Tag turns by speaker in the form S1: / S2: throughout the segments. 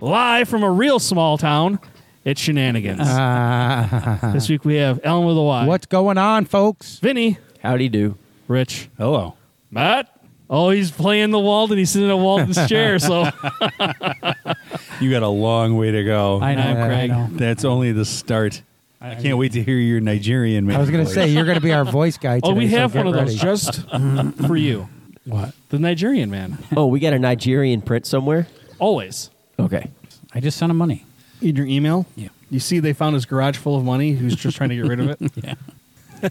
S1: live from a real small town. It's shenanigans.
S2: Ah.
S1: this week we have Ellen with a Y.
S2: What's going on, folks?
S1: Vinny,
S3: Howdy do.
S1: Rich,
S2: Hello.
S1: Matt. Oh, he's playing the Walden. He's sitting in Walden's chair. So
S4: You got a long way to go.
S2: I know.
S1: I'm
S2: that, I,
S1: Craig.
S2: know.
S4: That's only the start. I, can't wait to hear your Nigerian man.
S2: I was going to
S4: voice.
S2: say you're going to be our voice guy. Today,
S1: oh, we
S2: so
S1: have
S2: get
S1: one of those
S2: ready.
S1: just for you.
S2: What?
S1: The Nigerian man.
S3: Oh, we got a Nigerian print somewhere?
S1: Always.
S3: Okay.
S2: I just sent him money.
S1: In your email?
S2: Yeah.
S1: You see, they found his garage full of money. Who's just trying to get rid of it?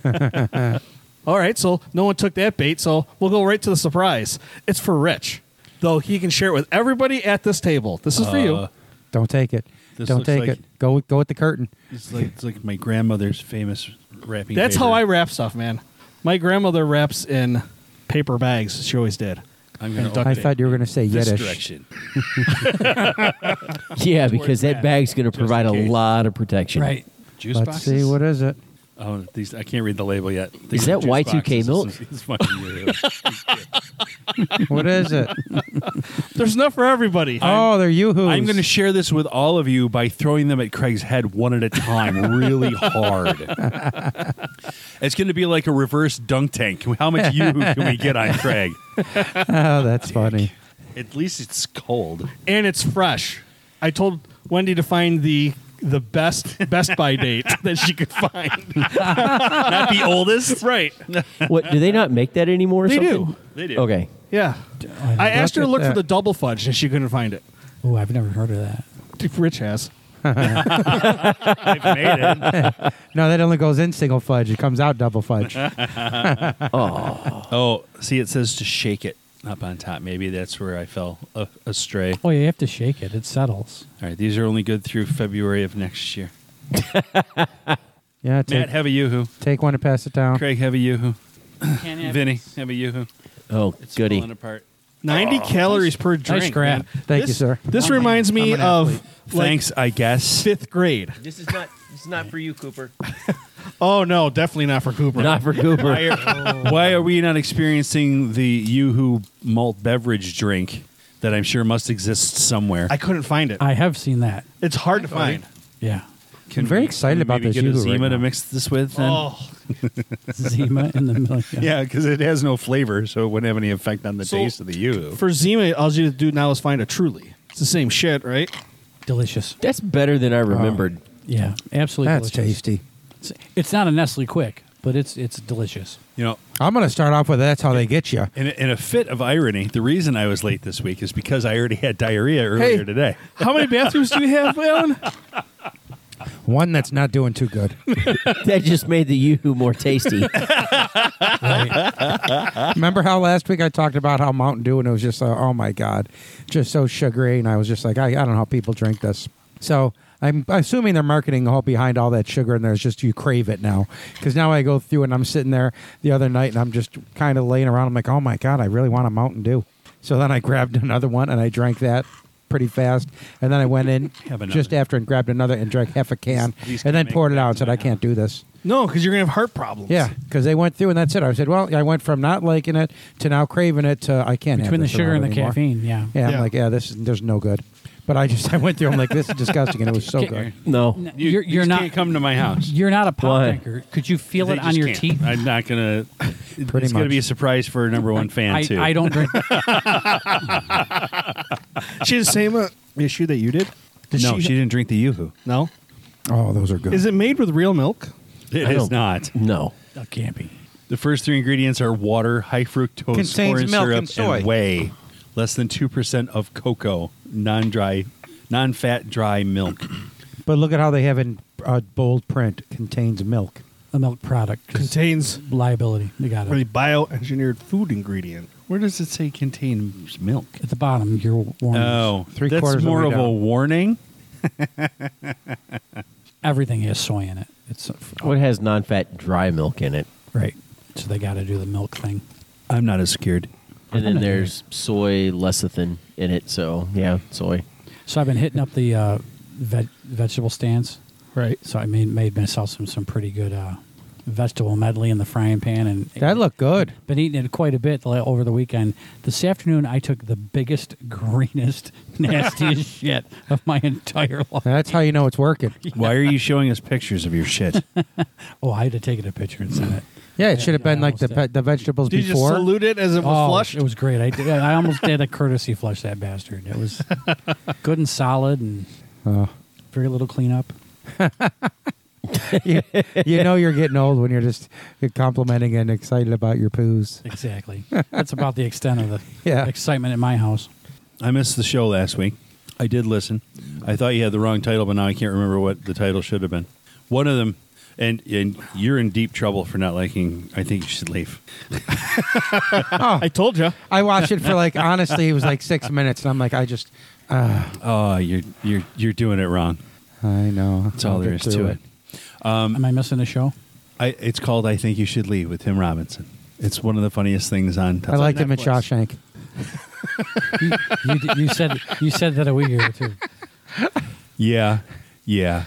S1: yeah. All right, so no one took that bait, so we'll go right to the surprise. It's for Rich, though he can share it with everybody at this table. This is for you.
S2: Don't take it.
S4: This
S2: Don't
S4: looks
S2: take
S4: like-
S2: it. Go with- go with the curtain.
S4: It's like, it's like my grandmother's famous wrapping.
S1: That's
S4: paper.
S1: how I wrap stuff, man. My grandmother wraps in paper bags. She always did.
S4: I'm gonna
S1: duct
S2: I
S4: open
S2: thought you were going to say
S4: this
S2: Yiddish.
S4: direction.
S3: Yeah, because that bag's going to provide a
S4: case.
S3: lot of protection.
S4: Juice
S2: Let's
S4: boxes.
S2: see what is it.
S4: Oh, these I can't read the label yet.
S3: Is
S4: These are
S3: that
S4: juice
S3: Y2K
S4: boxes.
S3: milk?
S4: This is- this is fucking weird.
S2: What is it?
S1: There's enough for everybody.
S2: oh, they're yoo-hoos.
S4: I'm going to share this with all of you by throwing them at Craig's head one at a time, really hard. it's going to be like a reverse dunk tank. How much you can we get on Craig?
S2: oh, that's funny.
S4: At least it's cold.
S1: and it's fresh. I told Wendy to find the the best Best Buy date that she could find.
S4: Not the oldest.
S1: right.
S3: What do they not make that anymore? or
S1: They do.
S3: something?
S4: They do.
S3: Okay.
S1: Yeah. I asked her to
S2: look
S1: look
S2: at
S1: for the
S2: that.
S1: double fudge and she couldn't find it.
S2: Oh, I've never heard of that.
S1: Rich has.
S4: I've made it.
S2: No, that only goes in single fudge. It comes out double fudge.
S4: Oh, see, it says to shake it up on top. Maybe that's where I fell a- astray.
S5: Oh, you have to shake it. It settles.
S4: All right, these are only good through February of next year.
S2: Yeah, take,
S4: Matt, have a yoo-hoo.
S2: take one and pass it down.
S4: Craig, have a yoo-hoo. Vinny, have a yoo-hoo.
S3: Oh,
S4: It's
S3: goody.
S4: falling apart.
S1: 90 calories per drink.
S5: grab.
S1: man.
S2: Thank
S1: This-
S2: you, sir.
S1: This reminds me of like,
S4: Thanks, I guess.
S1: fifth grade.
S3: This is not. This is not for you, Cooper.
S1: Oh, no, definitely not for Cooper.
S3: Not for Cooper.
S4: Why are, why are we not experiencing the Yoo-Hoo malt beverage drink that I'm sure must exist somewhere?
S1: I couldn't find it.
S5: I have seen that.
S1: It's hard to find.
S5: Yeah.
S4: Can
S2: I'm very
S4: we-
S2: excited
S4: can we
S2: about
S4: maybe
S2: this
S4: Get a
S2: Yoo-Hoo right
S4: Zima to
S2: now.
S4: mix this with, then.
S1: Oh,
S5: Zima in the middle.
S4: Yeah, because it has no flavor, so it wouldn't have any effect on the
S1: So-
S4: taste of the Yoo-Hoo.
S1: for Zima, all you have to do now is find a Truly. It's the same shit, right?
S5: Delicious.
S3: That's better
S2: Oh.
S3: than I remembered.
S5: Yeah. Absolutely
S2: That's
S5: delicious.
S2: tasty.
S5: It's, it's not a Nestle Quick, but it's it's delicious.
S4: You know,
S2: I'm going to start off with that's how they get you.
S4: in a, in a fit of irony, the reason I was late this week is because I already had diarrhea earlier today.
S1: How many bathrooms do you have, Alan?
S2: One that's not doing too good.
S3: That just made the yoo-hoo more tasty.
S2: Remember how last week I talked about how Mountain Dew and it was just, uh, oh my God, just so sugary. And I was just like, I, I don't know how people drink this. So I'm assuming they're marketing all behind all that sugar and there's just, you crave it now. Because now I go through and I'm sitting there the other night and I'm just kind of laying around. I'm like, oh my God, I really want a Mountain Dew. So then I grabbed another one and I drank that pretty fast. And then I went in
S4: Have another.
S2: just after and grabbed another and drank half a can
S4: These can
S2: and then
S4: make
S2: poured it
S4: back
S2: out and
S4: to
S2: said,
S4: my
S2: I can't do this.
S1: No, because you're going to have heart problems.
S2: Yeah, because they went through and that's it. I said, well, I went from not liking it to now craving it to I can't have
S5: Between the
S2: this
S5: sugar
S2: around
S5: and the
S2: anymore.
S5: caffeine. Yeah.
S2: Yeah,
S1: Yeah.
S2: I'm like, yeah, this is there's no good. But I just I went through. I'm like, this is disgusting, and it was so
S5: Okay.
S2: good.
S3: No.
S4: You,
S5: you're you're
S4: these
S5: not
S4: can't come to my house.
S5: you're not a pop
S3: Why?
S5: drinker. Could you feel
S4: They
S5: it on
S4: just
S5: your
S4: can't.
S5: teeth?
S4: I'm not gonna. It's
S2: Pretty
S4: gonna
S2: much.
S4: be a surprise for a number one fan
S5: I,
S4: too.
S5: I don't drink.
S1: She had the same uh, issue that you did? Did
S4: no, she, didn't drink the yoo-hoo.
S1: No?
S2: Oh, those are good.
S1: Is it made with real milk?
S4: It
S3: I
S4: is
S3: don't-
S4: not.
S3: No.
S5: That can't be.
S4: The first three ingredients are water, high fructose
S2: Contains
S4: corn
S2: milk
S4: syrup,
S2: and soy.
S4: whey. Less than two percent of cocoa, non-dry, non-fat dry milk.
S2: but look at how they have in uh, bold print contains milk.
S5: A milk product. 'cause
S1: Contains
S5: liability. You got
S1: really
S5: it.
S1: bioengineered food ingredient.
S4: Where does it say contains milk?
S5: At the bottom, your warnings.
S4: Oh,
S2: Three
S4: that's
S2: quarters of the
S4: more
S2: way
S4: of a
S2: down.
S4: warning.
S5: Everything has soy in it. It's uh, oh,
S3: What has non-fat dry milk in it?
S5: right. So they got to do the milk thing.
S4: I'm not as scared.
S3: And then there's soy lecithin in it. So yeah, soy.
S5: So I've been hitting up the uh, veg- vegetable stands.
S1: Right.
S5: So I made made myself some some pretty good uh, vegetable medley in the frying pan, and
S2: That looked good.
S5: Been eating it quite a bit the la- over the weekend. This afternoon, I took the biggest, greenest, nastiest shit of my entire life.
S2: That's how you know it's working.
S4: Why are you showing us pictures of your shit?
S5: Oh, I had to take it a picture and send it.
S2: Yeah, it should have
S5: yeah, I
S2: been like the
S5: almost
S2: pe-
S5: did.
S2: the vegetables
S1: Did you just
S2: before.
S1: salute it as it was
S5: oh,
S1: flushed?
S5: it was great. I, did, I almost did a courtesy flush that bastard. It was good and solid, and
S2: Oh.
S5: very little cleanup.
S2: you know you're getting old when you're just you're complimenting and excited about your poos.
S5: Exactly. That's about the extent of the
S2: Yeah.
S5: excitement in my house.
S4: I missed the show last week. I did listen. I thought you had the wrong title, but now I can't remember what the title should have been. One of them, and and you're in deep trouble for not liking. I think you should leave.
S1: I told you.
S2: Oh, I watched it for like honestly, it was like six minutes, and I'm like, I just,
S4: Oh, you're you're you're doing it wrong.
S2: I know.
S4: That's all
S2: I'll
S4: there is
S2: get
S4: to
S2: through
S4: it.
S5: Am I missing a show?
S4: I, it's called "I Think You Should Leave" with Tim Robinson. It's one of the funniest things on.
S2: I liked him in
S1: Netflix.
S2: Shawshank.
S5: You, you, d- you said you said that a week ago too.
S4: Yeah, yeah.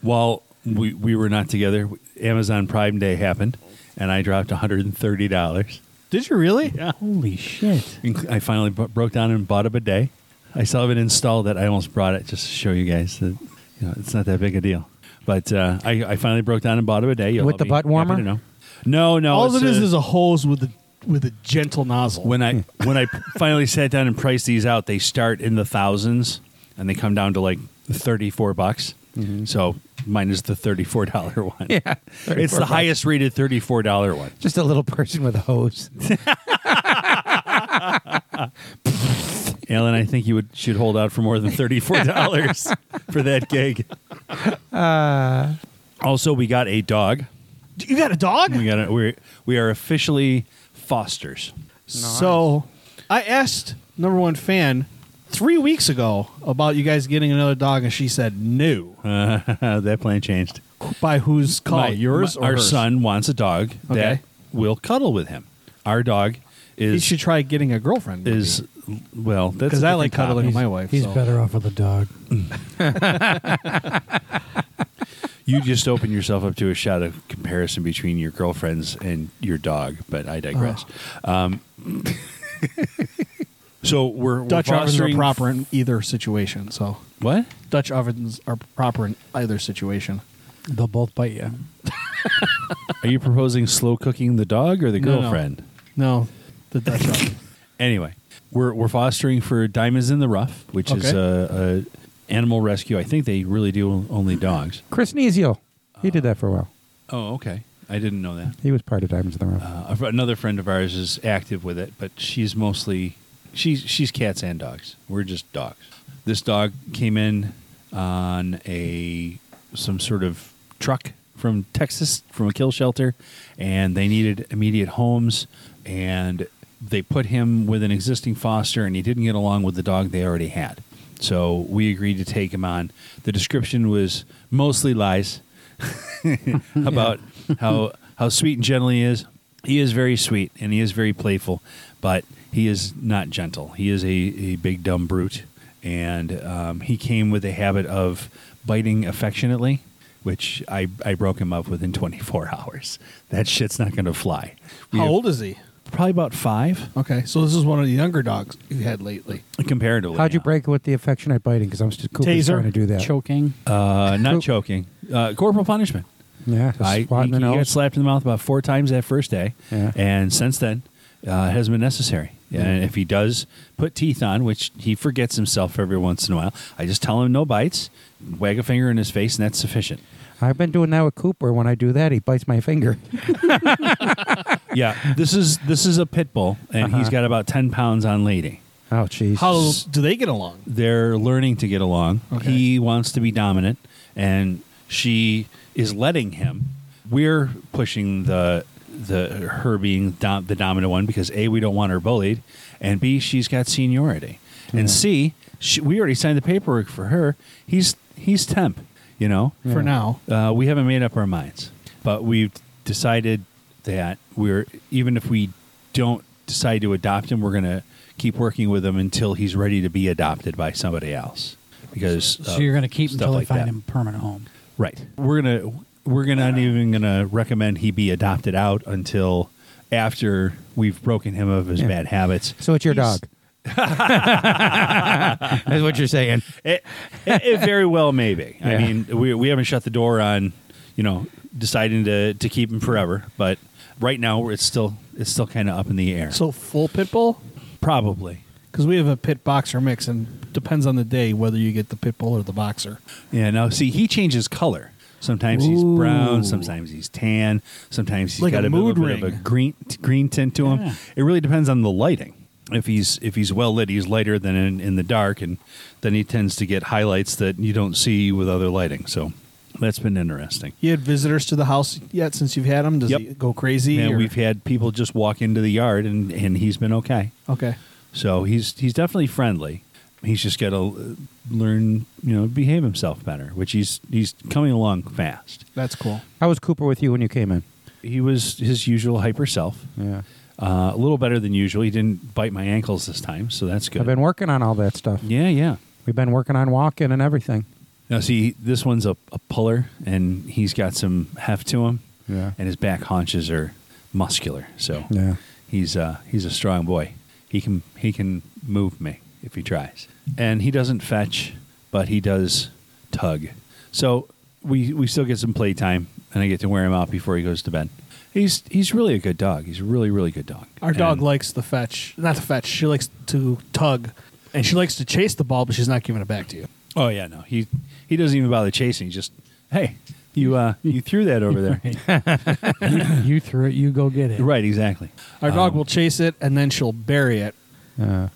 S4: While we we were not together, Amazon Prime Day happened, and I dropped 130 dollars.
S1: Did you really?
S4: Yeah.
S5: Holy shit!
S4: Inc- I finally bu- broke down and bought a bidet. I still have it installed. That I almost brought it just to show you guys that you know it's not that big a deal. But uh, I, I finally broke down and bought a bidet. You'll
S2: With
S4: all
S2: the
S4: be
S2: butt
S4: happy
S2: warmer?
S4: to know. No, no.
S1: All it
S4: it's uh,
S1: is is a hose with a with a gentle nozzle.
S4: when I when I finally sat down and priced these out. They start in the thousands and they come down to like thirty four bucks. So mine is the thirty four dollar one.
S2: Mm-hmm. Yeah,
S4: it's
S2: 34
S4: the
S2: bucks.
S4: highest rated thirty four dollar one.
S2: Just a little person with a hose.
S4: Alan, I think you would should hold out for more than thirty four dollars for that gig.
S1: Uh.
S4: also, we got a dog.
S1: you got a dog?
S4: We got a, we we are officially fosters.
S1: So I asked number one fan three weeks ago about you guys getting another dog, and she said no.
S4: Uh, that plan changed.
S1: By whose call?
S4: My-
S1: yours
S4: my-
S1: or
S4: our
S1: hers?
S4: son wants a dog that
S1: Okay.
S4: will cuddle with him. Our dog
S1: He
S4: is
S1: should try getting a girlfriend.
S4: is well. That's
S1: because
S4: a
S1: I like
S4: different
S1: cuddling with
S4: topic.
S1: my wife.
S5: He's
S1: so.
S5: better off with a dog.
S4: You just open yourself up to a shot of comparison between your girlfriends and your dog, but I digress. Um, so we're, we're
S1: Dutch ovens are
S4: fostering-
S1: proper in either situation. So
S4: What?
S1: Dutch ovens are proper in either situation.
S5: They'll both bite you.
S4: Are you proposing slow cooking the dog or the
S1: No, no.
S4: girlfriend?
S1: No, the Dutch oven.
S4: Anyway, we're we're fostering for Diamonds in the Rough, which is
S1: Okay.
S4: a, a animal rescue. I think they really do only dogs.
S2: Chris Nezio, he did that for a while.
S4: Oh, okay. I didn't know that.
S2: He was part of Diamonds in the Rough.
S4: Uh, a- another friend of ours is active with it, but she's mostly she's she's cats and dogs. We're just dogs. This dog came in on a some sort of truck from Texas from a kill shelter, and they needed immediate homes, and they put him with an existing foster, and he didn't get along with the dog they already had. So we agreed to take him on. The description was mostly lies about how how sweet and gentle he is. He is very sweet and he is very playful, but he is not gentle. He is a, a big dumb brute, and um, he came with a habit of biting affectionately, which I I broke him up within 24 hours. That shit's not going to fly. We
S1: How
S4: have-
S1: old is he?
S4: Probably about five,
S1: Okay, so this is one of the younger dogs you had lately.
S4: comparatively.
S2: How'd you
S4: yeah.
S2: break with the affectionate biting? Because I'm still Cooper's
S1: Taser.
S2: trying to do that.
S5: Choking.
S4: Uh, not choking. Uh, corporal punishment.
S2: Yeah,
S4: I,
S2: I, spot in the
S4: he, he got
S2: nose.
S4: slapped in the mouth about four times that first day,
S2: Yeah.
S4: and since then, uh, it hasn't been necessary. And if he does put teeth on, which he forgets himself every once in a while, I just tell him no bites, wag a finger in his face, and that's sufficient.
S2: I've been doing that with Cooper. When I do that, he bites my finger.
S4: yeah, this is this is a pit bull, and he's
S2: Uh-huh.
S4: got about ten pounds on Lady.
S2: Oh, jeez.
S1: How do they get along?
S4: They're learning to get along.
S1: Okay.
S4: He wants to be dominant, and she is letting him. We're pushing the the her being dom- the dominant one because a we don't want her bullied, and b she's got seniority, and c she, we already signed the paperwork for her. He's he's temp, you know.
S1: For now,
S4: Uh, we haven't made up our minds, but we've decided that we're even if we don't decide to adopt him, we're going to keep working with him until he's ready to be adopted by somebody else. Because
S5: so
S4: of
S5: you're going to keep
S4: stuff
S5: until they
S4: like
S5: find
S4: that.
S5: him a permanent home.
S4: right? We're going to we're gonna, not even gonna recommend he be adopted out until after we've broken him of his
S2: Yeah.
S4: bad habits.
S2: So it's your
S4: He's-
S2: dog. That's what you're saying.
S4: It, it, it very well may be. I
S2: Yeah.
S4: mean, we we haven't shut the door on you know deciding to to keep him forever, but right now it's still it's still kind of up in the air.
S1: So full pit bull?
S4: probably,
S1: Because we have a pit boxer mix, and depends on the day whether you get the pit bull or the boxer.
S4: yeah. No, see, he changes color. Sometimes he's
S1: Ooh.
S4: brown, sometimes he's tan, sometimes he's
S1: Like
S4: got
S1: a
S4: a, little
S1: mood
S4: bit of
S1: ring.
S4: a green green tint to him.
S5: Yeah.
S4: It really depends on the lighting. If he's if he's well lit, he's lighter than in, in the dark, and then he tends to get highlights that you don't see with other lighting. So that's been interesting.
S1: You had visitors to the house yet since you've had him? Does
S4: Yep.
S1: he go crazy?
S4: And
S1: or-
S4: we've had people just walk into the yard, and, and he's been okay.
S1: okay.
S4: So he's he's definitely friendly. He's just got to learn, you know, behave himself better, which he's he's coming along fast.
S1: That's cool.
S2: How was Cooper with you when you came in?
S4: He was his usual hyper self,
S2: Yeah.
S4: uh, a little better than usual. He didn't bite my ankles this time, so that's good.
S2: I've been working on all that stuff.
S4: yeah, yeah.
S2: We've been working on walking and everything.
S4: Now see, this one's a, a puller, and he's got some heft to him,
S2: Yeah.
S4: and his back haunches are muscular. So
S2: Yeah.
S4: He's uh, he's a strong boy. He can he can move me if he tries. And he doesn't fetch, but he does tug. So we we still get some playtime, and I get to wear him out before he goes to bed. He's he's really a good dog. He's a really really good dog.
S1: Our dog
S4: And-
S1: likes the fetch. Not the fetch. She likes to tug, and she likes to chase the ball, but she's not giving it back to you.
S4: Oh yeah, no he he doesn't even bother chasing. He just hey you uh you threw that over there.
S5: you threw it. You go get it.
S4: right exactly.
S1: Our dog will chase it, and then she'll bury it.
S2: Uh,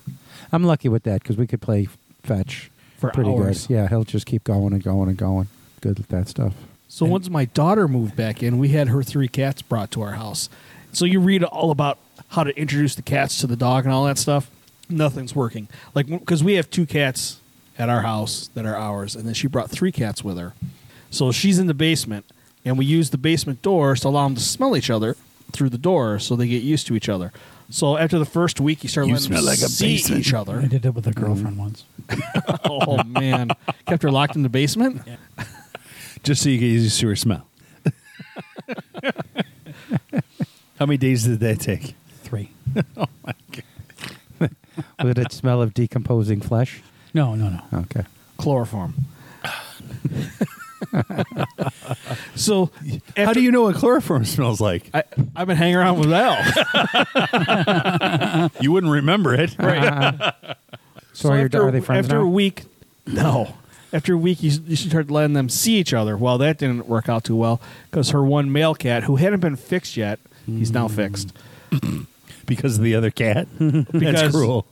S2: I'm lucky with that because we could play fetch
S1: For
S2: pretty
S1: hours.
S2: good. Yeah, he'll just keep going and going and going. Good at that stuff.
S1: So once my daughter moved back in, we had her three cats brought to our house. So you read all about how to introduce the cats to the dog and all that stuff. Nothing's working. Like because we have two cats at our house that are ours, and then she brought three cats with her. So she's in the basement, and we use the basement doors to allow them to smell each other through the door, so they get used to each other. So after the first week, you start
S4: You
S1: letting
S4: smell
S1: them
S4: like a
S1: see
S4: basement.
S1: each
S5: I
S1: other.
S5: did it with a girlfriend once.
S1: oh man, kept her locked in the basement.
S4: Just so you get used to her smell. How many days did that take?
S5: Three.
S2: Would it smell of decomposing flesh?
S5: No, no, no.
S4: Oh.
S2: Okay.
S1: Chloroform. so, after,
S4: How do you know what chloroform smells like?
S1: I, I've been hanging around with Elle.
S4: you wouldn't remember it.
S2: So, are, your,
S1: after,
S2: are they friends
S1: after
S2: now?
S1: a week? No. After a week, you, s- you should start letting them see each other. Well, that didn't work out too well because her one male cat, who hadn't been fixed yet, he's now
S2: Mm.
S1: fixed.
S4: Because of the other cat?
S1: Because-
S4: That's cruel.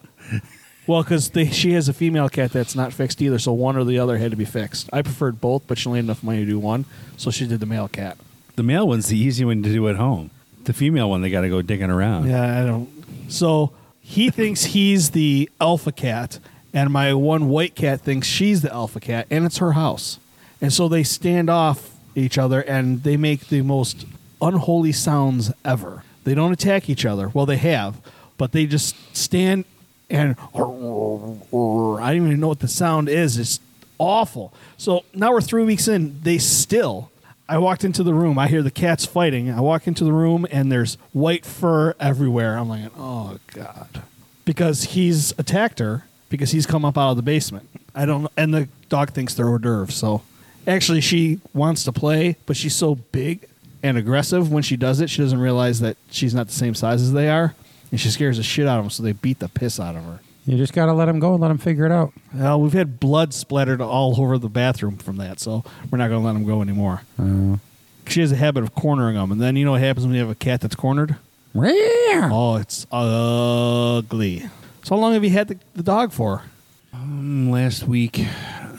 S1: Well, because she has a female cat that's not fixed either, so one or the other had to be fixed. I preferred both, but she only had enough money to do one, so she did the male cat.
S4: The male one's the easy one to do at home. The female one, they got to go digging around.
S1: Yeah, I don't. So he thinks he's the alpha cat, and my one white cat thinks she's the alpha cat, and it's her house. And so they stand off each other, and they make the most unholy sounds ever. They don't attack each other. Well, they have, but they just stand and I don't even know what the sound is. It's awful. So now we're three weeks in. They still. I walked into the room. I hear the cats fighting. I walk into the room and there's white fur everywhere. I'm like, oh god, because he's attacked her because he's come up out of the basement. I don't. And the dog thinks they're hors d'oeuvres. So actually, she wants to play, but she's so big and aggressive when she does it. She doesn't realize that she's not the same size as they are, and she scares the shit out of them. So they beat the piss out of her.
S2: you just got to let them go and let them figure it out.
S1: Well, we've had blood splattered all over the bathroom from that, so we're not going to let them go anymore.
S2: Oh.
S1: She has a habit of cornering them, and then you know what happens when you have a cat that's cornered?
S2: Yeah.
S1: Oh, it's ugly. So, how long have you had the, the dog for?
S4: Mm, Last week.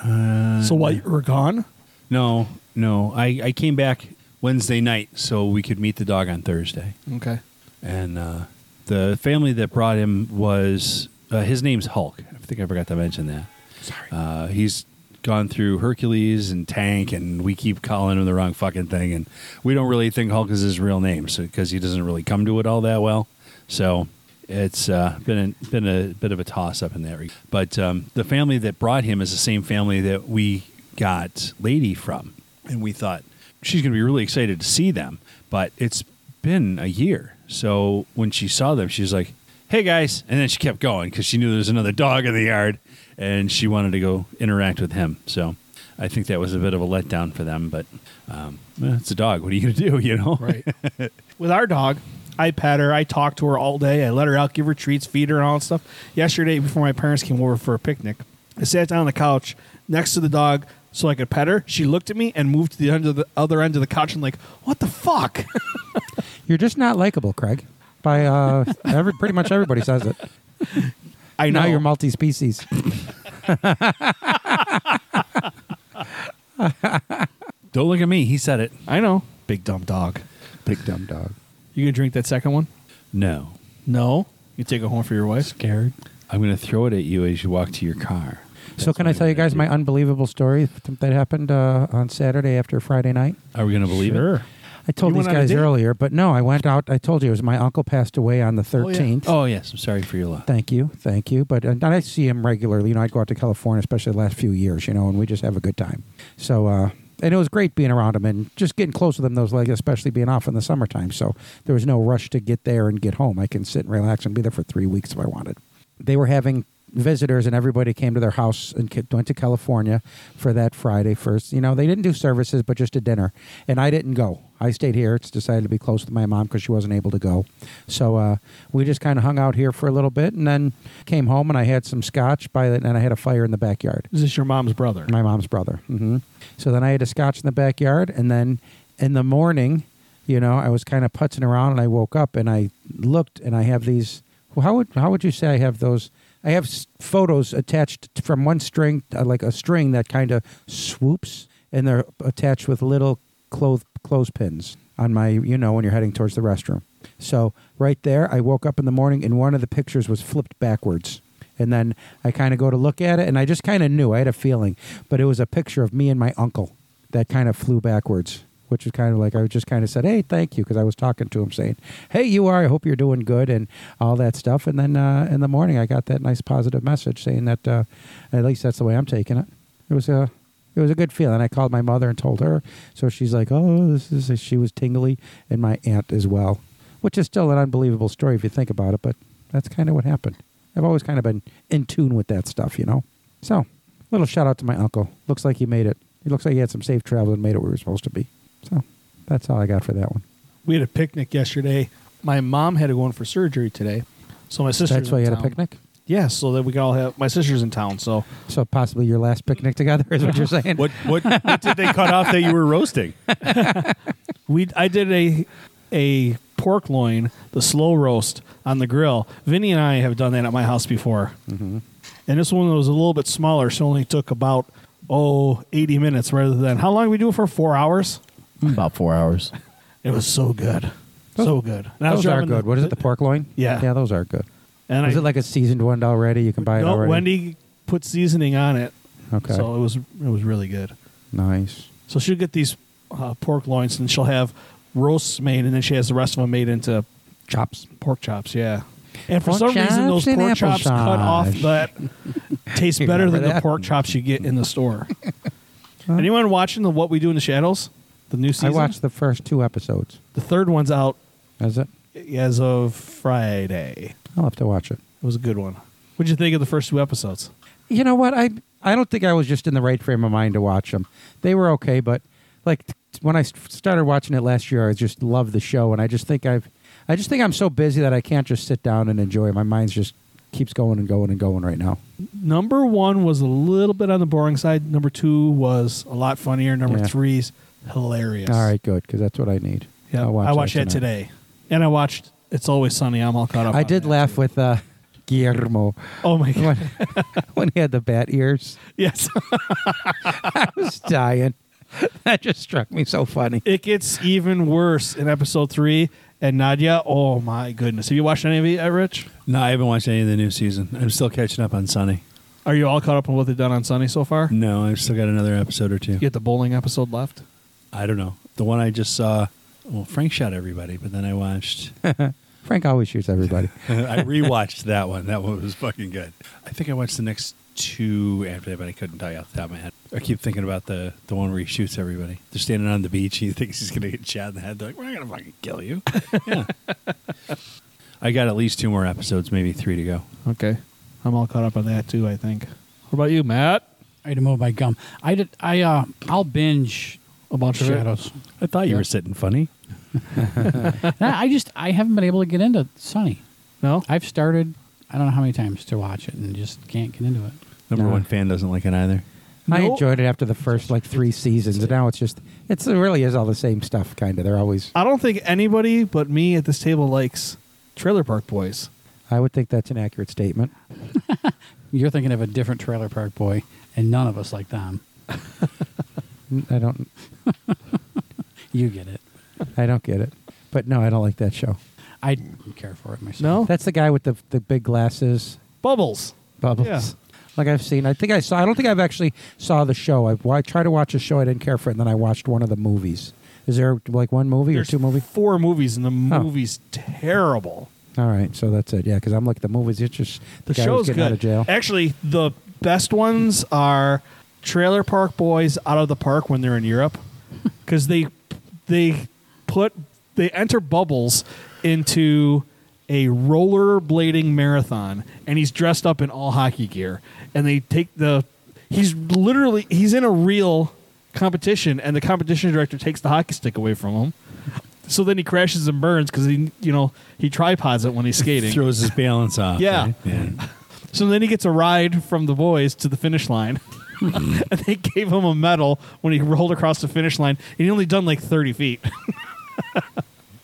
S4: Uh,
S1: So, while you were gone?
S4: No, no. I, I came back Wednesday night so we could meet the dog on Thursday.
S1: Okay.
S4: and uh, the family that brought him was uh, his name's Hulk. I think I forgot to mention that. Sorry. Uh, he's gone through Hercules and Tank, and we keep calling him the wrong fucking thing, and we don't really think Hulk is his real name, so because he doesn't really come to it all that well. So it's uh, been a, been a bit of a toss up in that. Re- but um, the family that brought him is the same family that we got Lady from, and we thought she's going to be really excited to see them. But it's been a year, so when she saw them, she's like, "Hey guys!" And then she kept going because she knew there was another dog in the yard, and she wanted to go interact with him. So I think that was a bit of a letdown for them. But um, eh, it's a dog. What are you going to do? You know,
S1: Right. With our dog, I pet her. I talk to her all day. I let her out, give her treats, feed her, and all that stuff. Yesterday, before my parents came over for a picnic, I sat down on the couch next to the dog so I could pet her. She looked at me and moved to the end of the other end of the couch and like, what the fuck?
S2: You're just not likable, Craig. By uh, every, pretty much everybody says it.
S1: I know
S2: Now you're multi-species.
S4: don't look at me. He said it.
S1: I know. Big dumb dog.
S2: Big dumb dog.
S1: You gonna drink that second one?
S4: No,
S1: No. You take it home for your wife?
S5: Scared.
S4: I'm going to throw it at you as you walk to your car.
S2: So can I tell you guys my unbelievable story that happened uh, on Saturday after Friday night?
S4: Are we going to believe it?
S2: I told
S1: You
S2: these
S1: went on a
S2: guys
S1: date?
S2: earlier, but no, I went out. I told you it was my uncle passed away on the 13th.
S4: Oh yes. I'm sorry for your loss.
S2: Thank you, thank you. But uh, and I see him regularly. You know, I'd go out to California, especially the last few years. You know, and we just have a good time. So, uh, and it was great being around him and just getting close with him. Those legs, especially being off in the summertime, so there was no rush to get there and get home. I can sit and relax and be there for three weeks if I wanted. They were having visitors, and everybody came to their house and ca- went to California for that Friday first. You know, they didn't do services, but just a dinner, and I didn't go. I stayed here. It's decided to be close to my mom because she wasn't able to go. So uh, we just kind of hung out here for a little bit, and then came home and I had some scotch by the, and I had a fire in the backyard.
S1: Is this your mom's brother?
S2: My mom's brother. hmm So then I had a scotch in the backyard, and then in the morning, you know, I was kind of putzing around, and I woke up and I looked, and I have these. well, How would how would you say I have those? I have s- photos attached t- from one string, uh, like a string that kind of swoops, and they're attached with little clothes clothespins on my, you know, when you're heading towards the restroom. So right there, I woke up in the morning, and one of the pictures was flipped backwards. And then I kind of go to look at it, and I just kind of knew. I had a feeling, but it was a picture of me and my uncle that kind of flew backwards, which is kind of like I just kind of said, "Hey, thank you," because I was talking to him, saying, "Hey, you are. I hope you're doing good," and all that stuff. And then uh, in the morning, I got that nice positive message saying that uh, at least that's the way I'm taking it. It was a it was a good feeling. I called my mother and told her, so she's like, "Oh, this is." She was tingly, and my aunt as well, which is still an unbelievable story if you think about it. But that's kind of what happened. I've always kind of been in tune with that stuff, you know. So, little shout out to my uncle. Looks like he made it. He looks like he had some safe travel and made it where we were supposed to be. So, that's all I got for that one.
S1: We had a picnic yesterday. My mom had to go in for surgery today. So my sister
S2: that's why you had a picnic.
S1: Yeah, so that we could all have my sister's in town, so
S2: So possibly your last picnic together is what you're saying.
S4: What what what did they cut off that you were roasting?
S1: we I did a a pork loin, the slow roast on the grill. Vinny and I have done that at my house before. Mm-hmm. And this one was a little bit smaller, so it only took about oh 80 minutes rather than how long did we do it for? Four hours?
S2: Hmm.
S3: About four hours.
S1: It was so good. so good. And I was
S2: Those are
S1: driving the-
S2: good. What is it? The pork loin.
S1: Yeah.
S2: yeah, those are good.
S1: And
S2: Is
S1: I,
S2: it like a seasoned one already? You can buy it
S1: no,
S2: already.
S1: Wendy put seasoning on it.
S2: Okay.
S1: So it was it was really good.
S2: Nice.
S1: So she'll get these uh, pork loins, and she'll have roasts made, and then she has the rest of them made into
S2: Chops.
S1: pork chops. Yeah. And for
S2: Pork
S1: some reason, those
S2: chops and
S1: pork chops cut off
S2: applesauce.
S1: that taste
S2: You
S1: better than
S2: remember
S1: the
S2: that?
S1: pork chops you get in the store. Anyone watching the What We Do in the Shadows? The new season.
S2: I watched the first two episodes.
S1: the third one's out
S2: Is it?
S1: as of Friday.
S2: I'll have to watch it.
S1: It was a good one. What'd you think of the first two episodes?
S2: You know what? I I don't think I was just in the right frame of mind to watch them. They were okay, but like t- when I s- started watching it last year, I just loved the show, and I just think I've I just think I'm so busy that I can't just sit down and enjoy. it. My mind's just keeps going and going and going right now.
S1: Number one was a little bit on the boring side. Number two was a lot funnier. Number
S2: Yeah.
S1: three's hilarious.
S2: All right, good, because that's what I need.
S1: Yeah,
S2: I'll watch
S1: I watched that
S2: tonight.
S1: today, and I watched "It's Always Sunny." I'm all caught up.
S2: I
S1: on
S2: did
S1: that,
S2: laugh
S1: too.
S2: with uh, Guillermo
S1: Oh my
S2: when,
S1: god!
S2: when he had the bat ears.
S1: yes,
S2: I was dying. That just struck me so funny.
S1: it gets even worse in episode three. And Nadia, oh my goodness! Have you watched any of it, uh, Rich?
S4: No, I haven't watched any of the new season. I'm still catching up on Sunny.
S1: Are you all caught up on what they've done on Sunny so far?
S4: No, I've still got another episode or two.
S1: You get the bowling episode left.
S4: I don't know. The one I just saw. Well, Frank shot everybody, but then I watched.
S2: Frank always shoots everybody.
S4: I rewatched that one. That one was fucking good. I think I watched the next two after that, but I couldn't tell you off the top of my head. I keep thinking about the the one where he shoots everybody. They're standing on the beach. He thinks he's gonna get shot in the head. They're like, "We're not gonna fucking kill you." yeah. I got at least two more episodes, maybe three to go.
S1: Okay. I'm all caught up on that too, I think. What about you, Matt?
S5: I had to move my gum. I did. I uh, I'll binge
S1: A bunch of it?
S5: Shadows.
S4: I thought you
S5: Yeah.
S4: were sitting funny.
S5: Nah, I just I haven't been able to get into Sunny.
S1: No?
S5: I've started. I don't know how many times to watch it and just can't get into it.
S4: Number
S2: No.
S4: one fan doesn't like it either.
S2: I
S1: Nope.
S2: enjoyed it after the first like three seasons, and now it's just it's it really is all the same stuff. Kind of, they're always.
S1: I don't think anybody but me at this table likes Trailer Park Boys.
S2: I would think that's an accurate statement.
S5: You're thinking of a different Trailer Park Boy, and none of us like them.
S2: I don't.
S5: You get it.
S2: I don't get it. But no, I don't like that show.
S5: I don't care for it myself.
S1: No?
S2: That's the guy with the the big glasses,
S1: Bubbles.
S2: bubbles.
S1: Yeah.
S2: Like I've seen. I think I saw. I don't think I've actually saw the show. I've I tried to watch a show. I didn't care for it, and then I watched one of the movies. Is there like one movie or two movies?
S1: Four movies, and the movie's terrible.
S2: All right, so that's it. Yeah, because I'm looking at the movies. It's just
S1: The
S2: guy who's
S1: show's
S2: getting
S1: good.
S2: out of jail.
S1: Actually, the best ones are Trailer Park Boys out of the park when they're in Europe, because they they put they enter bubbles into a rollerblading marathon, and he's dressed up in all hockey gear, and they take the he's literally he's in a real competition, and the competition director takes the hockey stick away from him. So then he crashes and burns because he, you know, he tripods it when he's skating.
S4: Throws his balance off.
S1: Yeah.
S4: right? yeah.
S1: So then he gets a ride from the boys to the finish line. and they gave him a medal when he rolled across the finish line. And he only done like 30 feet. but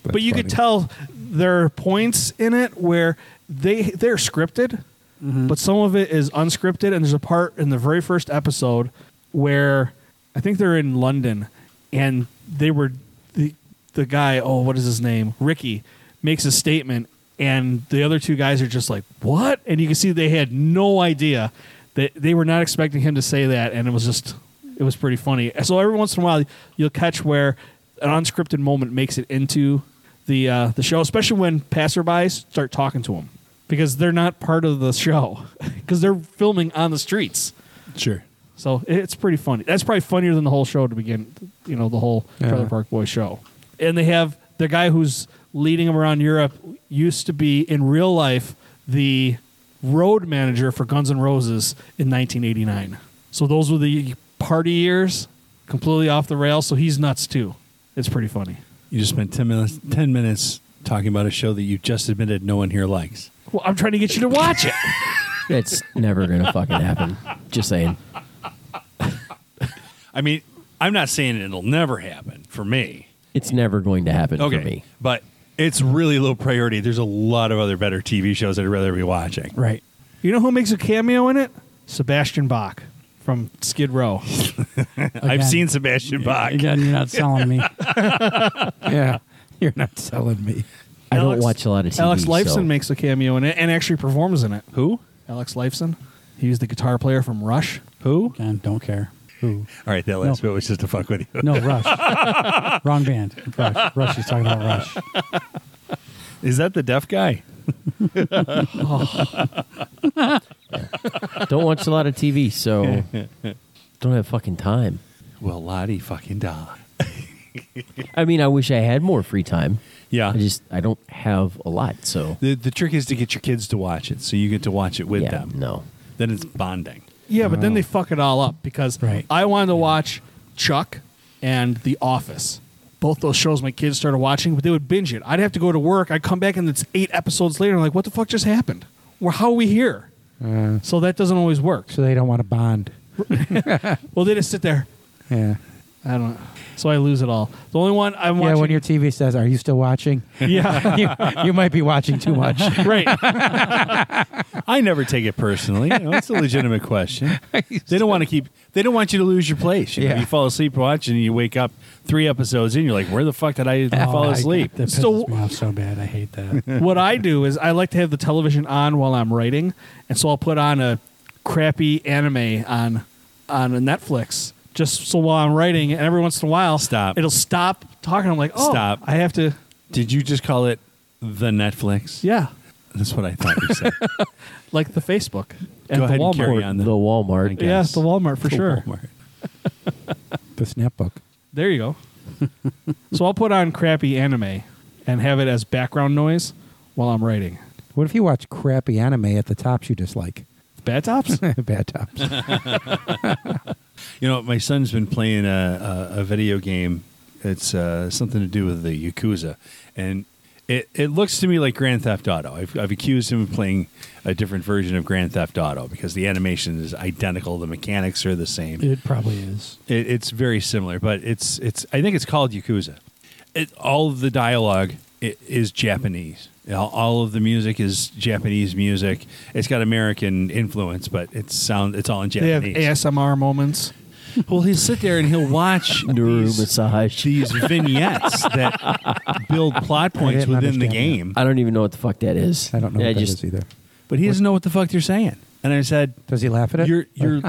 S2: That's
S1: you
S2: funny.
S1: could tell there are points in it where they they're scripted, but some of it is unscripted. And there's a part in the very first episode where I think they're in London, and they were the the guy. Oh, what is his name? Ricky makes a statement, and the other two guys are just like, "What?" And you can see they had no idea that they were not expecting him to say that, and it was just it was pretty funny. So every once in a while, you'll catch where an unscripted moment makes it into the uh, the show, especially when passerbys start talking to him because they're not part of the show because they're filming on the streets.
S4: Sure.
S1: So it's pretty funny. That's probably funnier than the whole show to begin. You know, the whole
S2: Yeah.
S1: Trailer Park Boys show. And they have the guy who's leading them around Europe used to be in real life the road manager for Guns N' Roses in 1989. So those were the party years, completely off the rails. So he's nuts too. It's pretty funny.
S4: You just spent ten minutes ten minutes talking about a show that you just admitted no one here likes.
S1: Well, I'm trying to get you to watch it.
S3: It's never gonna fucking happen. Just saying.
S4: I mean, I'm not saying it'll never happen for me.
S3: It's never going to happen
S4: Okay.
S3: for me.
S4: But it's really low priority. There's a lot of other better TV shows that I'd rather be watching.
S1: Right. You know who makes a cameo in it? Sebastian Bach from Skid Row.
S4: I've
S5: Again.
S4: seen Sebastian Bach.
S5: Again, you're not selling me.
S2: yeah, you're not selling me.
S3: I don't
S1: Alex-
S3: watch a lot of TV.
S1: Alex Lifeson
S3: so-
S1: makes a cameo in it and actually performs in it.
S4: Who?
S1: Alex Lifeson. He was the guitar player from Rush.
S4: Who?
S5: Again, don't care. Who?
S4: All right, that last bit was just to fuck with you.
S5: No, Rush. Wrong band. Rush. Rush. He's talking about Rush.
S4: Is that the deaf guy?
S3: Don't watch a lot of TV, so don't have fucking time.
S4: Well, Lottie fucking die.
S3: I mean, I wish I had more free time.
S4: Yeah.
S3: I just I don't have a lot, so
S4: the the trick is to get your kids to watch it, so you get to watch it with
S3: yeah,
S4: them.
S3: no.
S4: Then it's bonding.
S1: Yeah, but then they fuck it all up because
S5: Right.
S1: I wanted to watch Chuck and The Office. Both those shows my kids started watching, but they would binge it. I'd have to go to work. I'd come back and it's eight episodes later. I'm like, what the fuck just happened? Well, how are we here? so that doesn't always work.
S2: So they don't want to bond.
S1: Well, they just sit there.
S2: Yeah.
S1: I don't know. So I lose it all. The only one I'm
S2: Yeah,
S1: watching.
S2: when your TV says, "Are you still watching?"
S1: yeah,
S2: you, you might be watching too much.
S1: right.
S4: I never take it personally. You know, it's a legitimate question. They don't want to keep. They don't want you to lose your place. You, know,
S2: Yeah.
S4: you fall asleep watching, and you wake up three episodes in. You're like, where the fuck did I fall
S5: Oh, I-
S4: asleep?
S5: That pisses
S1: So-
S5: me off so bad. I hate that.
S1: what I do is I like to have the television on while I'm writing, and so I'll put on a crappy anime on on Netflix just so while I'm writing, and every once in a while,
S4: Stop.
S1: It'll stop talking. I'm like, oh,
S4: Stop.
S1: I have to.
S4: Did you just call it the Netflix?
S1: Yeah,
S4: that's what I thought you said.
S1: like the Facebook and
S4: Go
S1: the
S4: ahead and
S1: Walmart.
S4: carry on.
S3: The
S4: then.
S3: Walmart.
S1: Yeah, the Walmart for
S4: The
S1: sure.
S4: Walmart.
S2: The snapbook.
S1: There you go. so I'll put on crappy anime and have it as background noise while I'm writing.
S2: What if you watch crappy anime at the tops you dislike?
S1: Bad tops?
S2: Bad tops.
S4: You know, my son's been playing a, a, a video game. It's uh, something to do with the Yakuza, and it, it looks to me like Grand Theft Auto. I've, I've accused him of playing a different version of Grand Theft Auto because the animation is identical, the mechanics are the same.
S5: It probably is.
S4: It, it's very similar, but it's it's. I think it's called Yakuza. It, all of the dialogue i- is Japanese. All- All of the music is Japanese music. It's got American influence, but it's sound. It's all in
S1: They have
S4: Japanese.
S1: ASMR moments.
S4: Well, he'll sit there and he'll watch
S3: Neuro
S4: these,
S3: massage.
S4: these vignettes that build plot points
S2: didn't
S4: within the
S2: understand that.
S4: game,
S3: I don't even know what the fuck that is.
S2: I don't know
S3: I
S2: what that
S3: just,
S2: is either.
S4: but he doesn't know what the fuck they're saying. And I said,
S2: Does he laugh at it?
S4: "You're, you're."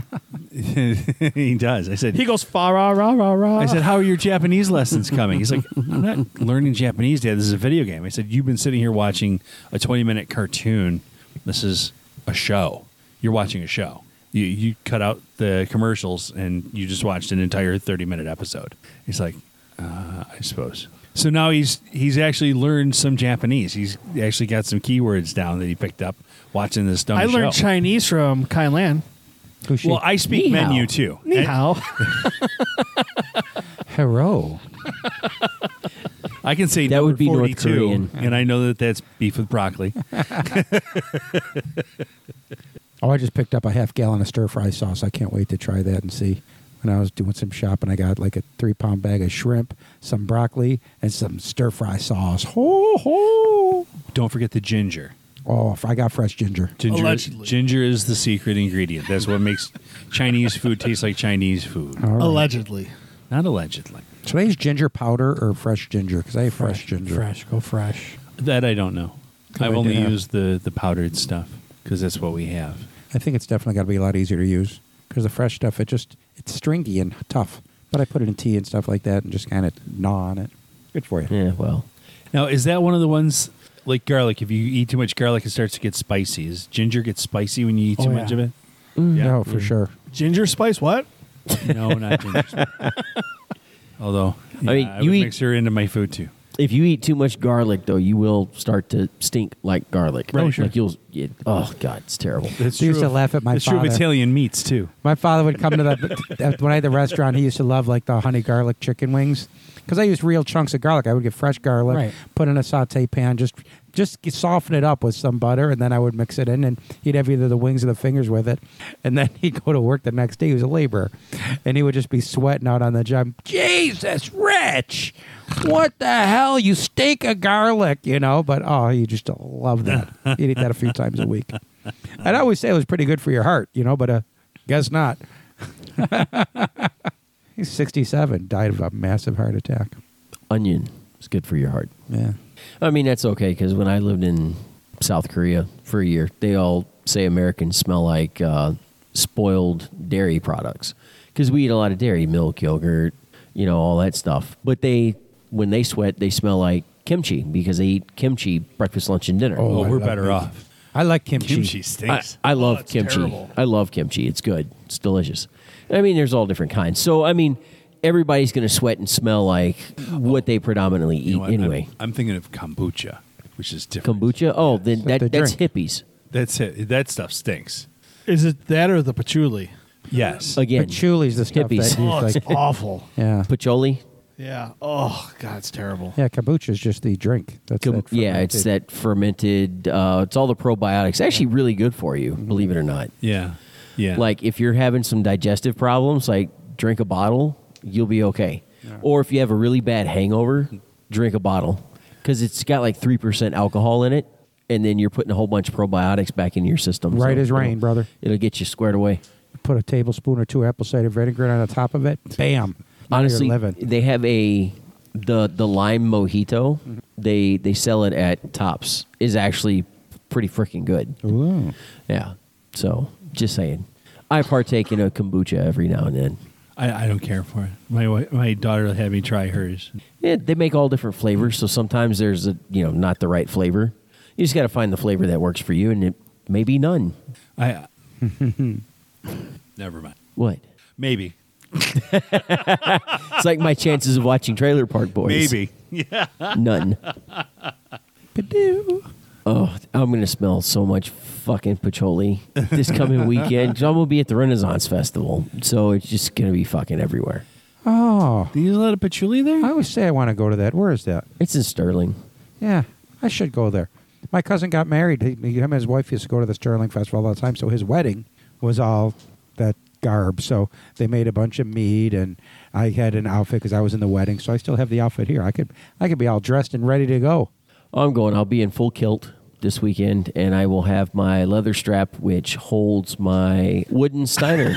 S4: he does. I said,
S1: He goes fa ra ra ra ra.
S4: I said, "How are your Japanese lessons coming?" He's like, "I'm not learning Japanese, Dad. This is a video game." I said, "You've been sitting here watching a 20 minute cartoon. This is a show. You're watching a show. You you cut out the commercials and you just watched an entire 30 minute episode." He's like, uh, "I suppose." So now he's he's actually learned some Japanese. He's actually got some keywords down that he picked up watching this dumb
S1: I learned
S4: show.
S1: Chinese from Kai Lan.
S2: Kushi.
S4: Well, I speak
S3: Ni hao.
S4: menu too.
S1: Ni
S4: And-
S1: hao.
S2: Hero.
S4: I can say
S3: That
S4: number
S3: would be North
S4: 42,
S3: Korean.
S4: and I know that that's beef with broccoli.
S2: Oh, I just picked up a half gallon of stir fry sauce. I can't wait to try that and see. When I was doing some shopping, I got like a three pound bag of shrimp, some broccoli, and some stir fry sauce. Ho ho!
S4: Don't forget the ginger.
S2: Oh, I got fresh ginger.
S4: Ginger, is,
S1: Allegedly.
S4: ginger is the secret ingredient. That's what makes Chinese food taste like Chinese food.
S2: All right.
S1: Allegedly.
S4: Not allegedly.
S2: Today's ginger powder or fresh ginger? Because I have fresh, ginger.
S5: Fresh. Go fresh.
S4: That I don't know.
S2: Good
S4: I've only
S2: idea.
S4: used the, the powdered stuff because that's what we have.
S2: I think it's definitely got to be a lot easier to use because the fresh stuff it just it's stringy and tough. But I put it in tea and stuff like that and just kind of gnaw on it. Good for you.
S3: Yeah, well,
S4: Now, is that one of the ones like garlic? If you eat too much garlic, it starts to get spicy. Is ginger get spicy when you eat
S5: Oh,
S4: too much
S5: yeah.
S4: of it?
S2: No,
S4: Mm.
S2: for sure.
S1: Ginger spice, what?
S4: No, not ginger. spice. Although, yeah, I
S3: mean, you
S4: would
S3: eat-
S4: mix her into my food too.
S3: if you eat too much garlic, though, you will start to stink like garlic.
S4: Right. Oh,
S3: Like
S4: sure.
S3: you'll. yeah, oh God, it's terrible.
S4: That's
S2: They used to
S4: of-
S2: laugh at my
S4: It's true
S2: father.
S4: of Italian meats too.
S2: My father would come to the when I had the restaurant. He used to love like the honey garlic chicken wings because I used real chunks of garlic. I would get fresh garlic,
S5: Right.
S2: put in a saute pan, just just get- soften it up with some butter, and then I would mix it in. And he'd have either the wings or the fingers with it, and then he'd go to work the next day. He was a laborer, and he would just be sweating out on the job. Jesus, Rich, what the hell? You stink of garlic, you know? But oh, you just love that. He'd eat that a few times a week. I'd always say it was pretty good for your heart, you know, but uh, guess not. He's 67, died of a massive heart attack.
S3: Onion is good for your heart.
S2: Yeah.
S3: I mean, that's okay because when I lived in South Korea for a year, they all say Americans smell like uh, spoiled dairy products because we eat a lot of dairy, milk, yogurt, you know, all that stuff. But they, when they sweat, they smell like kimchi because they eat kimchi breakfast, lunch, and dinner.
S2: Oh,
S4: Oh,
S2: I
S4: we're
S2: love
S4: better
S2: meat.
S4: off.
S2: I like kimchi.
S4: Kimchi
S3: I,
S4: stinks.
S3: I love kimchi. I love kimchi. It's good. It's delicious. I mean, there's all different kinds. So, I mean, everybody's going to sweat and smell like what they predominantly eat
S4: You know what?
S3: anyway.
S4: I'm, I'm thinking of kombucha, which is different.
S3: Kombucha. Oh, then
S2: what they
S3: that, that's
S2: drink.
S3: hippies
S4: That's it. That stuff stinks.
S1: Is it that or the patchouli?
S4: Yes.
S3: again.
S2: Patchouli's the stuff
S3: Hippies.
S2: that you
S1: Oh, it's
S2: like.
S1: awful.
S2: Yeah.
S3: Patchouli.
S1: Yeah. Oh, God, it's terrible.
S2: Yeah, kombucha is just the drink. That's
S3: Com-
S2: that
S3: yeah,
S2: fermented-
S3: it's that fermented. Uh, it's all the probiotics. Actually, really good for you. Believe it or not.
S4: yeah. Yeah.
S3: Like if you're having some digestive problems, like drink a bottle, you'll be okay. Or if you have a really bad hangover, drink a bottle because it's got like three percent alcohol in it, and then you're putting a whole bunch of probiotics back in your system.
S2: Right as rain,
S3: it'll-
S2: brother.
S3: It'll get you squared away.
S2: Put a tablespoon or two apple cider vinegar on the top of it. Bam. Now
S3: Honestly,
S2: you're living.
S3: they have a the the lime mojito. They they sell it at Tops. is actually pretty freaking good.
S2: Ooh.
S3: Yeah. So just saying, I partake in a kombucha every now and then.
S4: I, I don't care for it. My wi- my daughter had me try hers.
S3: Yeah, they make all different flavors, so sometimes there's a you know not the right flavor. You just got to find the flavor that works for you, and it may be none.
S4: I. Never mind.
S3: What?
S4: Maybe.
S3: It's like my chances of watching Trailer Park Boys.
S4: Maybe. Yeah.
S3: None. Oh, I'm gonna smell so much fucking patchouli this coming weekend. 'Cause I'm gonna be at the Renaissance Festival, so it's just gonna be fucking everywhere.
S2: Oh,
S4: Do you use a lot of patchouli there?
S2: I always say I want to go to that. Where is that?
S3: It's in Sterling.
S2: Yeah, I should go there. My cousin got married. He, he- him and his wife used to go to the Sterling Festival all the time. So his wedding was all that garb. So they made a bunch of mead, and I had an outfit because I was in the wedding. So I still have the outfit here. I could I could be all dressed and ready to go.
S3: I'm going. I'll be in full kilt this weekend, and I will have my leather strap, which holds my wooden Steiner.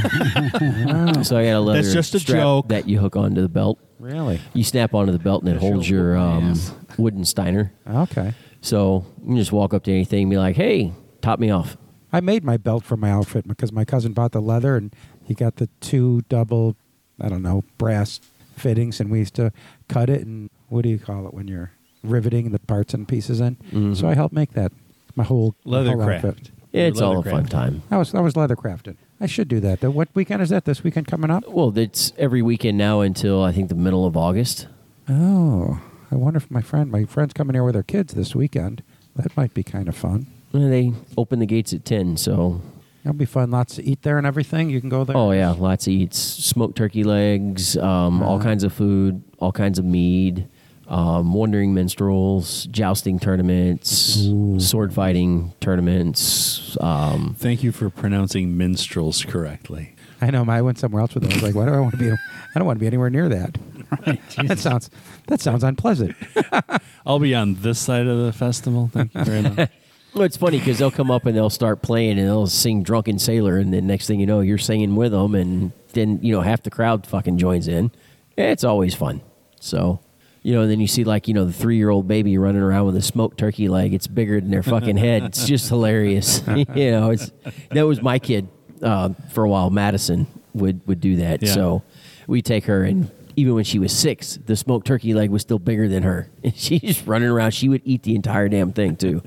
S3: so I got a leather
S1: That's just a
S3: strap
S1: joke.
S3: that you hook onto the belt.
S2: Really?
S3: You snap onto the belt, and it holds your um, wooden Steiner.
S2: Okay.
S3: So you can just walk up to anything and be like, hey, top me off.
S2: I made my belt for my outfit because my cousin bought the leather and he got the two double, I don't know, brass fittings, and we used to cut it and what do you call it when you're riveting the parts and pieces in? So I helped make that. My whole my
S4: Leather
S2: whole
S4: craft.
S2: outfit.
S3: It's all a
S4: Leathercraft.
S3: fun time.
S2: That was that was leather crafted. I should do that. though. What weekend is that? This weekend coming up?
S3: Well, it's every weekend now until I think the middle of August.
S2: Oh, I wonder if my friend my friend's coming here with her kids this weekend. That might be kind of fun.
S3: And They open the gates at 10, so.
S2: That'll be fun. Lots to eat there and everything. You can go there.
S3: Oh, yeah, lots of eats. Smoked turkey legs, um, all kinds of food, all kinds of mead, um, wandering minstrels, jousting tournaments, sword fighting tournaments. Um,
S4: Thank you for pronouncing minstrels correctly.
S2: I know. I went somewhere else with it. I was like, why do I want to be? I don't want to be anywhere near that. that sounds that sounds unpleasant.
S4: I'll be on this side of the festival. Thank you very much.
S3: well, it's funny because they'll come up and they'll start playing and they'll sing Drunken Sailor, and then next thing you know, you're singing with them, and then, you know, half the crowd fucking joins in. It's always fun. So. You know, and then you see like you know the three-year-old baby running around with a smoked turkey leg. It's bigger than their fucking head. It's just hilarious. you know, it's that was my kid uh, for a while. Madison would would do that.
S4: Yeah.
S3: So we take her, and even when she was six, the smoked turkey leg was still bigger than her. And she's running around. She would eat the entire damn thing too.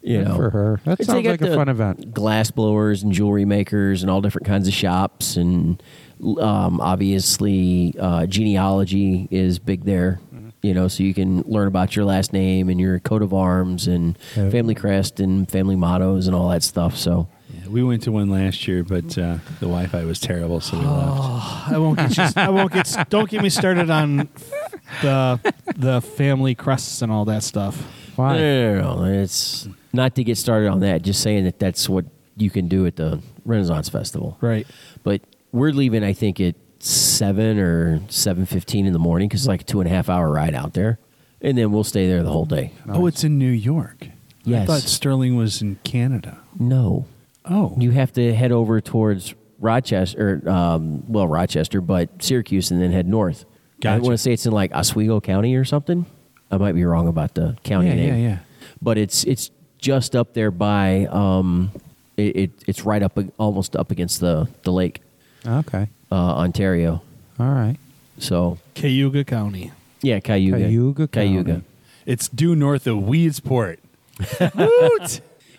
S3: You
S2: Good
S3: know,
S2: for her. That
S3: It's- they
S2: sounds
S3: got
S2: like a
S3: the
S2: fun event.
S3: Glass blowers and jewelry makers and all different kinds of shops and um, obviously uh, genealogy is big there. You know, so you can learn about your last name and your coat of arms and
S2: Yeah.
S3: family crest and family mottos and all that stuff. So
S4: Yeah, we went to one last year, but uh, the Wi-Fi was terrible, so we left.
S1: I won't get you, I won't get don't get me started on the the family crests and all that stuff.
S2: Why?
S3: No, no, no, no. It's not to get started on that. Just saying that that's what you can do at the Renaissance Festival.
S1: Right.
S3: But we're leaving, I think, at seven or seven fifteen in the morning because it's like a two and a half hour ride out there, and then we'll stay there the whole day.
S4: Oh, it's in New York. I
S3: Yes.
S4: thought Sterling was in Canada.
S3: No,
S4: Oh,
S3: you have to head over towards Rochester, or, um, well, Rochester, but Syracuse, and then head north. I
S4: Gotcha.
S3: want to say it's in like Oswego County or something. I might be wrong about the county
S4: Yeah,
S3: name.
S4: yeah, yeah.
S3: But it's it's just up there by um, it, it it's right up ag- almost up against the the lake,
S2: Okay.
S3: uh, Ontario.
S2: All right.
S3: So
S1: Cayuga County.
S3: yeah, Cayuga,
S2: Cayuga County.
S3: Cayuga.
S4: it's due north of Weedsport.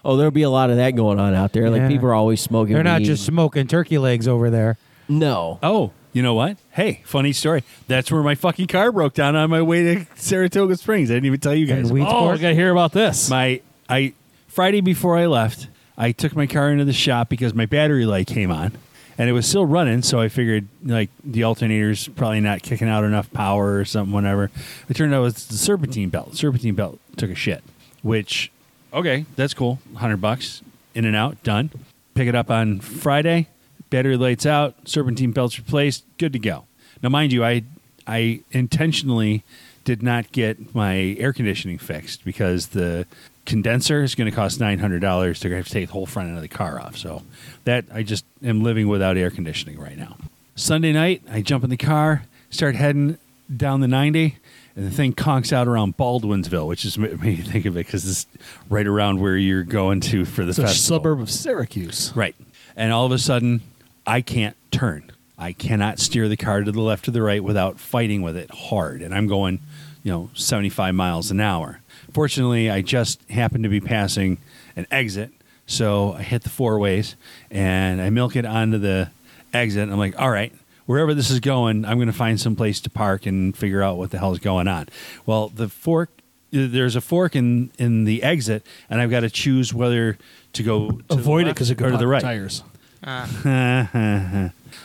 S3: Oh, there'll be a lot of that going on out there.
S2: Yeah.
S3: Like people are always smoking.
S2: They're not
S3: weed.
S2: just smoking turkey legs over there.
S3: no.
S4: Oh, you know what? Hey, funny story. That's where my fucking car broke down on my way to Saratoga Springs. I didn't even tell you guys.
S2: And we-
S1: Oh, I gotta hear about this.
S4: my I Friday before I left, I took my car into the shop because my battery light came on and it was still running, so I figured like the alternator's probably not kicking out enough power or something, whatever. It turned out it was the serpentine belt. Serpentine belt took a shit. Which okay, that's cool. Hundred bucks. In and out, done. Pick it up on Friday, battery lights out, serpentine belts replaced, good to go. Now mind you, I I intentionally did not get my air conditioning fixed because the condenser is going to cost nine hundred dollars. They're going to have to take the whole front end of the car off. So that I just am living without air conditioning right now. Sunday night, I jump in the car, start heading down the ninety, and the thing conks out around Baldwinsville, which is made me think of it because it's right around where you're going to for the
S1: it's a
S4: festival.
S1: suburb of Syracuse.
S4: Right. And all of a sudden, I can't turn. I cannot steer the car to the left or the right without fighting with it hard. And I'm going, you know, 75 miles an hour. Fortunately, I just happened to be passing an exit. So I hit the four ways and I milk it onto the exit. And I'm like, all right, wherever this is going, I'm going to find some place to park and figure out what the hell is going on. Well, the fork, there's a fork in in the exit, and I've got to choose whether to go to the
S1: Avoid it
S4: left
S1: because it could
S4: or to
S1: pop
S4: the right. Uh-huh.
S1: tires.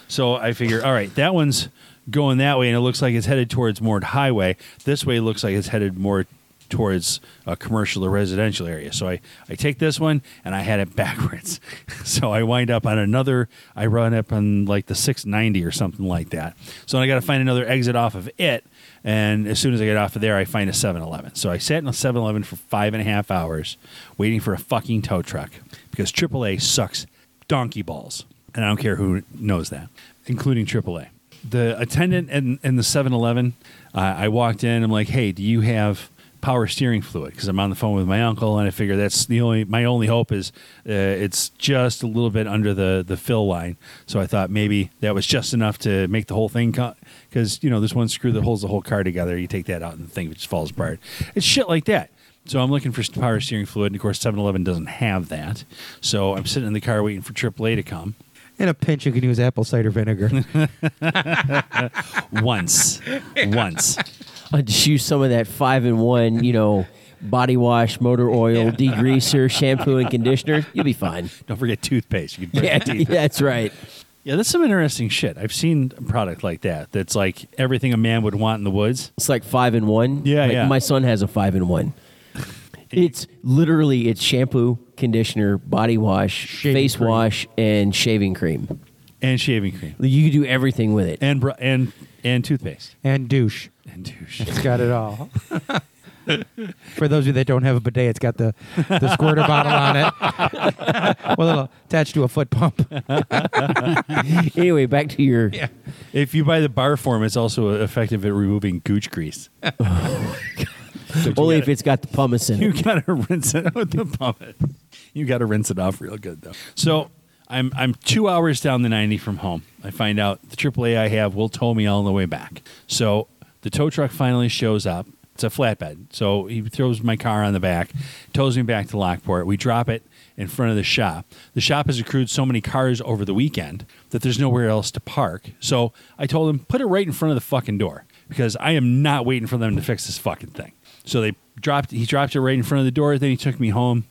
S4: So I figure, all right, that one's going that way, and it looks like it's headed towards Mort Highway. This way looks like it's headed more towards a commercial or residential area. So I, I take this one and I had it backwards. so I wind up on another, I run up on like the 690 or something like that. So I got to find another exit off of it. And as soon as I get off of there, I find a 7 Eleven. So I sat in a 7 Eleven for five and a half hours waiting for a fucking tow truck because AAA sucks donkey balls. And I don't care who knows that, including AAA. The attendant in, in the 7 Eleven, uh, I walked in. I'm like, hey, do you have power steering fluid? Because I'm on the phone with my uncle, and I figure that's the only, my only hope is uh, it's just a little bit under the, the fill line. So I thought maybe that was just enough to make the whole thing cut. Because, you know, there's one screw that holds the whole car together. You take that out, and the thing just falls apart. It's shit like that. So I'm looking for power steering fluid, and of course, 7-Eleven doesn't have that. So I'm sitting in the car waiting for AAA to come.
S2: In a pinch, you can use apple cider vinegar.
S4: Once, once.
S3: I just use some of that five in one, you know, body wash, motor oil, degreaser, shampoo, and conditioner. You'll be fine.
S4: Don't forget toothpaste. You can brush
S3: Yeah,
S4: your teeth.
S3: that's right.
S4: Yeah, that's some interesting shit. I've seen a product like that. That's like everything a man would want in the woods.
S3: It's like five in one.
S4: Yeah,
S3: Like,
S4: yeah.
S3: My son has a five in one. It's literally it's shampoo, conditioner, body wash,
S2: Shaving
S3: face
S2: cream.
S3: wash, and shaving cream.
S4: And shaving cream.
S3: You can do everything with it.
S4: And br- and and toothpaste.
S2: and douche.
S4: And douche.
S2: It's got it all. For those of you that don't have a bidet, it's got the, the squirter bottle on it. well, it'll attach to a foot pump.
S3: anyway, back to your
S4: If you buy the bar form, it's also effective at removing gooch grease.
S3: only if it's got the pumice in
S4: You
S3: it.
S4: gotta rinse it out with the puppet. You gotta rinse it off real good though. So I'm I'm two hours down the ninety from home. I find out the AAA I have will tow me all the way back. So the tow truck finally shows up. It's a flatbed. So he throws my car on the back, tows me back to Lockport. We drop it in front of the shop. The shop has accrued so many cars over the weekend that there's nowhere else to park. So I told him, put it right in front of the fucking door because I am not waiting for them to fix this fucking thing. So they dropped. He dropped it right in front of the door. Then he took me home.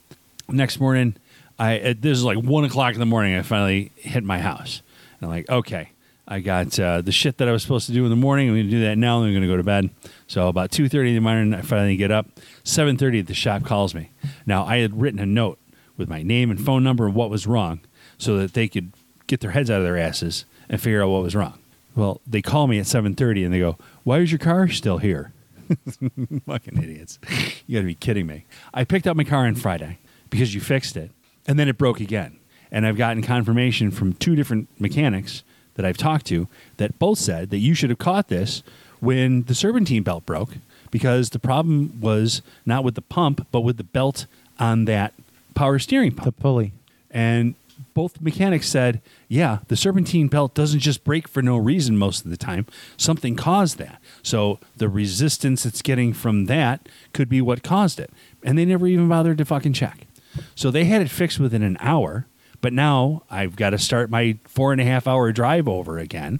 S4: Next morning, I uh, this is like one o'clock in the morning. I finally hit my house. And I'm like, okay, I got uh, the shit that I was supposed to do in the morning. I'm going to do that now. And I'm going to go to bed. So about two thirty in the morning, I finally get up. Seven thirty, the shop calls me. Now I had written a note with my name and phone number and what was wrong, so that they could get their heads out of their asses and figure out what was wrong. Well, they call me at seven thirty and they go, "Why is your car still here?" Fucking idiots. You got to be kidding me. I picked up my car on Friday because you fixed it, and then it broke again. And I've gotten confirmation from two different mechanics that I've talked to that both said that you should have caught this when the serpentine belt broke because the problem was not with the pump, but with the belt on that power steering pump.
S2: The pulley.
S4: And both mechanics said, yeah, the serpentine belt doesn't just break for no reason most of the time. Something caused that. So the resistance it's getting from that could be what caused it. And they never even bothered to fucking check. So they had it fixed within an hour, but now I've got to start my four and a half hour drive over again.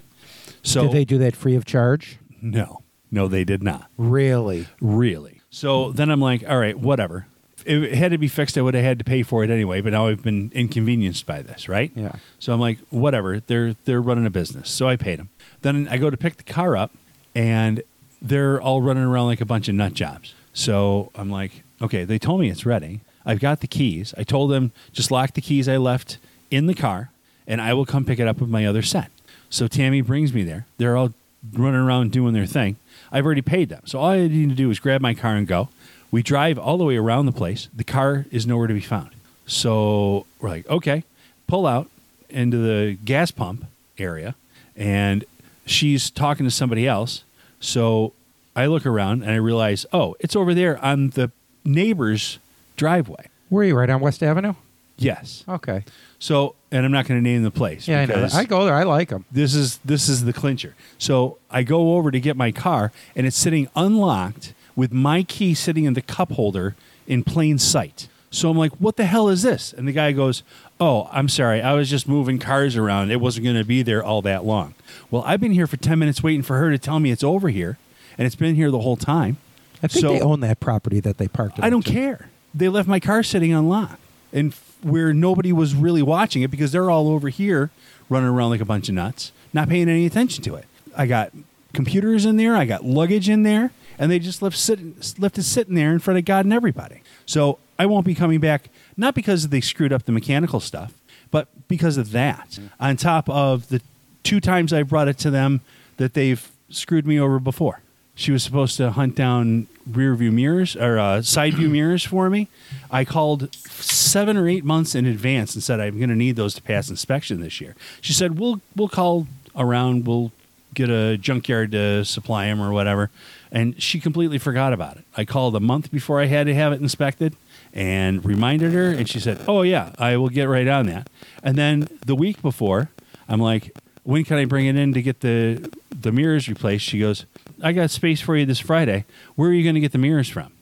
S4: So
S2: Did they do that free of charge?
S4: no, no, they did not.
S2: Really?
S4: Really? So then I'm like, all right, whatever. If it had to be fixed, I would have had to pay for it anyway. But now I've been inconvenienced by this, right?
S2: Yeah.
S4: So I'm like, whatever. They're they're running a business, so I paid them. Then I go to pick the car up, and they're all running around like a bunch of nut jobs. So I'm like, okay, they told me it's ready. I've got the keys. I told them just lock the keys I left in the car, and I will come pick it up with my other set. So Tammy brings me there. They're all running around doing their thing. I've already paid them. So all I need to do is grab my car and go. We drive all the way around the place. The car is nowhere to be found. So we're like, okay, pull out into the gas pump area. And she's talking to somebody else. So I look around and I realize, oh, it's over there on the neighbor's driveway.
S2: Were you right on West Avenue?
S4: Yes.
S2: Okay.
S4: So, and I'm not going to name the place.
S2: Yeah, I know.
S4: because-
S2: I go there. I like them.
S4: this is this is the clincher. So I go over to get my car, and it's sitting unlocked with my key sitting in the cup holder in plain sight. So I'm like, what the hell is this? And the guy goes, oh, I'm sorry. I was just moving cars around. It wasn't going to be there all that long. Well, I've been here for 10 minutes waiting for her to tell me it's over here, and it's been here the whole time.
S2: I think
S4: So-
S2: they own that property that they parked. it
S4: I don't
S2: into.
S4: care. They left my car sitting on lot and f- where nobody was really watching it because they're all over here running around like a bunch of nuts, not paying any attention to it. I got computers in there, I got luggage in there, and they just left sitting left it sitting there in front of God and everybody. So I won't be coming back not because they screwed up the mechanical stuff, but because of that. On top of the two times I brought it to them that they've screwed me over before. She was supposed to hunt down rear view mirrors or uh, side view mirrors for me. I called seven or eight months in advance and said I'm going to need those to pass inspection this year. She said we'll we'll call around, we'll get a junkyard to supply them or whatever, and she completely forgot about it. I called a month before I had to have it inspected and reminded her, and she said, "Oh yeah, I will get right on that." And then the week before, I'm like, when can I bring it in to get the the mirrors replaced? She goes, I got space for you this Friday. Where are you going to get the mirrors from?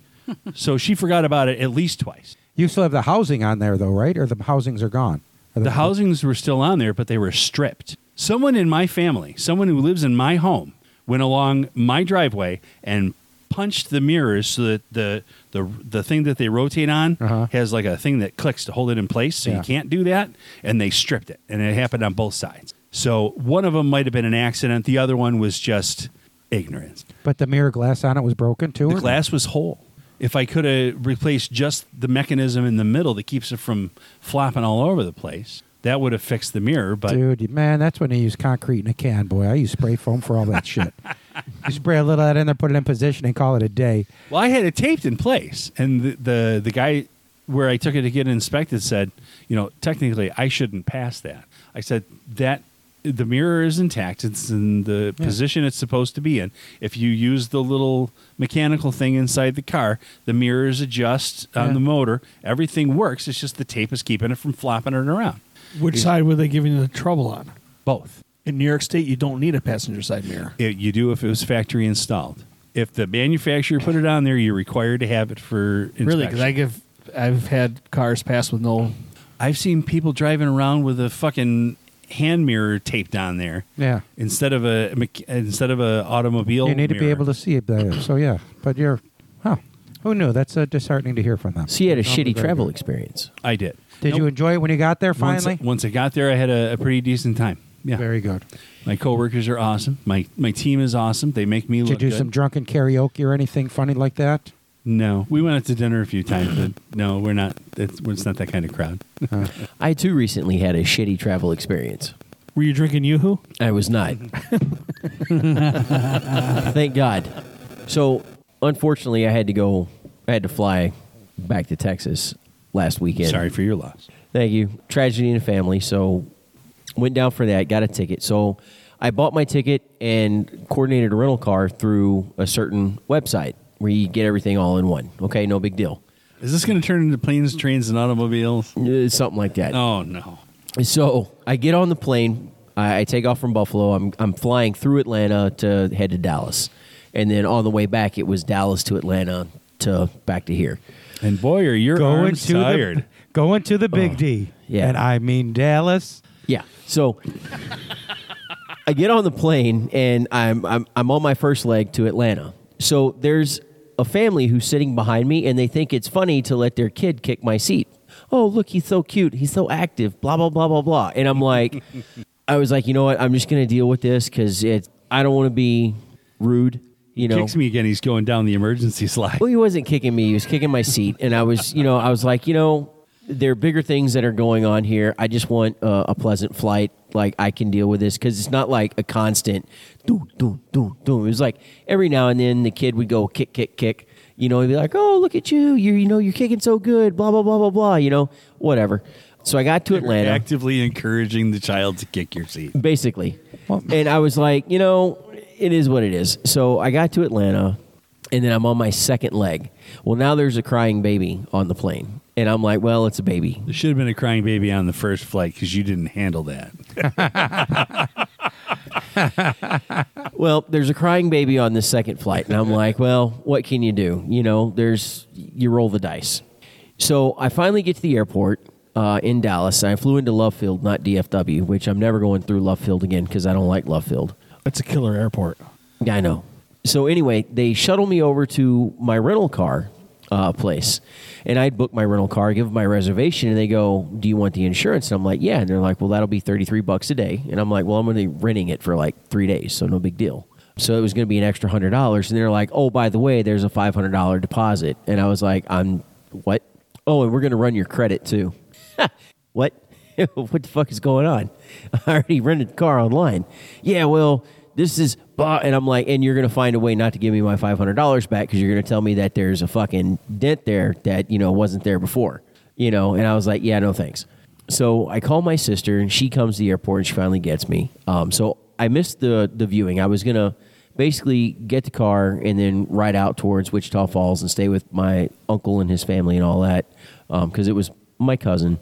S4: so she forgot about it at least twice.
S2: You still have the housing on there though, right? Or the housings are gone. Or
S4: The housings were still on there, but they were stripped. Someone in my family, someone who lives in my home, went along my driveway and punched the mirrors so that the the the thing that they rotate on
S2: Uh-huh.
S4: has like a thing that clicks to hold it in place. So
S2: Yeah.
S4: you can't do that, and they stripped it, and it happened on both sides. So one of them might have been an accident. The other one was just ignorance.
S2: But the mirror glass on it was broken too.
S4: The
S2: or-
S4: glass was whole. If I could have replaced just the mechanism in the middle that keeps it from flopping all over the place, that would have fixed the mirror. But
S2: Dude, man, that's when they use concrete in a can, boy. I use spray foam for all that shit. You spray a little of that in there, put it in position, and call it a day.
S4: well, I had it taped in place, and the the, the guy where I took it to get it inspected said, you know, technically I shouldn't pass that. I said that the mirror is intact; it's in the
S2: Yeah.
S4: position it's supposed to be in. If you use the little mechanical thing inside the car, the mirrors adjust on
S2: Yeah.
S4: the motor. Everything works. It's just the tape is keeping it from flopping it around.
S1: Which side were they giving you the trouble on?
S4: Both.
S1: In New York State, you don't need a passenger side mirror.
S4: It, you do if it was factory installed. If the manufacturer put it on there, you're required to have it for inspection.
S1: Really, because I give, I've had cars pass with no.
S4: I've seen people driving around with a fucking hand mirror taped on there
S2: Yeah.
S4: instead of a mech- instead of a automobile.
S2: You need to be
S4: mirror.
S2: able to see it there. So, yeah. But you're, huh. Who knew? That's uh, disheartening to hear from them.
S3: So you had a
S2: Not
S3: shitty
S2: very
S3: travel
S2: good.
S3: experience.
S4: I did.
S2: Did you enjoy it when you got there
S4: Once-
S2: finally?
S4: Once, I got there, I had a, a pretty decent time. Yeah,
S2: Very good.
S4: my coworkers are awesome. My my team is awesome. They make me
S2: Did you
S4: look
S2: do
S4: good.
S2: some drunken karaoke or anything funny like that?
S4: no, we went out to dinner a few times, but no, we're not. It's, it's not that kind of crowd.
S3: I too recently had a shitty travel experience.
S1: Were you drinking YooHoo?
S3: I was not. Thank God. So, unfortunately, I had to go, I had to fly back to Texas last weekend.
S4: Sorry for your loss.
S3: Thank you. Tragedy in the family. So went down for that, got a ticket. So I bought my ticket and coordinated a rental car through a certain website where you get everything all in one. Okay, no big deal.
S4: Is this going to turn into planes, trains, and automobiles?
S3: Uh, Something like that.
S4: Oh no.
S3: So I get on the plane. I, I take off from Buffalo. I'm I'm flying through Atlanta to head to Dallas, and then on the way back, it was Dallas to Atlanta to back to here.
S4: And boy, are your arms tired.
S2: the, going to the Big D.
S3: yeah.
S2: And I mean Dallas.
S3: Yeah. So I get on the plane and I'm, I'm I'm on my first leg to Atlanta. So there's a family who's sitting behind me and they think it's funny to let their kid kick my seat. Oh, look, he's so cute. He's so active. Blah blah blah blah blah. And I'm like I was like, "You know what? I'm just going to deal with this cuz it I don't want to be rude, you know."
S4: Kicks me again. He's going down the emergency slide.
S3: Well, he wasn't kicking me. He was kicking my seat, and I was, you know, I was like, you know, there are bigger things that are going on here. I just want uh, a pleasant flight. Like I can deal with this because it's not like a constant do do do do. It was like every now and then the kid would go kick kick kick. You know, he'd be like, oh look at you, you you know you're kicking so good. Blah blah blah blah blah. You know, whatever. So I got to Atlanta
S4: Actively encouraging the child to kick your seat.
S3: basically.
S2: Well-
S3: and I was like, you know, it is what it is. So I got to Atlanta, and then I'm on my second leg. Well, now there's a crying baby on the plane, and I'm like, well, it's a baby.
S4: There should have been a crying baby on the first flight because you didn't handle that.
S3: Well, there's a crying baby on this second flight, and I'm like, well, what can you do? You know, there's you roll the dice. So I finally get to the airport uh, in Dallas. I flew into Love Field, not DFW, which I'm never going through Love Field again because I don't like Love Field.
S1: That's a killer airport.
S3: Yeah, I know. So anyway, they shuttle me over to my rental car uh, place, and I'd book my rental car, give them my reservation, and they go, "Do you want the insurance?" And I'm like, "Yeah," and they're like, "Well, that'll be thirty three bucks a day," and I'm like, "Well, I'm going to be renting it for like three days, so no big deal." So it was going to be an extra hundred dollars, and they're like, "Oh, by the way, there's a five hundred dollar deposit," and I was like, "I'm what? Oh, and we're going to run your credit too." what? what the fuck is going on? I already rented the car online. Yeah, well, this is blah. And I'm like, and you're going to find a way not to give me my $500 back because you're going to tell me that there's a fucking dent there that, you know, wasn't there before, you know? And I was like, yeah, no thanks. So I call my sister and she comes to the airport and she finally gets me. Um, so I missed the, the viewing. I was going to basically get the car and then ride out towards Wichita Falls and stay with my uncle and his family and all that because it was my cousin.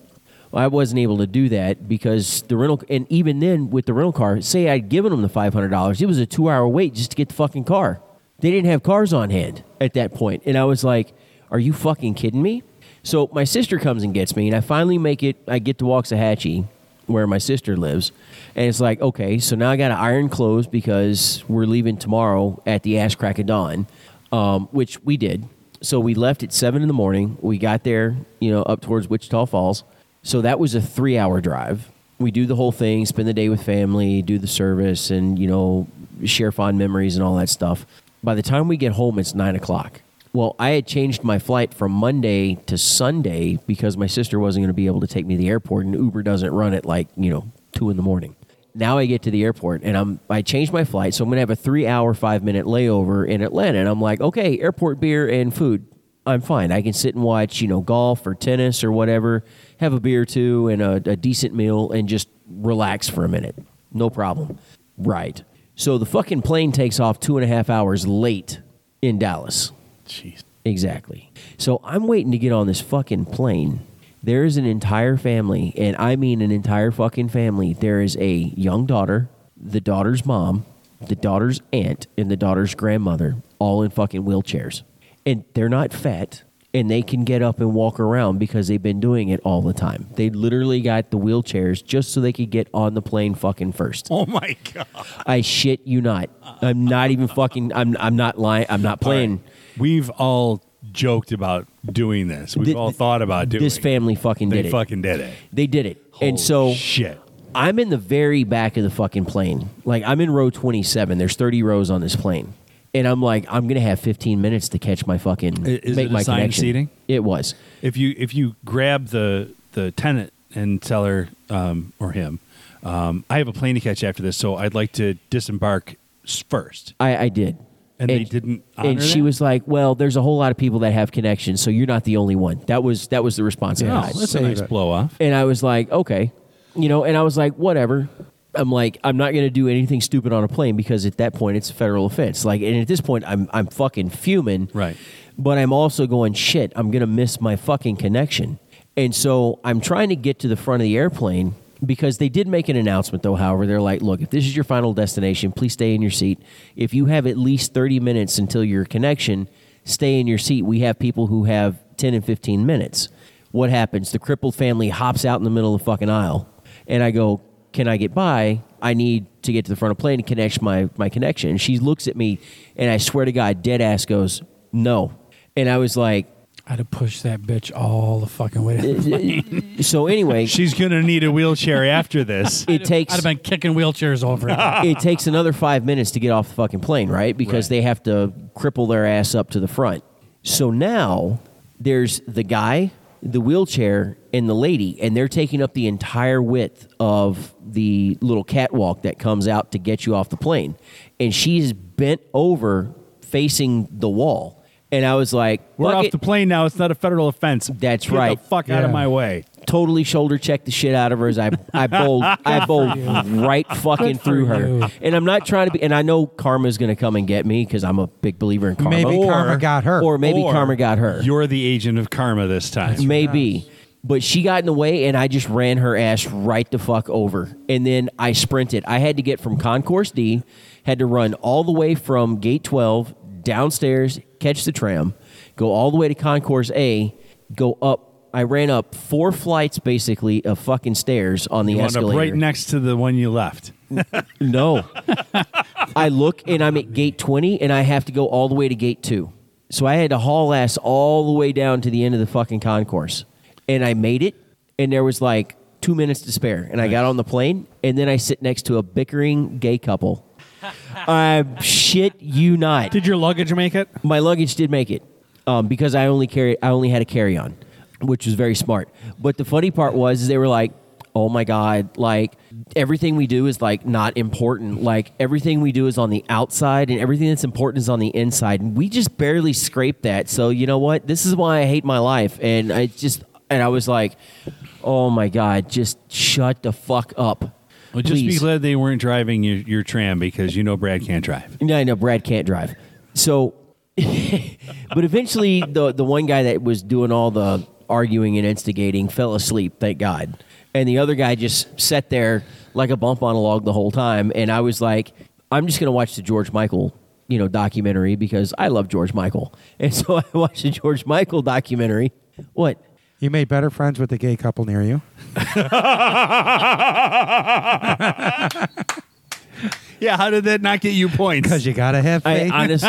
S3: I wasn't able to do that because the rental, and even then with the rental car, say I'd given them the five hundred dollars, it was a two-hour wait just to get the fucking car. They didn't have cars on hand at that point, and I was like, "Are you fucking kidding me?" So my sister comes and gets me, and I finally make it. I get to Waxahachie, where my sister lives, and it's like, okay, so now I got to iron clothes because we're leaving tomorrow at the ass crack of dawn, um, which we did. So we left at seven in the morning. We got there, you know, up towards Wichita Falls. So that was a three hour drive. We do the whole thing, spend the day with family, do the service, and, you know, share fond memories and all that stuff. By the time we get home, it's nine o'clock. Well, I had changed my flight from Monday to Sunday because my sister wasn't going to be able to take me to the airport, and Uber doesn't run at like, you know, two in the morning. Now I get to the airport and I'm I changed my flight, so I'm gonna have a three hour, five minute layover in Atlanta. And I'm like, okay, airport beer and food. I'm fine. I can sit and watch, you know, golf or tennis or whatever, have a beer or two and a, a decent meal and just relax for a minute. No problem. Right. So the fucking plane takes off two and a half hours late in Dallas.
S4: Jeez.
S3: Exactly. So I'm waiting to get on this fucking plane. There is an entire family, and I mean an entire fucking family. There is a young daughter, the daughter's mom, the daughter's aunt, and the daughter's grandmother, all in fucking wheelchairs. And they're not fat, and they can get up and walk around because they've been doing it all the time. They literally got the wheelchairs just so they could get on the plane fucking first.
S4: Oh my god.
S3: I shit you not. I'm not even fucking, I'm, I'm not lying, I'm not playing.
S4: All right. We've all joked about doing this. We've
S3: Th-
S4: all thought about doing
S3: This
S4: it.
S3: family fucking
S4: They
S3: did it.
S4: fucking did it.
S3: They did it.
S4: Holy
S3: and so
S4: shit.
S3: I'm in the very back of the fucking plane. Like I'm in row 27. There's 30 rows on this plane. And I'm like, I'm gonna have 15 minutes to catch my fucking
S4: I- is
S3: make
S4: it
S3: my
S4: assigned
S3: connection.
S4: seating?
S3: It was.
S4: If you if you grab the the tenant and tell her um, or him, um, I have a plane to catch after this, so I'd like to disembark s- first.
S3: I, I did.
S4: And they didn't honor
S3: And she
S4: that?
S3: was like, "Well, there's a whole lot of people that have connections, so you're not the only one." That was that was the response. I
S4: Oh,
S3: got.
S4: that's a
S2: save
S4: nice
S2: it.
S4: blow off.
S3: And I was like, okay. You know, and I was like, whatever. I'm like, I'm not going to do anything stupid on a plane because at that point it's a federal offense. Like, and at this point, I'm I'm fucking fuming.
S4: Right.
S3: But I'm also going shit. I'm going to miss my fucking connection. And so I'm trying to get to the front of the airplane because they did make an announcement though. However, they're like, look, if this is your final destination, please stay in your seat. If you have at least 30 minutes until your connection, stay in your seat. We have people who have 10 and 15 minutes what happens? The crippled family hops out in the middle of the fucking aisle, and I go, "Can I get by? I need to get to the front of the plane to connect my my connection." And she looks at me, and I swear to God, dead ass goes, "No," and I was like,
S5: I'd have pushed that bitch all the fucking way. To the
S3: "So anyway,
S4: She's gonna need a wheelchair after this.
S3: it
S5: I'd
S3: takes
S5: have been kicking wheelchairs over. it.
S3: it takes another five minutes to get off the fucking plane, right? Because
S4: Right.
S3: they have to cripple their ass up to the front. So now there's the guy, the wheelchair, and the lady, and they're taking up the entire width of the little catwalk that comes out to get you off the plane. And she's bent over facing the wall. And I was like,
S4: We're
S3: "Fuck
S4: off
S3: it."
S4: the plane now. It's not a federal offense.
S3: That's
S4: Get
S3: right.
S4: The fuck out of
S2: Yeah.
S4: my way.
S3: totally shoulder checked the shit out of her as I I bowled I bowled right fucking through
S5: you.
S3: her. And I'm not trying to be and I know karma's gonna come and get me because I'm a big believer in karma.
S2: Maybe
S3: or,
S2: karma got her.
S3: Or maybe
S4: Or
S3: karma got her.
S4: You're the agent of karma this time.
S3: Maybe. But she got in the way and I just ran her ass right the fuck over. And then I sprinted. I had to get from Concourse D, had to run all the way from gate 12 downstairs, catch the tram, go all the way to Concourse A, go up. I ran up four flights basically of fucking stairs on the
S4: You wound up
S3: escalator.
S4: right next to the one you left.
S3: No. I look and I'm at gate 20 and I have to go all the way to gate 2. So I had to haul ass all the way down to the end of the fucking concourse. And I made it and there was like 2 minutes to spare and I got on the plane and then I sit next to a bickering gay couple. I Uh, shit you not.
S1: Did your luggage make it?
S3: My luggage did make it um, because I only carry I only had a carry on, which was very smart. But the funny part was is they were like, "Oh my god, like everything we do is like not important. Like everything we do is on the outside, and everything that's important is on the inside. And we just barely scrape that. So you know what? This is why I hate my life. And I just and I was like, "Oh my god, just shut the fuck up."
S4: Well, just be
S3: Please.
S4: glad they weren't driving your, your tram because you know Brad can't drive.
S3: No, I know Brad can't drive. So, but eventually, the the one guy that was doing all the arguing and instigating fell asleep. Thank God. And the other guy just sat there like a bump on a log the whole time. And I was like, I'm just gonna watch the George Michael, you know, documentary because I love George Michael. And so I watched the George Michael documentary. What?
S2: You made better friends with the gay couple near you.
S4: Yeah, how did that not get you points?
S2: Because you gotta have
S3: I
S2: faith.
S3: honest,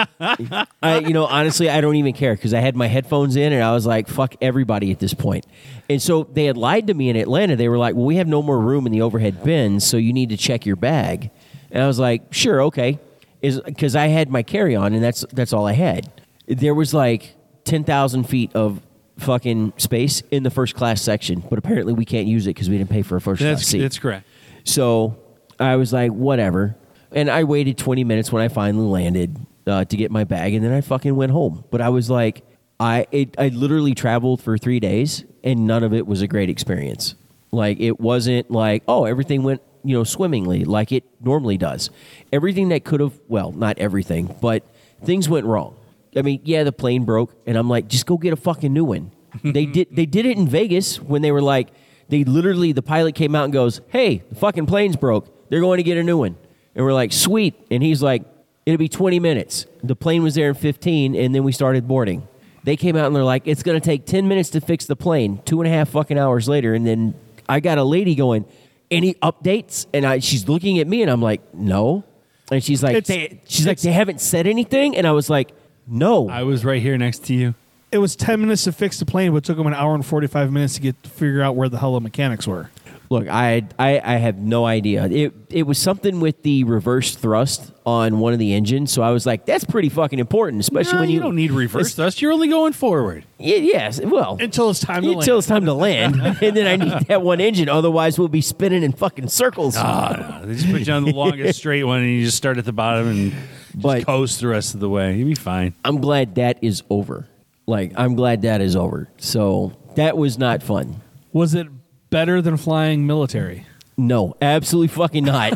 S3: I you know honestly, I don't even care because I had my headphones in and I was like, "Fuck everybody" at this point. And so they had lied to me in Atlanta. They were like, "Well, we have no more room in the overhead bins, so you need to check your bag." And I was like, "Sure, okay," is because I had my carry on and that's that's all I had. There was like ten thousand feet of fucking space in the first class section, but apparently we can't use it because we didn't pay for a first class
S4: that's
S3: seat.
S4: that's correct.
S3: So I was like, whatever. And I waited 20 minutes when I finally landed uh, to get my bag, and then I fucking went home. But I was like, I it, I literally traveled for three days, and none of it was a great experience. Like it wasn't like oh everything went you know swimmingly like it normally does. Everything that could have well not everything, but things went wrong. I mean, yeah, the plane broke, and I'm like, just go get a fucking new one. they did they did it in Vegas when they were like, they literally the pilot came out and goes, "Hey, the fucking plane's broke. They're going to get a new one." And we're like, "Sweet," and he's like, "It'll be 20 minutes." The plane was there in 15, and then we started boarding. They came out and they're like, "It's going to take 10 minutes to fix the plane." Two and a half fucking hours later, and then I got a lady going, "Any updates?" And I, she's looking at me, and I'm like, "No." And she's like,
S1: It's-
S3: they, she's like, they haven't said anything, and I was like, no.
S4: I was right here next to you.
S1: It was 10 minutes to fix the plane, but it took them an hour and 45 minutes to get to figure out where the hell the mechanics were.
S3: Look, I, I I have no idea. It it was something with the reverse thrust on one of the engines, so I was like, that's pretty fucking important, especially
S4: No,
S3: when you,
S4: you don't need reverse thrust. You're only going forward.
S3: Y- yes, well,
S1: Until it's time to land.
S3: until it's time to land, and then I need that one engine, otherwise we'll be spinning in fucking circles.
S4: Ah, no. They just put you on the longest straight one, and you just start at the bottom and just
S3: But-
S4: coast the rest of the way. You'll be fine.
S3: I'm glad that is over. Like I'm glad that is over. So that was not fun.
S1: Was it better than flying military?
S3: No, absolutely fucking not.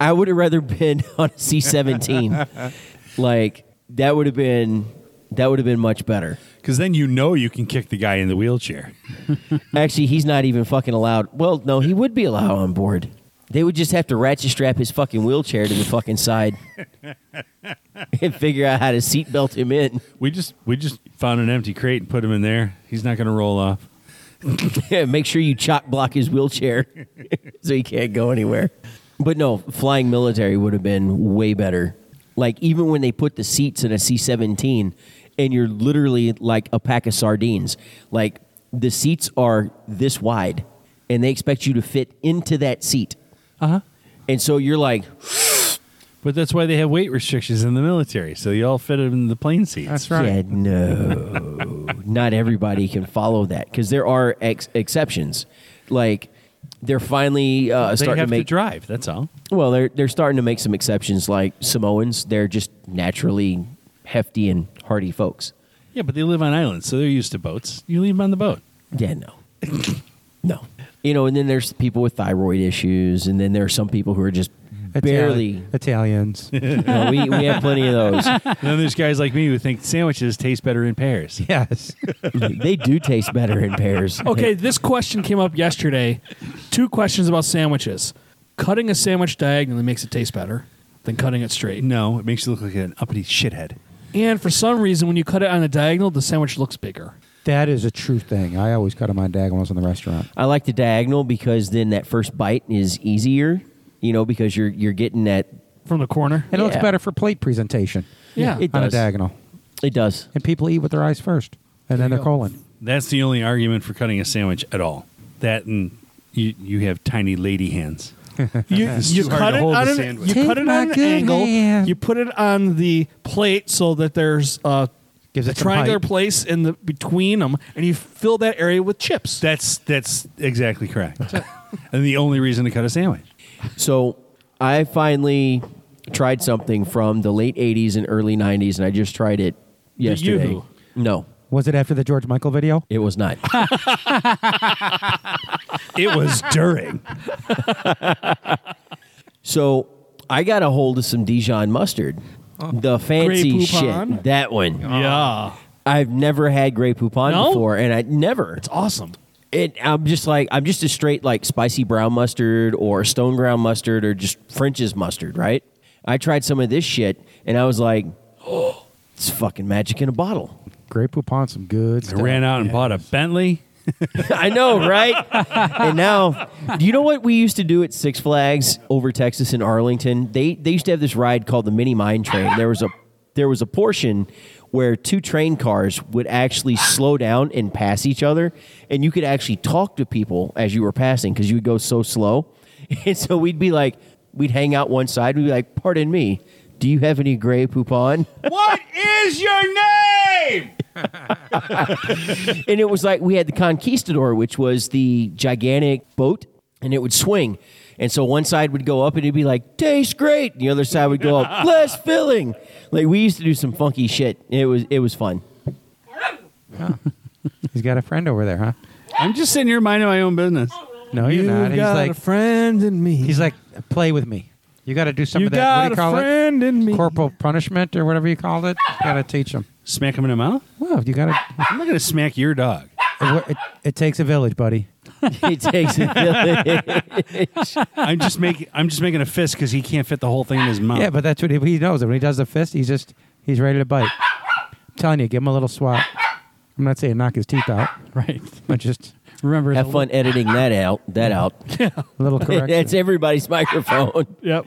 S3: I would have rather been on a C seventeen. Like that would have been that would have been much better.
S4: Because then you know you can kick the guy in the wheelchair.
S3: Actually, he's not even fucking allowed. Well, no, he would be allowed on board. They would just have to ratchet strap his fucking wheelchair to the fucking side and figure out how to seatbelt him in.
S4: We just we just found an empty crate and put him in there. He's not going to roll off.
S3: Make sure you chop block his wheelchair so he can't go anywhere. But no, flying military would have been way better. Like even when they put the seats in a C seventeen, and you're literally like a pack of sardines. Like the seats are this wide, and they expect you to fit into that seat. Uh huh. And so you're like,
S4: But that's why they have weight restrictions in the military, so you all fit in the plane seats.
S2: That's right.
S3: Yeah, no, not everybody can follow that because there are ex- exceptions. Like they're finally uh,
S4: they
S3: starting
S4: have
S3: to make
S4: drive. That's all.
S3: Well, they're they're starting to make some exceptions, like Samoans. They're just naturally hefty and hardy folks.
S4: Yeah, but they live on islands, so they're used to boats. You leave them on the boat.
S3: Yeah, no, no. You know, and then there's people with thyroid issues, and then there are some people who are just
S2: Itali-
S3: barely.
S2: Italians.
S3: No, we we have plenty of those.
S4: And then there's guys like me who think sandwiches taste better in pairs.
S2: yes.
S3: They do taste better in pairs.
S1: Okay, this question came up yesterday. Two questions about sandwiches. Cutting a sandwich diagonally makes it taste better than cutting it straight.
S4: No, it makes you look like an uppity shithead.
S1: And for some reason, when you cut it on a diagonal, the sandwich looks bigger.
S2: That is a true thing. I always cut them on diagonals in the restaurant.
S3: I like the diagonal because then that first bite is easier, you know, because you're you're getting that.
S1: from the corner.
S2: And it looks
S3: Yeah.
S2: better for plate presentation
S1: Yeah.
S3: It
S2: on
S3: does.
S2: a diagonal.
S3: It does.
S2: And people eat with their eyes first, and then they're colon.
S4: That's the only argument for cutting a sandwich at all. That and you, you have tiny lady hands.
S1: you
S4: It's
S1: you
S4: too hard
S1: cut
S4: to
S1: it
S4: hold
S1: on
S4: the
S1: an,
S4: sandwich.
S1: you
S2: Take
S1: cut it
S2: my
S1: on an
S2: good
S1: angle.
S2: hand.
S1: You put it on the plate so that there's a,
S2: Gives
S1: a
S2: it some
S1: triangular
S2: height.
S1: place in the between them, and you fill that area with chips.
S4: That's that's exactly correct. and the only reason to cut a sandwich.
S3: So I finally tried something from the late '80s and early '90s, and I just tried it yesterday.
S1: Yoo-hoo.
S3: No,
S2: Was it after the George Michael video?
S3: it was not.
S4: It was during.
S3: so I got a hold of some Dijon mustard, the fancy
S1: Oh. Poupon?
S3: shit. That one.
S1: yeah,
S3: I've never had Grey Poupon
S1: No?
S3: before, and I never.
S1: it's awesome.
S3: It, I'm just like I'm just a straight like spicy brown mustard or stone ground mustard or just French's mustard, right? I tried some of this shit and I was like, oh, it's fucking magic in a bottle.
S2: Grape Poupon, some good
S4: I
S2: stuff.
S4: ran out and bought a Bentley.
S3: I know, right? and now, do you know what we used to do at Six Flags over Texas in Arlington? They they used to have this ride called the Mini Mine Train. There was a there was a portion where two train cars would actually slow down and pass each other, and you could actually talk to people as you were passing because you would go so slow. And so we'd be like, we'd hang out one side, we'd be like, "Pardon me, do you have any gray poupon?"
S4: What is your name?
S3: and it was like we had the conquistador which was the gigantic boat and it would swing and so one side would go up and it'd be like tastes great and the other side would go up less filling like we used to do some funky shit it was it was fun
S2: He's got a friend over there, huh?
S4: I'm just sitting here minding my own business.
S2: No, you're not. He's like,
S1: friend in me.
S2: he's like, play with me. You got to do some
S1: Mm-hmm. you
S2: of that.
S1: got
S2: What do you
S1: a
S2: call it?
S1: friend in me.
S2: Corporal punishment or whatever you called it. You got to teach them.
S4: Smack him in the mouth?
S2: Well, you got to.
S4: I'm not going to smack your dog.
S2: It, it, it takes a village, buddy.
S3: it takes a village
S4: I'm just making I'm just making a fist because he can't fit the whole thing in his mouth.
S2: Yeah, but that's what he, he knows. When he does the fist, he's just he's ready to bite. I'm telling you, give him a little swat. I'm not saying knock his teeth out.
S5: Right.
S2: but just
S5: Remember,
S3: have
S5: the-
S3: fun editing that out that out
S2: a little correction.
S3: that's everybody's microphone
S1: Yep.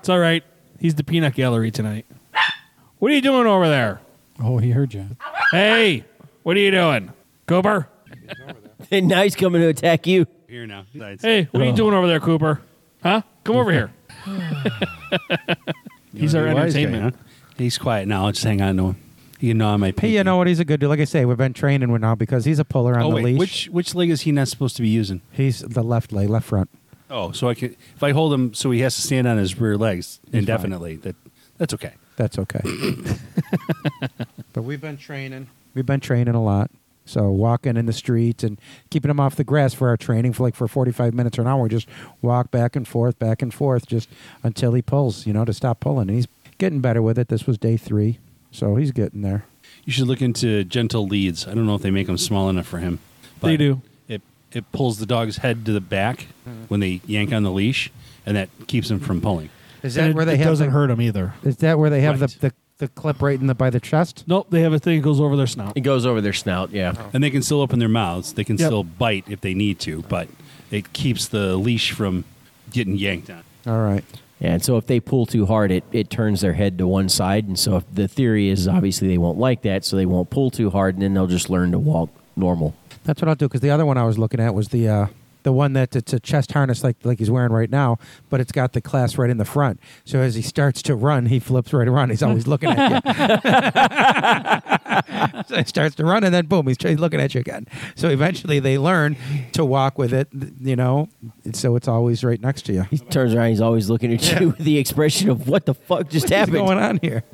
S1: It's all right. He's the peanut gallery tonight. What are you doing over there?
S5: Oh, he heard you.
S1: Hey, what are you doing, Cooper?
S3: and now he's coming to attack you
S4: Here now.
S1: Hey, what are
S2: Oh.
S1: you doing over there, Cooper? Huh? Come over here. He's our entertainment.
S4: He's quiet now. I'll just hang on to him. He can gnaw on my
S2: Hey,
S4: pinky.
S2: you know what? He's a good dude. Like I say, we've been training with now because he's a puller on
S4: Oh
S2: the
S4: wait,
S2: leash.
S4: which which leg is he not supposed to be using?
S2: He's the left leg, left front.
S4: Oh, so I can if I hold him so he has to stand on his rear legs indefinitely. That that's okay.
S2: That's okay. but we've been training. We've been training a lot. So walking in the streets and keeping them off the grass for our training for like for 45 minutes or an hour. Just walk back and forth, back and forth, just until he pulls, you know, to stop pulling. And he's getting better with it. This was day three, so he's getting there.
S4: You should look into gentle leads. I don't know if they make them small enough for him.
S1: They do.
S4: It it pulls the dog's head to the back when they yank on the leash, and that keeps him from pulling.
S2: Is
S1: And it- it doesn't hurt him either.
S2: Is that where they have
S4: Right.
S2: the, the the clip right in the by the chest?
S1: Nope, they have a thing that goes over their snout.
S3: it goes over their snout yeah
S4: And they can still open their mouths. They can
S1: Yep.
S4: still bite if they need to, but it keeps the leash from getting yanked on.
S2: All right.
S3: Yeah, and so if they pull too hard, it, it turns their head to one side. And so if the theory is obviously they won't like that, so they won't pull too hard, and then they'll just learn to walk normal.
S2: That's what I'll do because the other one I was looking at was the uh, the one that it's a chest harness like like he's wearing right now, but it's got the clasp right in the front. So as he starts to run, he flips right around. He's always looking at you. so he starts to run, and then boom, he's, he's looking at you again. So eventually they learn to walk with it, th- you know. So it's always right next to you.
S3: He turns around, he's always looking at you with the expression of what the fuck just
S2: What's
S3: happened.
S2: going on here?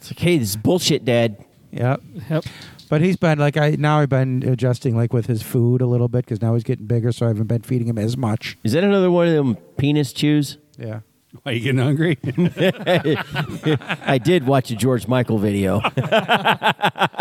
S3: It's like, hey, this is bullshit, Dad.
S2: Yep.
S1: Yep.
S2: But he's been like I now I've been adjusting like with his food a little bit because now he's getting bigger, so I haven't been feeding him as much.
S3: Is that another one of them penis chews?
S2: Yeah.
S4: Why are you getting hungry?
S3: I did watch a George Michael video.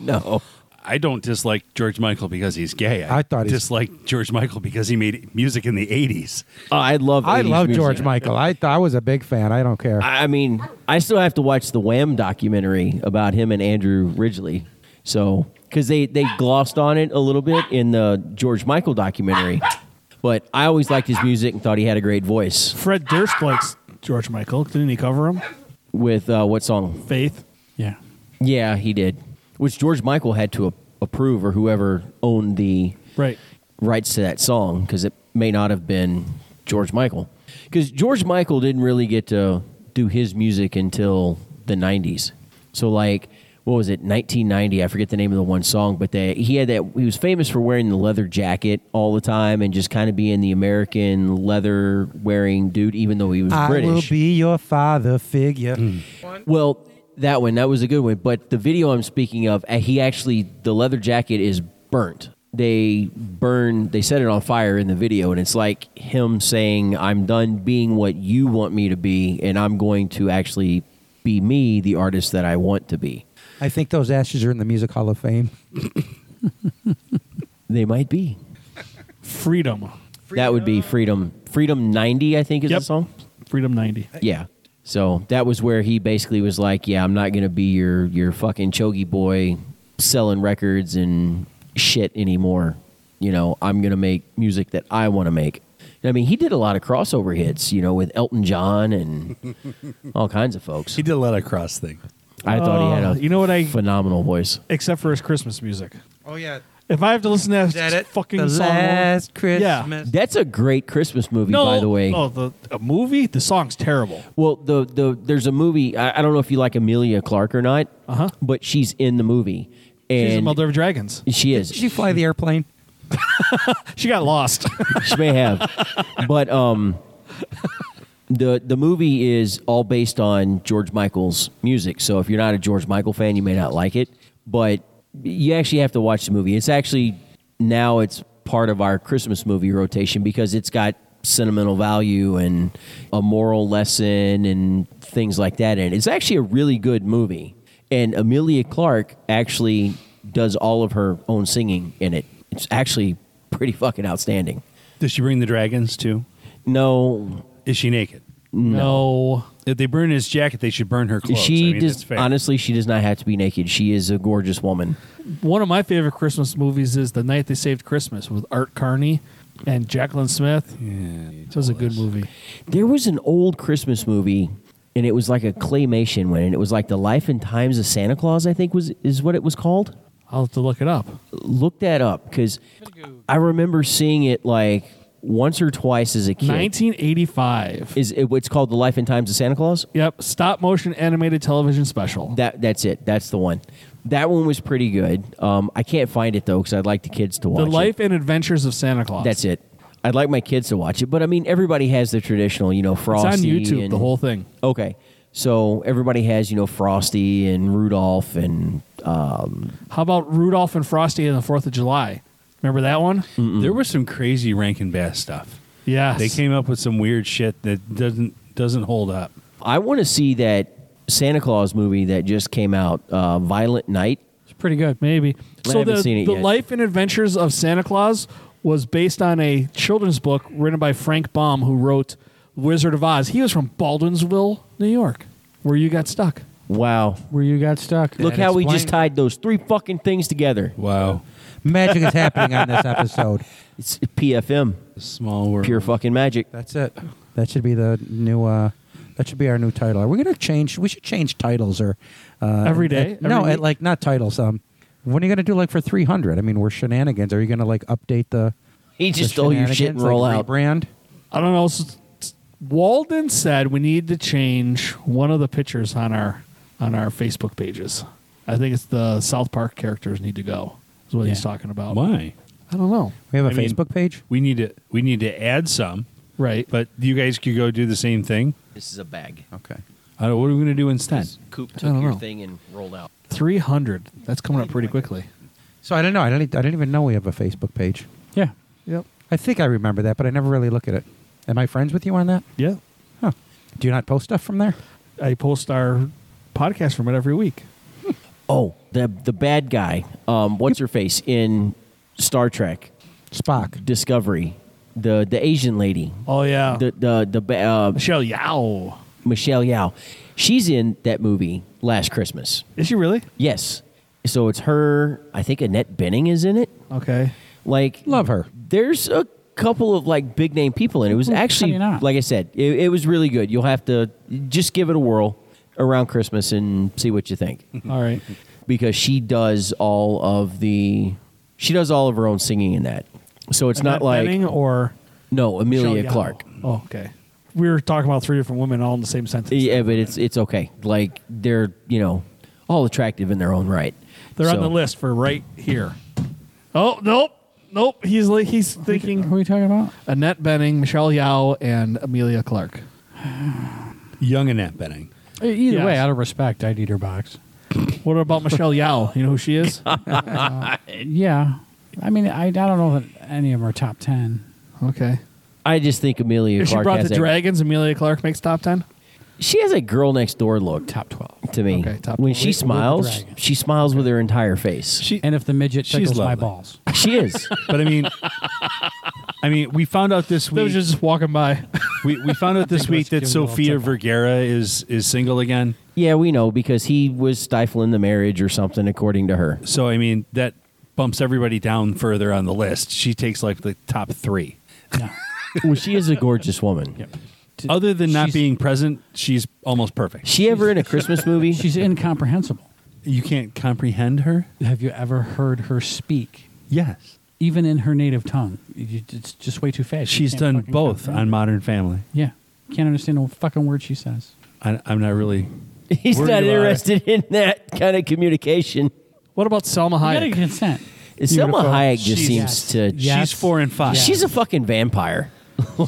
S3: no.
S4: I don't dislike George Michael because he's gay.
S2: I thought he's-
S4: dislike George Michael because he made music in the '80s.
S3: Oh, I love
S2: I
S3: 80s
S2: love
S3: music.
S2: George Michael. I th- I was a big fan. I don't care.
S3: I I mean, I still have to watch the Wham documentary about him and Andrew Ridgely. So, because they, they glossed on it a little bit in the George Michael documentary. But I always liked his music and thought he had a great voice
S1: Fred Durst likes George Michael. Didn't he cover him?
S3: with uh, what song?
S1: Faith.
S5: Yeah.
S3: Yeah, he did. Which George Michael had to a- approve or whoever owned the
S1: Right.
S3: rights to that song because it may not have been George Michael. Because George Michael didn't really get to do his music until the 90s. So, like, what was it, 1990? I forget the name of the one song, but they, he had that. He was famous for wearing the leather jacket all the time and just kind of being the American leather wearing dude, even though he was
S2: I
S3: British. Mm.
S2: will be your father figure.
S3: Well, that one, that was a good one. But the video I'm speaking of, uh, he actually, the leather jacket is burnt. They burn, they set it on fire in the video, and it's like him saying, I'm done being what you want me to be, and I'm going to actually be me, the artist that I want to be.
S2: I think those ashes are in the Music Hall of Fame.
S3: They might be.
S1: Freedom.
S3: That would be Freedom. Freedom 90, I think, is
S1: Yep.
S3: the song.
S1: Freedom 90.
S3: Yeah. So that was where he basically was like, "Yeah, I'm not gonna be your your fucking chogi boy selling records and shit anymore. You know, I'm gonna make music that I want to make." And I mean, he did a lot of crossover hits, you know, with Elton John and all kinds of folks.
S4: He did a lot of cross thing.
S3: I thought he had
S1: Oh,
S3: a
S1: you know what I-
S3: phenomenal voice.
S1: Except for his Christmas music.
S2: Oh yeah,
S1: If I have to listen to that,
S2: is that it?
S1: fucking
S2: the
S1: song.
S2: last
S1: Yeah.
S2: Christmas.
S3: That's a great Christmas movie,
S1: no,
S3: by the way.
S1: Oh, the a movie? The song's terrible.
S3: Well, the the there's a movie. I, I don't know if you like Amelia Clark or not,
S1: Uh-huh.
S3: but she's in the movie. And
S1: She's the mother of dragons.
S3: She is.
S2: Did she fly the airplane?
S1: She got lost.
S3: she may have. But um, the the movie is all based on George Michael's music. So if you're not a George Michael fan, you may not like it. But you actually have to watch the movie. It's actually now it's part of our Christmas movie rotation because it's got sentimental value and a moral lesson and things like that in it. It's actually a really good movie. And Amelia Clark actually does all of her own singing in it. It's actually pretty fucking outstanding.
S4: Does she bring the dragons too?
S3: No,
S4: Is she naked?
S1: no.
S4: If they burn his jacket, they should burn her clothes.
S3: she
S4: I mean, it's
S3: does.
S4: fair.
S3: Honestly, she does not have to be naked. She is a gorgeous woman.
S1: One of my favorite Christmas movies is The Night They Saved Christmas with Art Carney and Jacqueline Smith. It was a good movie.
S3: There was an old Christmas movie, and it was like a claymation one, and it was like the Life and Times of Santa Claus. I think was is what it was called.
S1: I'll have to look it up.
S3: Look that up because I remember seeing it like once or twice as a kid.
S1: 1985.
S3: Is it what's called the Life and Times of Santa Claus?
S1: Yep, stop motion animated television special.
S3: That that's it. That's the one. That one was pretty good. Um, I can't find it though because I'd like the kids to watch
S1: the
S3: it.
S1: Life and Adventures of Santa Claus.
S3: That's it. I'd like my kids to watch it, but I mean, everybody has the traditional, you know,
S1: It's
S3: Frosty.
S1: on YouTube,
S3: and-
S1: the whole thing.
S3: Okay, so everybody has, you know, Frosty and Rudolph and
S1: How about Rudolph and Frosty and the Fourth of July? Remember that one?
S3: Mm.
S4: there was some crazy Rankin Bass stuff.
S1: Yes.
S4: They came up with some weird shit that doesn't doesn't hold up.
S3: I want to see that Santa Claus movie that just came out, uh, Violent Night.
S5: It's pretty good.
S1: Maybe.
S3: I
S1: so
S3: haven't
S1: the,
S3: seen it
S1: the
S3: yet.
S1: Life and Adventures of Santa Claus was based on a children's book written by Frank Baum, who wrote Wizard of Oz. He was from Baldwinsville, New York, where you got stuck.
S3: Wow!
S5: Where you got stuck.
S3: Look how we just
S2: explains-
S3: tied those three fucking things together.
S4: Wow,
S2: Magic is happening on this episode.
S3: It's PFM,
S4: small world.
S3: pure fucking magic.
S2: That's it. That should be the new. uh That should be our new title. Are we gonna change? We should change titles or uh,
S1: Every day?
S2: uh, no,
S1: Every
S2: uh,
S1: week?
S2: like not titles. Um, when are you gonna do like for three hundred? I mean, we're shenanigans. Are you gonna like update the?
S3: He
S2: the
S3: just stole your shit and
S2: shenanigans,
S3: roll
S2: like,
S3: out.
S2: Rebrand.
S1: I don't know. S- s- Walden said we need to change one of the pictures on our on our Facebook pages. I think it's the South Park characters need to go. Is what he's
S5: Yeah.
S1: talking about.
S4: Why?
S1: I don't know.
S2: We have a
S4: I mean-
S2: Facebook page.
S4: We need to we need to add some,
S1: Right.
S4: but you guys could go do the same thing.
S3: This is a bag.
S2: Okay.
S4: I don't, what are we going to do instead?
S3: Coop
S1: took your Oh. know.
S3: thing and rolled out.
S1: three hundred. That's coming up pretty quickly.
S2: So I don't know. I didn't. I didn't even know we have a Facebook page.
S5: Yeah.
S1: Yep.
S2: I think I remember that, but I never really look at it. Am I friends with you on that?
S1: Yeah.
S2: Huh. Do you not post stuff from there?
S1: I post our podcast from it every week.
S3: Oh, the the bad guy. Um, what's her face in Star Trek?
S2: Spock.
S3: Discovery, the the Asian lady,
S1: Oh yeah.
S3: the the the ba- uh,
S1: Michelle Yao.
S3: Michelle Yao, she's in that movie Last Christmas.
S1: Is she really?
S3: Yes, So it's her. I think Annette Benning is in it.
S1: Okay.
S3: Like
S2: Love her.
S3: There's a couple of like big name people in it. It was
S5: Well, how do
S3: actually
S5: you not?
S3: like I said, it, it was really good. You'll have to just give it a whirl around Christmas and see what you think
S5: All right.
S3: because she does all of the she does all of her own singing in that. So it's not
S1: Annette
S3: like
S1: Bening or
S3: no Amelia
S1: Michelle
S3: Clark.
S1: Yao. Oh, okay. We were talking about three different women all in the same sentence.
S3: Yeah, but it's it's okay. Like they're you know all attractive in their own right.
S1: They're on
S3: So-
S1: the list for right here. Oh nope, nope. He's like he's
S5: Who are
S1: thinking
S5: we talking about?
S1: Annette Benning, Michelle Yao, and Amelia Clark.
S4: Young Annette Benning.
S5: Uh, Either
S1: Yes.
S5: way, out of respect, I'd eat her box.
S1: What about Michelle Yao? You know who she is?
S5: Yeah. I mean, I, I don't know that any of them are top 10.
S1: Okay.
S3: I just think Amelia
S1: If she
S3: Clark
S1: brought
S3: has
S1: the
S3: a,
S1: dragons, Amelia Clark makes top ten.
S3: she has a girl next door look
S5: Top 12.
S3: to me.
S1: Okay, top
S3: when
S1: one.
S3: she
S1: With- with
S5: the
S3: smiles,
S5: dragon.
S3: she smiles with her entire face. She,
S4: She
S5: And if the midget
S4: She's
S5: tickles my
S4: lovely.
S5: balls.
S3: she is.
S4: but I mean, I mean, we found out this
S1: They
S4: week.
S1: was just walking by.
S4: we, we found out this
S5: Think let's
S4: week that
S5: give you a little
S4: Sofia
S5: tickle.
S4: Vergara is is single again.
S3: yeah, we know because he was stifling the marriage or something, according to her.
S4: So I mean, that bumps everybody down further on the list. She takes like the top three.
S5: No.
S3: Well, she is a gorgeous woman.
S4: Other than not
S5: She's-
S4: being present, she's almost perfect.
S3: She ever in a Christmas movie?
S5: She's incomprehensible.
S4: You can't comprehend her.
S5: Have you ever heard her speak,
S4: Yes,
S5: even in her native tongue? You- It's just way too fast. You
S4: she's
S5: can't
S4: done
S5: fucking
S4: both
S5: comprehend.
S4: on Modern Family.
S5: Yeah. Can't understand a fucking word she says.
S4: I, I'm not really.
S3: He's
S4: Where
S3: not
S4: you are.
S3: interested in that kind of communication.
S1: What about Selma
S5: You gotta
S1: Hayek?
S5: consent.
S3: Selma
S4: Beautiful.
S3: Hayek just
S4: She's-
S3: seems
S5: Yes.
S3: to
S5: Yes.
S4: She's four and five.
S5: Yeah.
S3: She's a fucking vampire.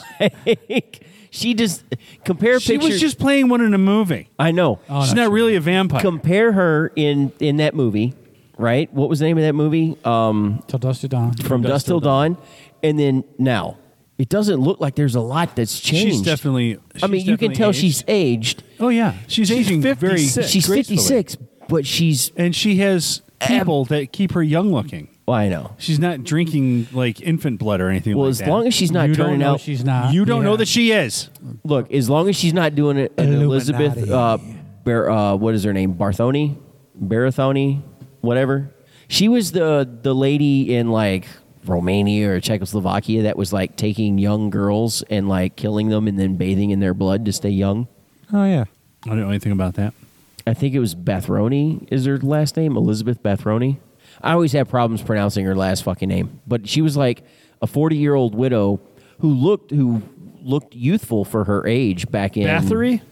S3: like she just compare
S4: she
S3: pictures.
S4: was just playing one in a movie.
S3: I know.
S5: Oh,
S4: she's
S5: no,
S4: not
S5: she-
S4: really a vampire.
S3: compare her in in that movie, right? What was the name of that movie? Um,
S5: Till dusk to dawn.
S3: from, Dust Till Dawn. and then now it doesn't look like there's a lot that's changed.
S4: she's definitely.
S3: I mean,
S4: she's
S3: you can
S4: definitely
S3: tell
S4: aged.
S3: she's aged.
S4: Oh yeah, she's, aging very.
S1: 56.
S3: She's Um,
S4: gracefully.
S3: 56, but she's
S4: and she has people that keep her young looking.
S3: well, I know.
S4: She's not drinking like infant blood or anything.
S3: Well,
S4: like
S3: as
S4: that.
S3: long as she's not
S5: you don't
S3: turning
S5: know
S3: out,
S5: she's not.
S4: you don't
S5: Yeah.
S4: know that she is.
S3: look, as long as she's not doing it, an Elizabeth, uh,
S2: Illuminati.
S3: Bar- uh, what is her name? Barthony, Barathony, whatever. She was the the lady in like Romania or Czechoslovakia that was like taking young girls and like killing them and then bathing in their blood to stay young.
S2: Oh yeah.
S4: I don't know anything about that.
S3: I think it was Bethroni is her last name, Elizabeth Bethroni. I always have problems pronouncing her last fucking name, but she was like a 40-year-old widow who looked who looked youthful for her age back in
S1: Bathory?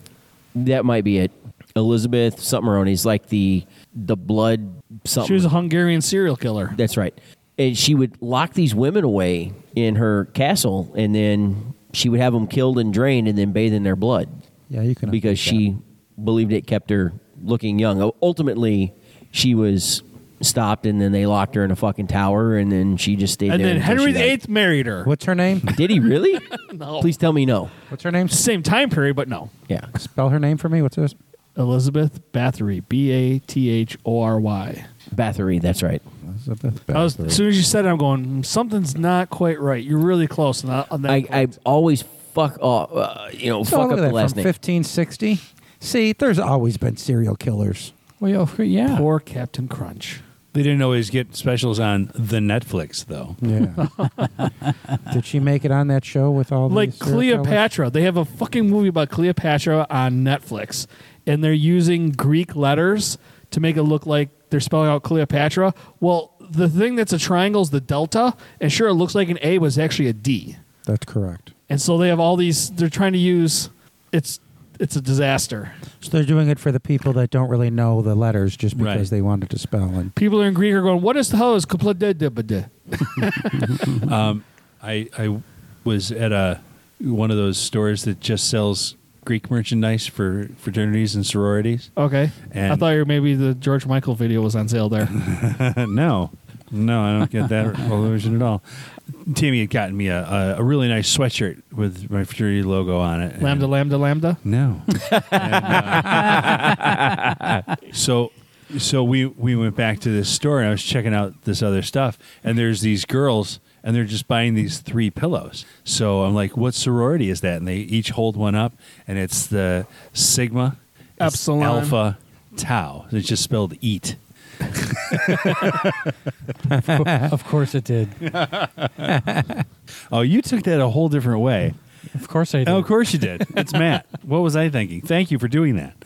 S3: That might be it. Elizabeth something Sommeroni's like the the blood something.
S1: She was a Hungarian serial killer.
S3: That's right. And she would lock these women away in her castle and then she would have them killed and drained and then bathe in their blood
S2: Yeah, you can.
S3: because she believed it kept her looking young. U- Ultimately, she was stopped, and then they locked her in a fucking tower, and then she just stayed
S1: And
S3: there.
S1: then
S3: until
S1: Henry
S3: she died.
S1: VIII married her.
S2: What's her name?
S3: Did he really?
S1: No.
S3: Please tell me no.
S2: What's her name?
S1: Same time period, but no.
S3: Yeah.
S2: Spell her name for me. What's this?
S1: Elizabeth Bathory. B A T H O R Y.
S3: Bathory, that's right.
S2: Elizabeth
S1: I was, as soon as you said it, I'm going, "Mm, something's not quite right. You're really close. On that, on that
S3: I, I
S1: point.
S3: always fuck off, uh, you know,
S2: So
S3: fuck
S2: Oh, look
S3: up
S2: at
S3: the
S2: that,
S3: last
S2: from
S3: name.
S2: 1560. See, there's always been serial killers.
S5: Well, yeah, okay, yeah.
S1: Poor Captain Crunch.
S4: They didn't always get specials on the Netflix though.
S2: Yeah. Did she make it on that show with all
S1: Like
S2: these serial killers?
S1: Cleopatra. They have a fucking movie about Cleopatra on Netflix, and they're using Greek letters to make it look like they're spelling out Cleopatra. Well, the thing that's a triangle is the delta, and sure, it looks like an A was actually a D.
S2: That's correct.
S1: And so they have all these. They're trying to use. It's it's a disaster.
S2: So they're doing it for the people that don't really know the letters, just because
S4: Right.
S2: they wanted to spell. And
S1: People in Greek are going, "What is the hell is Kapla
S4: I I was at a one of those stores that just sells Greek merchandise for fraternities and sororities.
S1: Okay. I
S4: And-
S1: thought you were maybe the George Michael video was on sale there.
S4: no, no, I don't get that illusion at all. Tammy had gotten me a, a, a really nice sweatshirt with my fraternity logo on it.
S1: lambda,
S4: And-
S1: lambda, lambda.
S4: No. And, uh, so, so we we went back to this store, and I was checking out this other stuff, and there's these girls, and they're just buying these three pillows. So I'm like, "What sorority is that?" And they each hold one up, and it's the Sigma, it's
S1: Epsilon.
S4: Alpha, Tau. It's just spelled E eat.
S5: of course it did.
S4: Oh, you took that a whole different way.
S5: Of course I did.
S4: Oh, of course you did. It's Matt. what was I thinking? Thank you for doing that.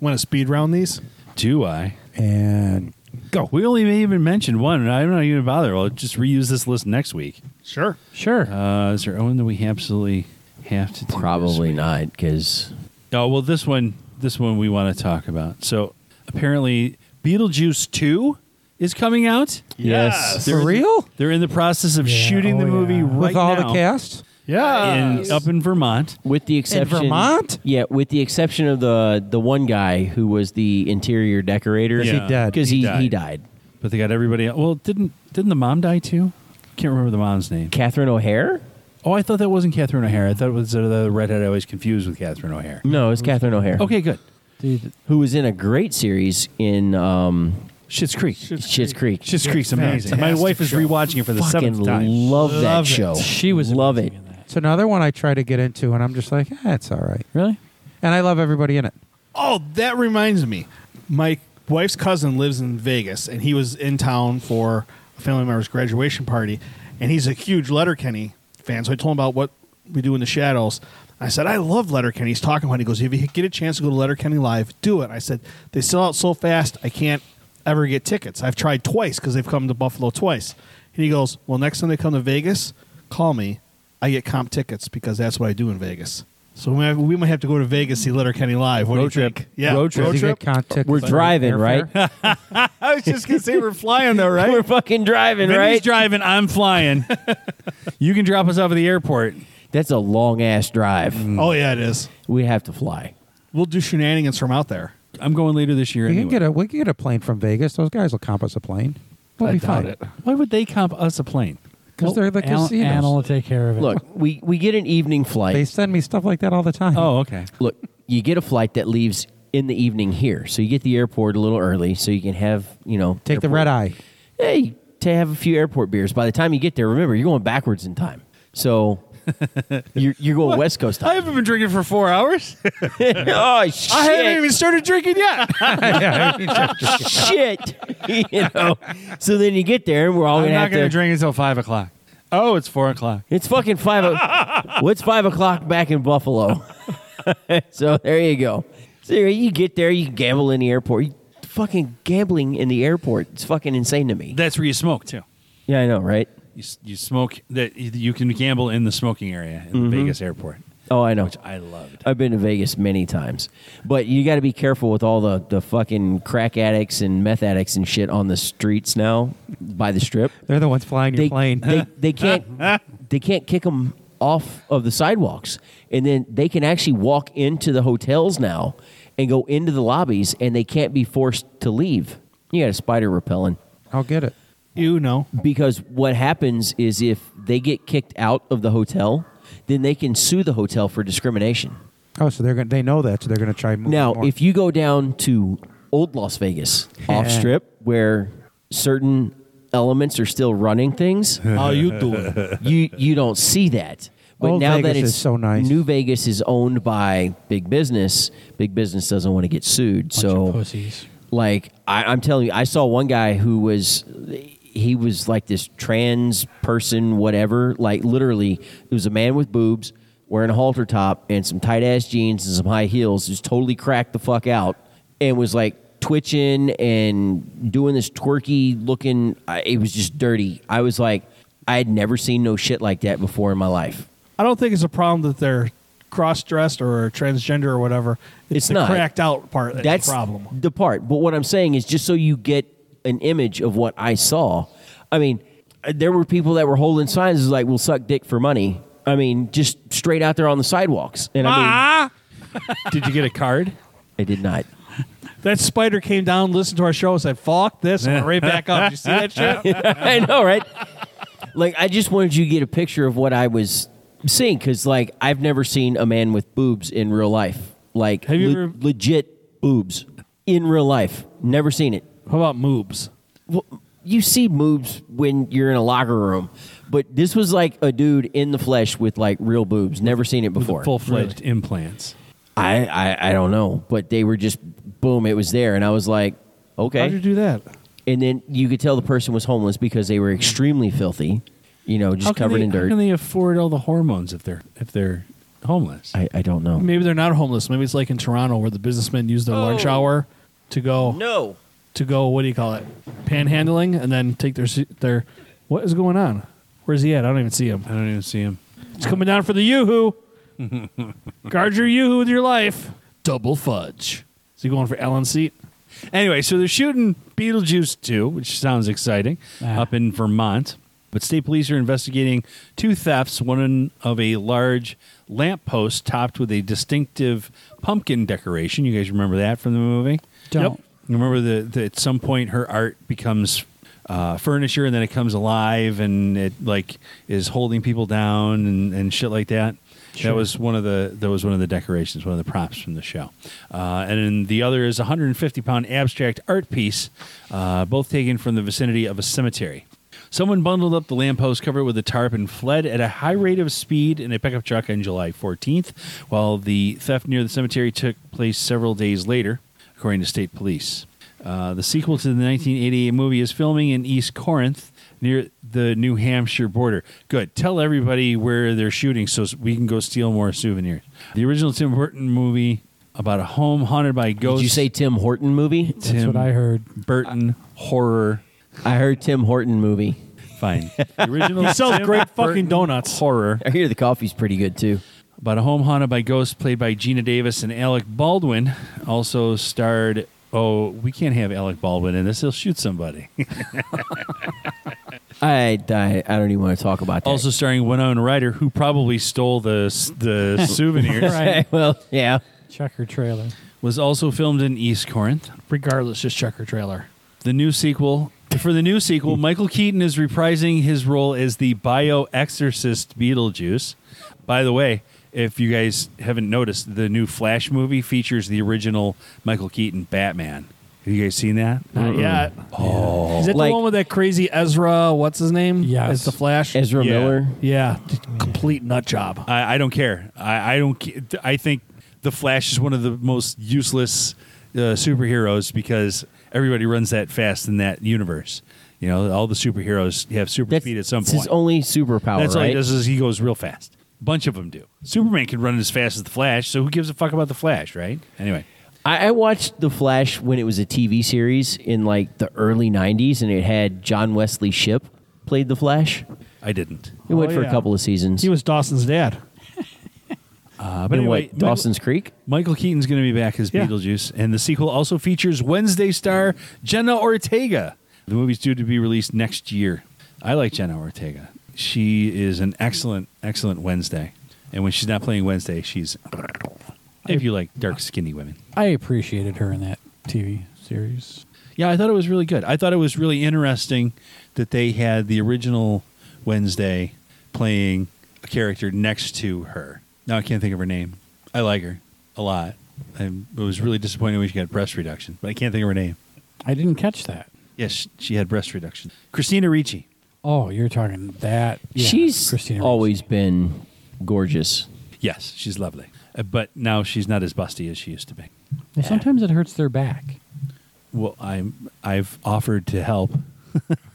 S1: Want to speed round these?
S4: Do I?
S2: And go.
S4: We only even mentioned one, and I'm not even gonna bother. I'll just reuse this list next week.
S1: Sure.
S5: Sure.
S4: Uh, is there one that we absolutely have to do? this
S3: Probably
S4: week?
S3: not, because
S4: Oh well, this one, this one we want to talk about. So apparently, Beetlejuice Two is coming out.
S3: Yes.
S4: They're
S2: For
S4: in-
S2: real?
S4: They're in the process of
S5: Yeah,
S4: shooting the
S5: oh,
S4: movie
S5: yeah.
S4: right
S2: With all
S4: now
S2: the cast?
S1: Yeah.
S4: in, up in Vermont.
S3: with the exception
S2: Vermont?
S3: yeah, with the exception of the the one guy who was the interior decorator,
S4: Is he Yeah. dead?
S3: Because
S4: He
S3: he,
S4: died.
S3: he died.
S4: But they got everybody. el- Well, didn't didn't the mom die too? Can't remember the mom's name.
S3: Catherine O'Hare?
S4: Oh, I thought that wasn't Catherine O'Hara. I thought it was uh, the redhead I always confused with Catherine O'Hara.
S3: No, it's Catherine O'Hare.
S4: Okay, good.
S5: Dude,
S3: who was in a great series in um,
S4: Shit's Creek.
S3: Schitt's Creek.
S4: Shit's Creek's amazing. My
S1: Fantastic
S4: wife is
S1: show.
S4: rewatching it for the
S3: Fucking
S4: seventh time.
S3: love that
S1: Love it.
S3: show.
S5: she was
S3: love it.
S5: amazing in that.
S2: It's another one I try to get into, and I'm just like, eh, it's all right.
S5: Really?
S2: And I love everybody in it.
S1: Oh, that reminds me. My wife's cousin lives in Vegas, and he was in town for a family member's graduation party, and he's a huge Letterkenny fan. So I told him about what we do in the shadows. I said, I love Letterkenny. He's talking about it. He goes, If you get a chance to go to Letterkenny Live, do it. I said, They sell out so fast, I can't ever get tickets. I've tried twice because they've come to Buffalo twice. And he goes, Well, next time they come to Vegas, call me. I get comp tickets because that's what I do in Vegas. So we might, we might have to go to Vegas see Letterkenny Live. What do you
S4: Road trip.
S1: think? Yeah,
S4: Road trip.
S2: Does he get contact-
S3: We're driving, right?
S2: airfare?
S1: I was just gonna say we're flying though,
S3: We're
S1: right?
S3: fucking driving,
S4: Vinny's
S3: right?
S4: driving. I'm flying. you can drop us off at the airport.
S3: That's a long ass drive.
S1: oh yeah, it is.
S3: We have to fly.
S1: We'll do shenanigans from out there.
S4: I'm going later this year.
S2: We can
S4: anyway.
S2: get a we can get a plane from Vegas. Those guys will comp us a plane. We'll
S4: I
S2: be
S4: doubt
S2: fine.
S4: it. Why would they comp us a plane?
S2: Because they're the
S5: Alan,
S2: casinos.
S5: Alan will take care of it.
S3: Look, we, we get an evening
S2: They
S3: flight.
S2: send me stuff like that all the time.
S4: Oh, okay.
S3: Look, you get a flight that leaves in the evening here, so you get the airport a little early, so you can have you know
S2: take the
S3: airport-
S2: red eye.
S3: Hey, to have a few airport beers. By the time you get there, remember you're going backwards in time, so you're you're going West Coast
S4: I
S3: time.
S4: haven't been drinking for four hours.
S3: oh shit!
S1: I haven't even started drinking yet.
S3: shit. you know. So then you get there, and we're all
S4: I'm
S3: gonna
S4: not
S3: have
S4: going to
S3: to.
S4: drink until five o'clock. Oh, it's four o'clock.
S3: It's fucking five. O- What's five o'clock back in Buffalo? so there you go. So you get there, you gamble in the airport. You, fucking gambling in the airport. It's fucking insane to me.
S4: That's where you smoke too.
S3: Yeah, I know, right?
S4: You, s- you smoke that you can gamble in the smoking area in the Vegas airport,
S3: Oh, I know.
S4: which I loved.
S3: I've been to Vegas many times, but you got to be careful with all the, the fucking crack addicts and meth addicts and shit on the streets now by the strip.
S2: They're the ones flying your
S3: they,
S2: plane.
S3: They, they can't they can't kick them off of the sidewalks, and then they can actually walk into the hotels now and go into the lobbies, and they can't be forced to leave. You got a spider repelling
S2: I'll get it.
S1: you know,
S3: because what happens is if they get kicked out of the hotel, then they can sue the hotel for discrimination.
S2: Oh, so they're gonna they know that, so they're gonna try.
S3: Now, if you go down to old Las Vegas off strip where certain elements are still running things,
S1: how you doing?
S3: you you don't see that. But
S2: Old
S3: now that
S2: Vegas
S3: it's
S2: is so nice.
S3: New Vegas is owned by big business. Big business doesn't want to get sued.
S5: Bunch of
S3: so,
S5: pussies.
S3: like I, I'm telling you, I saw one guy who was he was like this trans person, whatever. Like literally, it was a man with boobs wearing a halter top and some tight ass jeans and some high heels, just totally cracked the fuck out and was like twitching and doing this twerky looking. I, it was just dirty. I was like. I had never seen no shit like that before in my life.
S1: I don't think it's a problem that they're cross-dressed or transgender or whatever. It's,
S3: It's
S1: the
S3: not.
S1: cracked out part that's,
S3: that's
S1: the problem.
S3: The part, but what I'm saying is just so you get an image of what I saw. I mean, there were people that were holding signs that was like, "We'll suck dick for money." I mean, just straight out there on the sidewalks. And
S1: Ah.
S3: I mean,
S4: Did you get a card?
S3: I did not.
S1: That spider came down, listened to our show, and said, "Fuck this," and went right back up. Did you see that shit?
S3: I know, right? Like, I just wanted you to get a picture of what I was seeing because, like, I've never seen a man with boobs in real life. Like,
S1: Have you
S3: le-
S1: ever-
S3: legit boobs in real life? Never seen it.
S1: How about moobs?
S3: well, you see boobs when you're in a locker room, but this was like a dude in the flesh with like real boobs. Never seen it before.
S4: Full fledged implants.
S3: I, I I don't know, but they were just boom. It was there, and I was like, Okay.
S1: How'd you do that?
S3: and then you could tell the person was homeless because they were extremely filthy, you know, just
S4: How can
S3: covered
S4: they-
S3: in
S4: How can
S3: dirt.
S4: they afford all the hormones if they're if they're homeless?
S3: I, I don't know.
S1: Maybe they're not homeless. Maybe it's like in Toronto where the businessmen use their lunch
S3: Oh.
S1: hour to go
S3: No.
S1: to go. What do you call it? Panhandling, and then take their se- their. What is going on? Where's he at? I don't even see him.
S4: I don't even see him.
S1: It's coming down for the yoo-hoo. Guard your yoo-hoo with your life. Double fudge. Is he going for Ellen's seat?
S4: Anyway, so they're shooting Beetlejuice 2, which sounds exciting,
S5: Ah.
S4: up in Vermont. But state police are investigating two thefts, one in- of a large lamppost topped with a distinctive pumpkin decoration. You guys remember that from the movie?
S5: Don't.
S4: Remember that the, at some point her art becomes uh, furniture and then it comes alive and it like is holding people down and, and shit like that. That was one of the that was one of the decorations, one of the props from the show. Uh, and then the other is a 150 pound abstract art piece, uh, both taken from the vicinity of a cemetery. Someone bundled up the lamppost, covered it with a tarp, and fled at a high rate of speed in a pickup truck on July 14th, while the theft near the cemetery took place several days later, according to state police. Uh, the sequel to the 1988 movie is filming in East Corinth near the New Hampshire border. Good. Tell everybody where they're shooting so we can go steal more souvenirs. The original Tim Burton movie about a home haunted by ghosts.
S3: Did you say Tim Horton movie?
S5: That's what I heard.
S4: Burton horror.
S3: I heard Tim Horton movie.
S4: Fine. The original
S1: He sells
S4: Tim
S1: great
S4: Burton
S1: fucking donuts.
S4: horror.
S3: I hear the coffee's pretty good too.
S4: about a home haunted by ghosts played by Gina Davis and Alec Baldwin. Also starred. Oh, we can't have Alec Baldwin in this. He'll shoot somebody.
S3: I, I, I don't even want to talk about that.
S4: also starring Winona Ryder, who probably stole the the souvenirs.
S5: Right.
S3: well, yeah.
S5: Checker trailer.
S4: Was also filmed in East Corinth.
S1: Regardless, just check her trailer.
S4: The new sequel. For the new
S1: Hmm.
S4: sequel, Michael Keaton is reprising his role as the bio exorcist Beetlejuice. By the way, if you guys haven't noticed, the new Flash movie features the original Michael Keaton Batman. Have you guys seen that?
S1: Not yet. Oh, is it
S3: Like-
S1: the one with that crazy Ezra? What's his name?
S5: Yes.
S1: as the Flash.
S3: Ezra
S4: Yeah.
S3: Miller.
S1: Yeah, t- complete nut job.
S4: I, I don't care. I, I don't. ca- I think the Flash is one of the most useless uh, superheroes because everybody runs that fast in that universe. You know, all the superheroes have super speed at some
S3: it's
S4: point.
S3: his only superpower,
S4: That's all
S3: right?
S4: he does is he goes real fast. Bunch of them do. Superman can run as fast as the Flash, so who gives a fuck about the Flash, right? Anyway,
S3: I, I watched The Flash when it was a TV series in like the early '90s, and it had John Wesley Shipp played the Flash.
S4: I didn't.
S3: It went
S1: Oh,
S3: for
S1: yeah.
S3: a couple of seasons.
S1: He was Dawson's dad.
S4: Uh, but
S3: in
S4: anyway,
S3: what, Dawson's Creek.
S4: Michael, Michael Keaton's going to be back as
S1: Yeah.
S4: Beetlejuice, and the sequel also features Wednesday star Jenna Ortega. The movie's due to be released next year. I like Jenna Ortega. She is an excellent, excellent Wednesday. And when she's not playing Wednesday, she's if you like dark, skinny women.
S5: I appreciated her in that TV series.
S4: Yeah, I thought it was really good. I thought it was really interesting that they had the original Wednesday playing a character next to her. Now I can't think of her name. I like her a lot. I was really disappointed when she got breast reduction, but I can't think of her name.
S5: I didn't catch that.
S4: Yes, she had breast reduction. Christina Ricci.
S5: Oh, you're talking that. yeah,
S3: She's
S5: Christina Ricci.
S3: always been gorgeous.
S4: Yes, she's lovely. Uh, But now she's not as busty as she used to be.
S5: Well, sometimes it hurts their back.
S4: Well, I'm I've offered to help.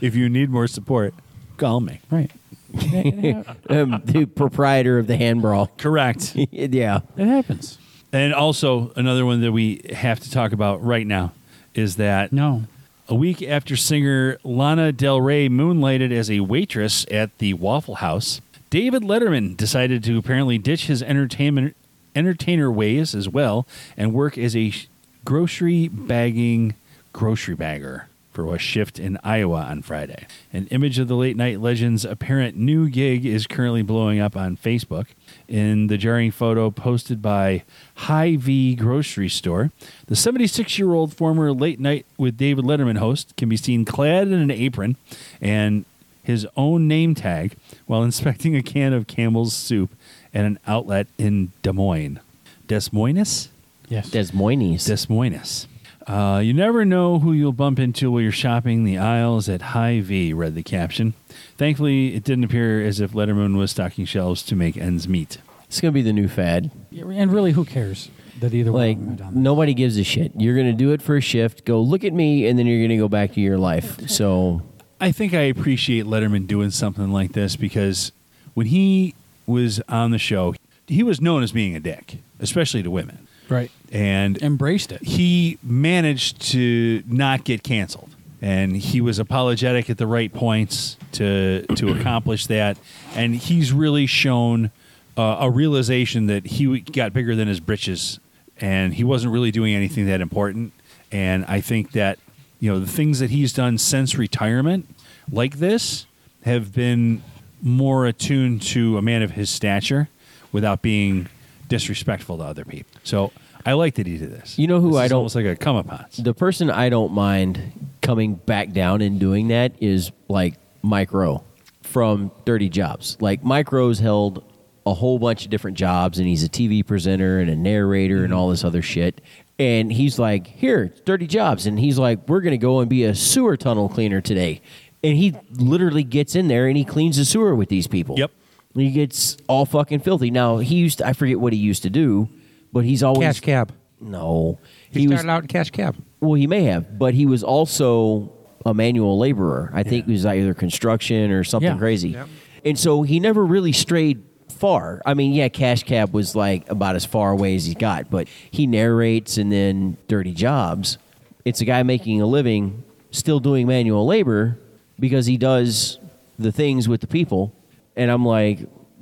S4: if you need more support, call me.
S5: Right. it
S3: Um, the proprietor of the hand brawl.
S4: Correct.
S3: yeah.
S5: happens.
S4: And also another one that we have to talk about right now is that
S5: No.
S4: a week after singer Lana Del Rey moonlighted as a waitress at the Waffle House, David Letterman decided to apparently ditch his entertainment entertainer ways as well and work as a sh- grocery bagging grocery bagger for a shift in Iowa on Friday. An image of the late night legend's apparent new gig is currently blowing up on Facebook. In the jarring photo posted by High V Grocery Store, the 76 year old former Late Night with David Letterman host can be seen clad in an apron and his own name tag while inspecting a can of Campbell's soup at an outlet in Des Moines. Des Moines?
S5: Yes.
S3: Des Moines.
S4: Des Moines. Uh, you never know who you'll bump into while you're shopping the aisles at High V, read the caption. Thankfully, it didn't appear as if Letterman was stocking shelves to make ends meet.
S3: It's gonna be the new fad.
S5: And really, who cares that either
S3: Like
S4: Oh,
S5: one? Done that.
S3: nobody gives a shit. You're gonna do it for a shift. Go look at me, and then you're gonna go back to your life. So
S4: I think I appreciate Letterman doing something like this because when he was on the show, he was known as being a dick, especially to women.
S5: right?
S4: And
S5: Embraced it.
S4: he managed to not get canceled. And he was apologetic at the right points to to accomplish that. And he's really shown uh, a realization that he got bigger than his britches, and he wasn't really doing anything that important. And I think that you know the things that he's done since retirement, like this, have been more attuned to a man of his stature, without being disrespectful to other people. So I like that he did this.
S3: You know who
S4: This
S3: I
S4: is
S3: don't-
S4: almost like a come upon.
S3: the person I don't mind coming back down and doing that is like Mike Rowe from Dirty Jobs. Like Mike Rowe's held a whole bunch of different jobs, and he's a TV presenter and a narrator
S2: Mm-hmm.
S3: and all this other shit. And he's like, "Here, it's Dirty Jobs," and he's like, "We're gonna go and be a sewer tunnel cleaner today." And he literally gets in there and he cleans the sewer with these people.
S4: Yep.
S3: He gets all fucking filthy. Now he used to, I forget what he used to do, but he's always
S2: Cash cab.
S3: No.
S2: He, started out in cash cab.
S3: Well, he may have, but he was also a manual laborer. I think he was either construction or something
S5: Yeah.
S3: crazy. And so he never really strayed far. I mean, yeah, Cash Cab was like about as far away as he got, but he narrates and then Dirty Jobs. It's a guy making a living, still doing manual labor because he does the things with the people. And I'm like,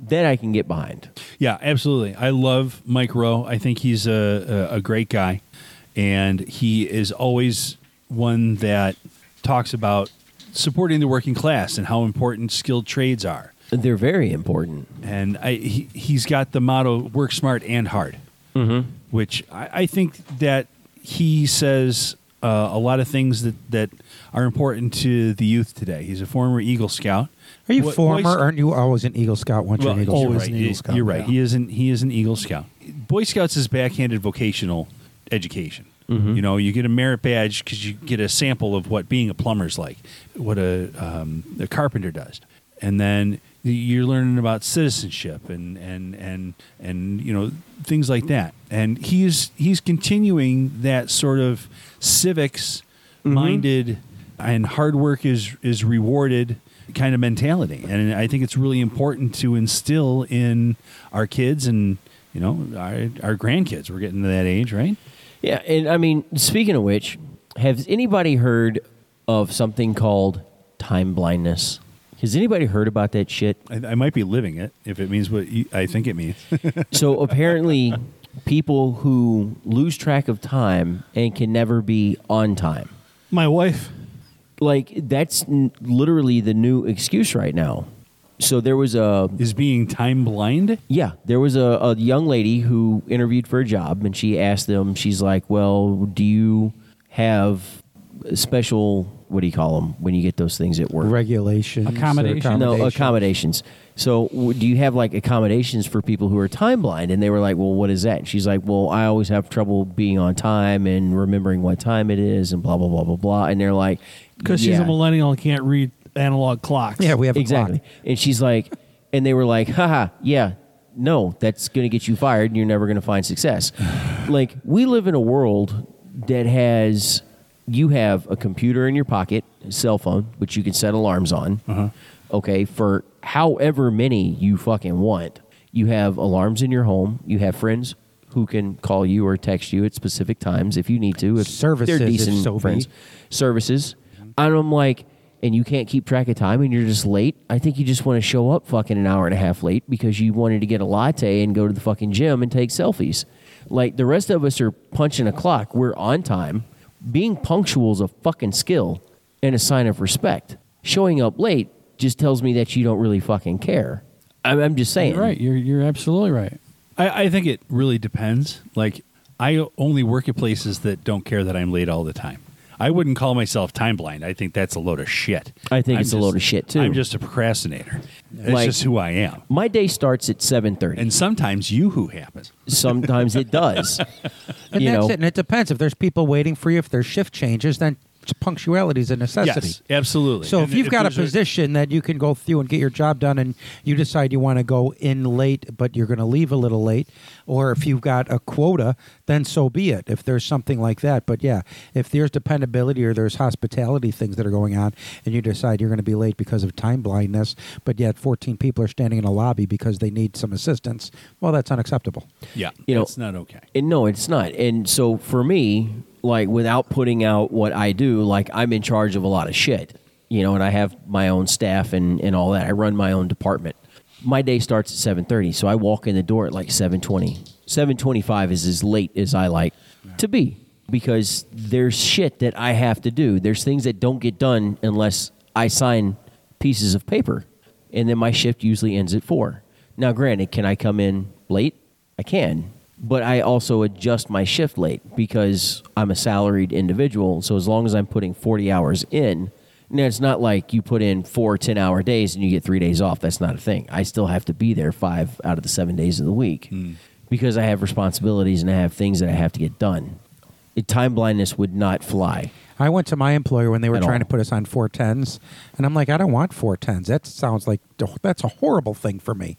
S3: that I can get behind.
S4: Yeah, absolutely. I love Mike Rowe. I think he's a, a, a great guy, and he is always one that talks about supporting the working class and how important skilled trades are.
S3: They're very important.
S4: And I, he, he's got the motto "Work smart and hard," mm-hmm. which I, I think that he says uh, a lot of things that, that are important to the youth today. He's a former Eagle Scout.
S2: Are you
S4: What-
S2: former?
S4: voice-
S2: Aren't you always an Eagle Scout? Once you're an Eagle
S4: you're
S2: Scout.
S1: always
S4: right.
S1: an Eagle
S4: You-
S1: Scout,
S4: You're right.
S1: yeah.
S4: He isn't. He is an Eagle Scout. Boy Scouts is backhanded vocational education. You know, you get a merit badge because you get a sample of what being a plumber's like, what a um, a carpenter does, and then you're learning about citizenship and and and and you know things like that. And he's he's continuing that sort of civics
S3: Mm-hmm.
S4: minded and hard work is is rewarded kind of mentality and i think it's really important to instill in our kids and you know our, our grandkids we're getting to that age right
S3: Yeah, and I mean, speaking of which, has anybody heard of something called time blindness? Has anybody heard about that shit?
S4: i, I might be living it if it means what you, i think it means
S3: so apparently, people who lose track of time and can never be on time.
S1: My wife.
S3: Like, that's n- literally the new excuse right now. So there was a
S4: is being time blind
S3: Yeah, there was a, a young lady who interviewed for a job, and she asked them, she's like, Well, do you have special, what do you call them when you get those things at work?
S2: Regulations. or
S5: Accommodation.
S3: No,
S2: accommodation.
S3: accommodations. So, w- do you have like accommodations for people who are time blind? And they were like, Well, what is that? And she's like, Well, I always have trouble being on time and remembering what time it is, and blah, blah, blah, blah, blah. And they're like,
S1: Because she's
S3: "Yeah."
S1: a millennial and can't read analog clocks.
S2: yeah, we have a
S3: exactly.
S2: clock.
S3: And she's like, and they were like, haha, yeah, no, that's going to get you fired and you're never going to find success. like, we live in a world that has, you have a computer in your pocket, a cell phone, which you can set alarms on,
S2: Uh-huh.
S3: okay, for however many you fucking want. You have alarms in your home, you have friends. Who can call you or text you at specific times if you need to? If
S2: Services,
S3: they're
S2: if
S3: decent
S2: so be.
S3: friends, services. And I'm like, and you can't keep track of time and you're just late. I think you just want to show up fucking an hour and a half late because you wanted to get a latte and go to the fucking gym and take selfies. Like the rest of us are punching a clock. We're on time. Being punctual is a fucking skill and a sign of respect. Showing up late just tells me that you don't really fucking care. I'm, I'm just saying.
S5: You're right. You're you're absolutely right.
S4: I, I think it really depends like i only work at places that don't care that i'm late all the time I wouldn't call myself time blind. I think that's a load of shit.
S3: I think
S4: I'm
S3: it's a load of shit, too.
S4: I'm just a procrastinator. It's
S3: Like-
S4: just who I am.
S3: My day starts at 7:30.
S4: And sometimes you who happens.
S3: Sometimes it does.
S2: And
S3: you
S2: that's
S3: know,
S2: it. And it depends if there's people waiting for you. If there's shift changes, then punctuality is a necessity.
S4: Yes, absolutely.
S2: So
S4: And
S2: if you've got a
S4: there's
S2: position that you can go through and get your job done, and you decide you want to go in late, but you're going to leave a little late, or if you've got a quota, then so be it. If there's something like that, but yeah, if there's dependability or there's hospitality things that are going on, and you decide you're going to be late because of time blindness, but yet 14 people are standing in a lobby because they need some assistance, well, that's unacceptable.
S4: yeah,
S3: you know-
S4: it's not okay.
S3: And no, it's not. And so for me, like without putting out what I do, like I'm in charge of a lot of shit, you know, and I have my own staff and, and all that. I run my own department. My day starts at 7:30, so I walk in the door at like 7:20. 7:25 is as late as I like to be because there's shit that I have to do. There's things that don't get done unless I sign pieces of paper. And then my shift usually ends at 4. Now granted, can I come in late? I can, but I also adjust my shift late because I'm a salaried individual. So as long as I'm putting 40 hours in, now it's not like you put in four 10 hour days and you get three days off. That's not a thing. I still have to be there five out of the seven days of the week because I have responsibilities and I have things that I have to get done. It, time blindness would not fly.
S2: I went to my employer when they were
S3: At
S2: trying
S3: all.
S2: to put us on four tens, and I'm like, I don't want four tens. That sounds like that's a horrible thing for me.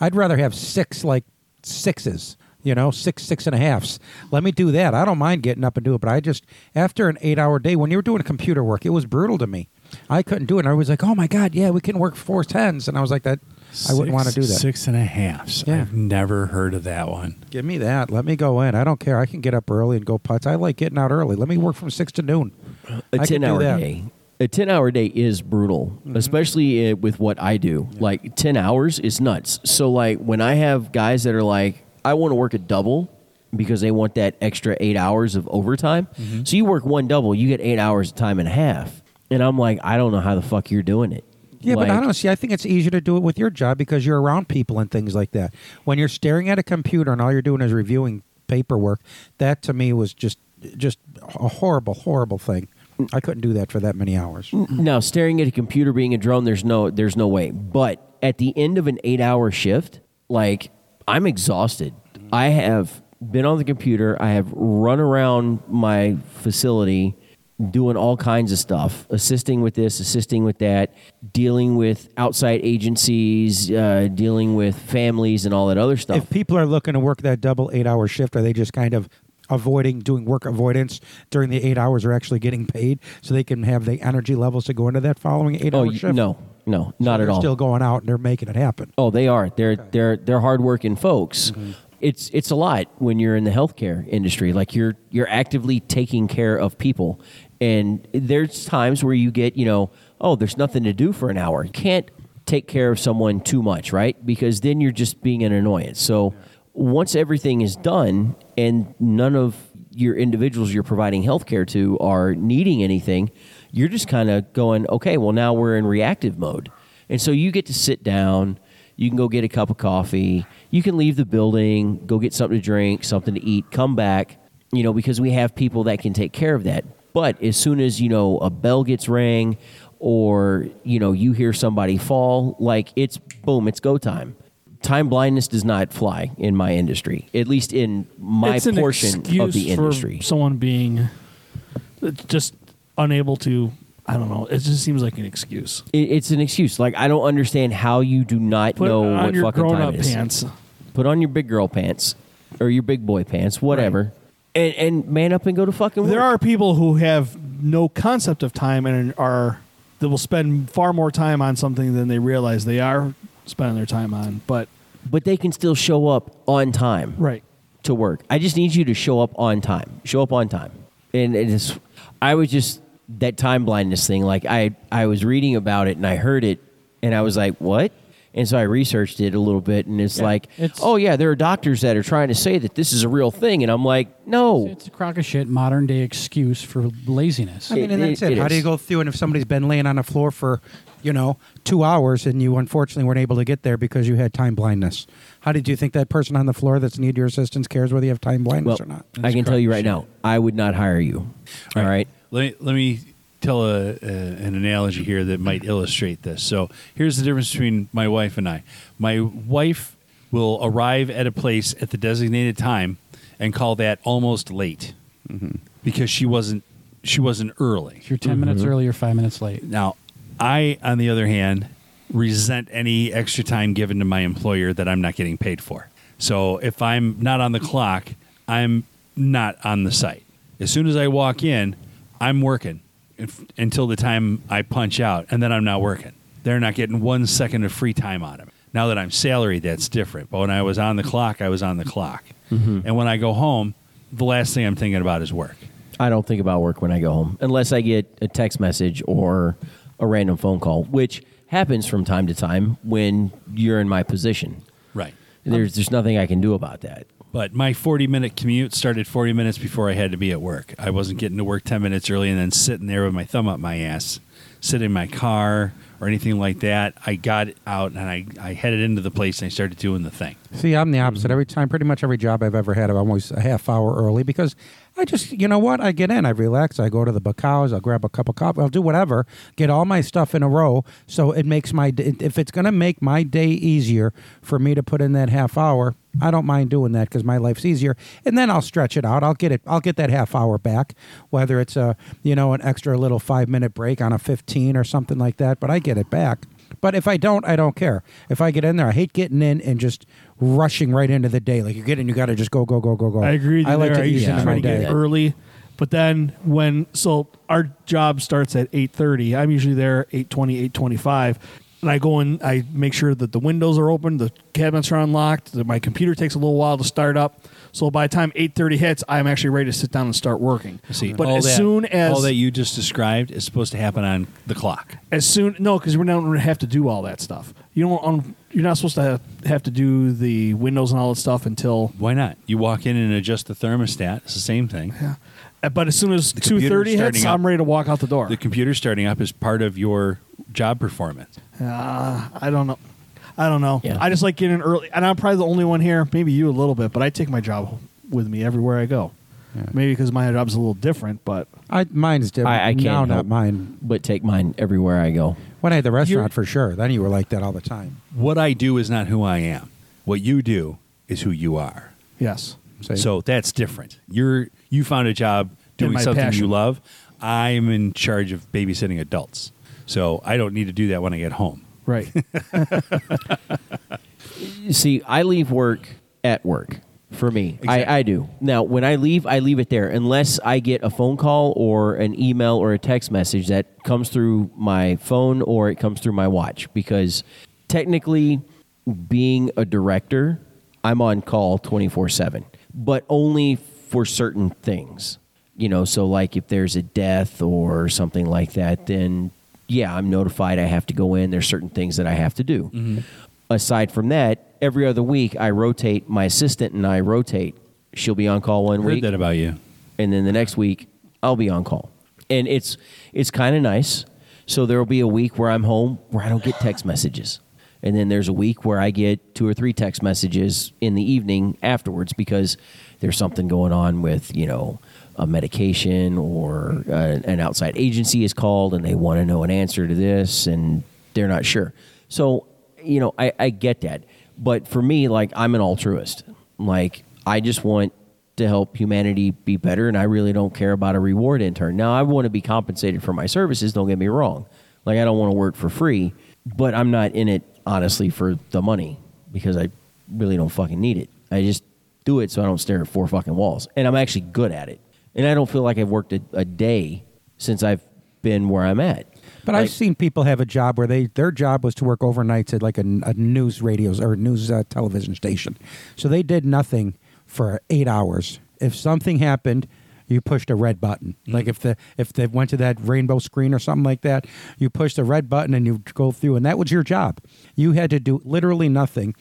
S2: I'd rather have six like sixes, you know, six six and a halfs. Let me do that. I don't mind getting up and do it, but I just after an eight hour day when you were doing computer work, it was brutal to me. I couldn't do it. And I was like, oh my god, yeah, we can work four tens, and I was like, that I wouldn't want to do that.
S4: Six and a halfs.
S2: Yeah.
S4: I've never heard of that one.
S2: Give me that. Let me go in. I don't care. I can get up early and go putts. I like getting out early. Let me work from six to noon. I
S3: a
S2: could
S3: 10
S2: do
S3: hour
S2: that. Mm-hmm.
S3: day a 10 hour day is brutal especially uh, with what i do like 10 hours is nuts so like when i have guys that are like i want to work a double because they want that extra eight hours of overtime
S2: Mm-hmm.
S3: so you work one double you get eight hours of time and a half and i'm like i don't know how the fuck you're doing it
S2: Yeah, but I
S3: Like,
S2: don't see. I think it's easier to do it with your job because you're around people and things like that. When you're staring at a computer and all you're doing is reviewing paperwork, that to me was just just a horrible, horrible thing. I couldn't do that for that many hours.
S3: now staring at a computer being a drone there's no there's no way but at the end of an eight hour shift like i'm exhausted i have been on the computer i have run around my facility doing all kinds of stuff assisting with this assisting with that dealing with outside agencies uh, dealing with families and all that other stuff
S2: If people are looking to work that double eight-hour shift, are they just kind of avoiding doing work avoidance during the eight hours, or actually getting paid so they can have the energy levels to go into that following eight-hour
S3: oh you-
S2: shift?
S3: no no not at
S2: They're
S3: all
S2: Still going out and they're making it happen.
S3: Oh, they are. They're they're they're hardworking folks. It's it's a lot when you're in the healthcare industry. Like you're you're actively taking care of people, and there's times where you get you know oh there's nothing to do for an hour. You can't take care of someone too much, right? Because then you're just being an annoyance. So once everything is done and none of your individuals you're providing healthcare to are needing anything, you're just kind of going okay. Well, now we're in reactive mode. And so you get to sit down, you can go get a cup of coffee, you can leave the building, go get something to drink, something to eat, come back, you know, because we have people that can take care of that. But as soon as, you know, a bell gets rang or, you know, you hear somebody fall, like it's boom, it's go time. Time blindness does not fly in my industry, at least in my
S1: It's an
S3: portion of
S1: excuse
S3: the
S1: for
S3: industry.
S1: Someone being uh, just unable to, I don't know. It just seems like an excuse.
S3: It- it's an excuse. Like, I don't understand how you do not
S1: Put
S3: know
S1: it on
S3: what
S1: your
S3: fucking time
S1: grown-up
S3: it is.
S1: pants.
S3: put on your big girl pants or your big boy pants, whatever, and, and man up and go to fucking work.
S1: There are people who have no concept of time and are that will spend far more time on something than they realize they are spending their time on. But
S3: but they can still show up on time
S1: right,
S3: to work. I just need you to show up on time. Show up on time. And it is, I was just that time blindness thing. Like I, I was reading about it and I heard it, and I was like, what? And so I researched it a little bit, and it's
S5: Yeah,
S3: like,
S5: it's-
S3: oh yeah, there are doctors that are trying to say that this is a real thing, and I'm like, no,
S5: It's a crock of shit, modern day excuse for laziness.
S2: I mean, and
S3: It-
S2: that's
S3: it-
S2: it.
S3: it
S2: How do
S3: is.
S2: you go through? And if somebody's been laying on a floor for, you know, two hours, and you unfortunately weren't able to get there because you had time blindness, how did you think that person on the floor that's needed your assistance cares whether you have time blindness or not?
S3: Oh, I
S4: That's
S3: can tell you
S4: correct.
S3: right now, I would not hire you. All right.
S4: Let me, let me tell a, a, an analogy here that might illustrate this. So here's the difference between my wife and I. My wife will arrive at a place
S3: Mm-hmm.
S4: at the designated time and call that almost late because she wasn't she wasn't early.
S5: If you're 10 minutes early or five minutes late.
S4: Now, I, on the other hand, resent any extra time given to my employer that I'm not getting paid for. So if I'm not on the clock, I'm not on the site. As soon as I walk in, I'm working if, until the time I punch out, and then I'm not working. They're not getting one second of free time out of it. Now that I'm salaried, that's different. But when I was on the clock, I was on the clock. And when I go home, the last thing I'm thinking about is work.
S3: I don't think about work when I go home unless I get a text message or a random phone call, which happens from time to time when you're in my position.
S4: Right.
S3: There's there's nothing I can do about that.
S4: But my 40 minute commute started 40 minutes before I had to be at work. I wasn't getting to work 10 minutes early and then sitting there with my thumb up my ass, sitting in my car or anything like that. I got out and I, I headed into the place and I started doing the thing.
S2: See, I'm the opposite. Every time, pretty much every job I've ever had, I'm always a half hour early because I just, you know what? I get in, I relax, I go to the Bacao's, I'll grab a cup of coffee, I'll do whatever, get all my stuff in a row. So it makes my, d- if it's going to make my day easier for me to put in that half hour, I don't mind doing that because my life's easier. And then I'll stretch it out. I'll get it, I'll get that half hour back, whether it's a, you know, an extra little five minute break on a 15 or something like that, but I get it back. But if I don't, I don't care. If I get in there, I hate getting in and just rushing right into the day. Like you get in, you got to just go, go, go, go, go.
S1: I agree. With you
S2: I like
S1: there.
S2: to
S1: I
S2: ease
S1: usually
S2: into
S1: try
S2: my
S1: to get
S2: day.
S1: it early, but then when so our job starts at eight thirty, I'm usually there 8.20, 8.25. and I go in. I make sure that the windows are open, the cabinets are unlocked, that my computer takes a little while to start up. So by the time eight thirty hits, I'm actually ready to sit down and start working.
S4: See,
S1: but
S4: all
S1: as
S4: that-
S1: soon as
S4: all that you just described is supposed to happen on the clock.
S1: as soon no because we're not going to have to do all that stuff. You don't. On, you're not supposed to have, have to do the windows and all that stuff until.
S4: Why not? You walk in and adjust the thermostat. It's the same thing.
S1: uh, But as soon as two
S4: computer's
S1: thirty hits,
S4: starting up.
S1: I'm ready to walk out the door.
S4: The computer starting up is part of your job performance.
S1: I don't know. I don't know.
S3: Yeah.
S1: I just like getting early, and I'm probably the only one here. Maybe you a little bit, but I take my job with me everywhere I go. Maybe because my job's a little different, but
S2: I, mine's different.
S3: I, I can't
S2: now, not
S3: help
S2: mine.
S3: but take mine everywhere I go.
S2: When I had the restaurant,
S4: You're-
S2: for sure. Then you were like that all the time.
S4: What I do is not who I am. What you do is who you are.
S1: yes,
S2: See?
S4: So that's different. You're you found a job doing
S1: my
S4: something
S1: passion.
S4: you love. I'm in charge of babysitting adults. So I don't need to do that when I get home.
S1: right.
S3: You see, I leave work at work for me. I, I do. Now, when I leave, I leave it there unless I get a phone call or an email or a text message that comes through my phone or it comes through my watch because technically, being a director, I'm on call 24 7, but only for certain things. You know, so like if there's a death or something like that, then yeah, I'm notified I have to go in. There's certain things that I have to do aside from that, every other week I rotate my assistant and I rotate. She'll be on call one
S4: Heard
S3: week,
S4: that about you.
S3: and then the next week I'll be on call, and it's it's kind of nice. So there will be a week where I'm home where I don't get text messages, and then there's a week where I get two or three text messages in the evening afterwards because there's something going on with you know a medication or uh, an outside agency is called and they want to know an answer to this and they're not sure. So you know I, I get that, but for me like I'm an altruist. Like I just want to help humanity be better, and I really don't care about a reward in turn. Now, I want to be compensated for my services, don't get me wrong. Like, I don't want to work for free, but I'm not in it, honestly, for the money because I really don't fucking need it. I just do it so I don't stare at four fucking walls, and I'm actually good at it. And I don't feel like I've worked a, a day since I've been where I'm at.
S2: But I've seen people have a job where they their job was to work overnights at like a, a news radios or news uh, television station, so they did nothing for eight hours. If something happened, you pushed a red button. Like if the if they went to that rainbow screen or something like that, you pushed the red button and you go through, and that was your job. You had to do literally nothing.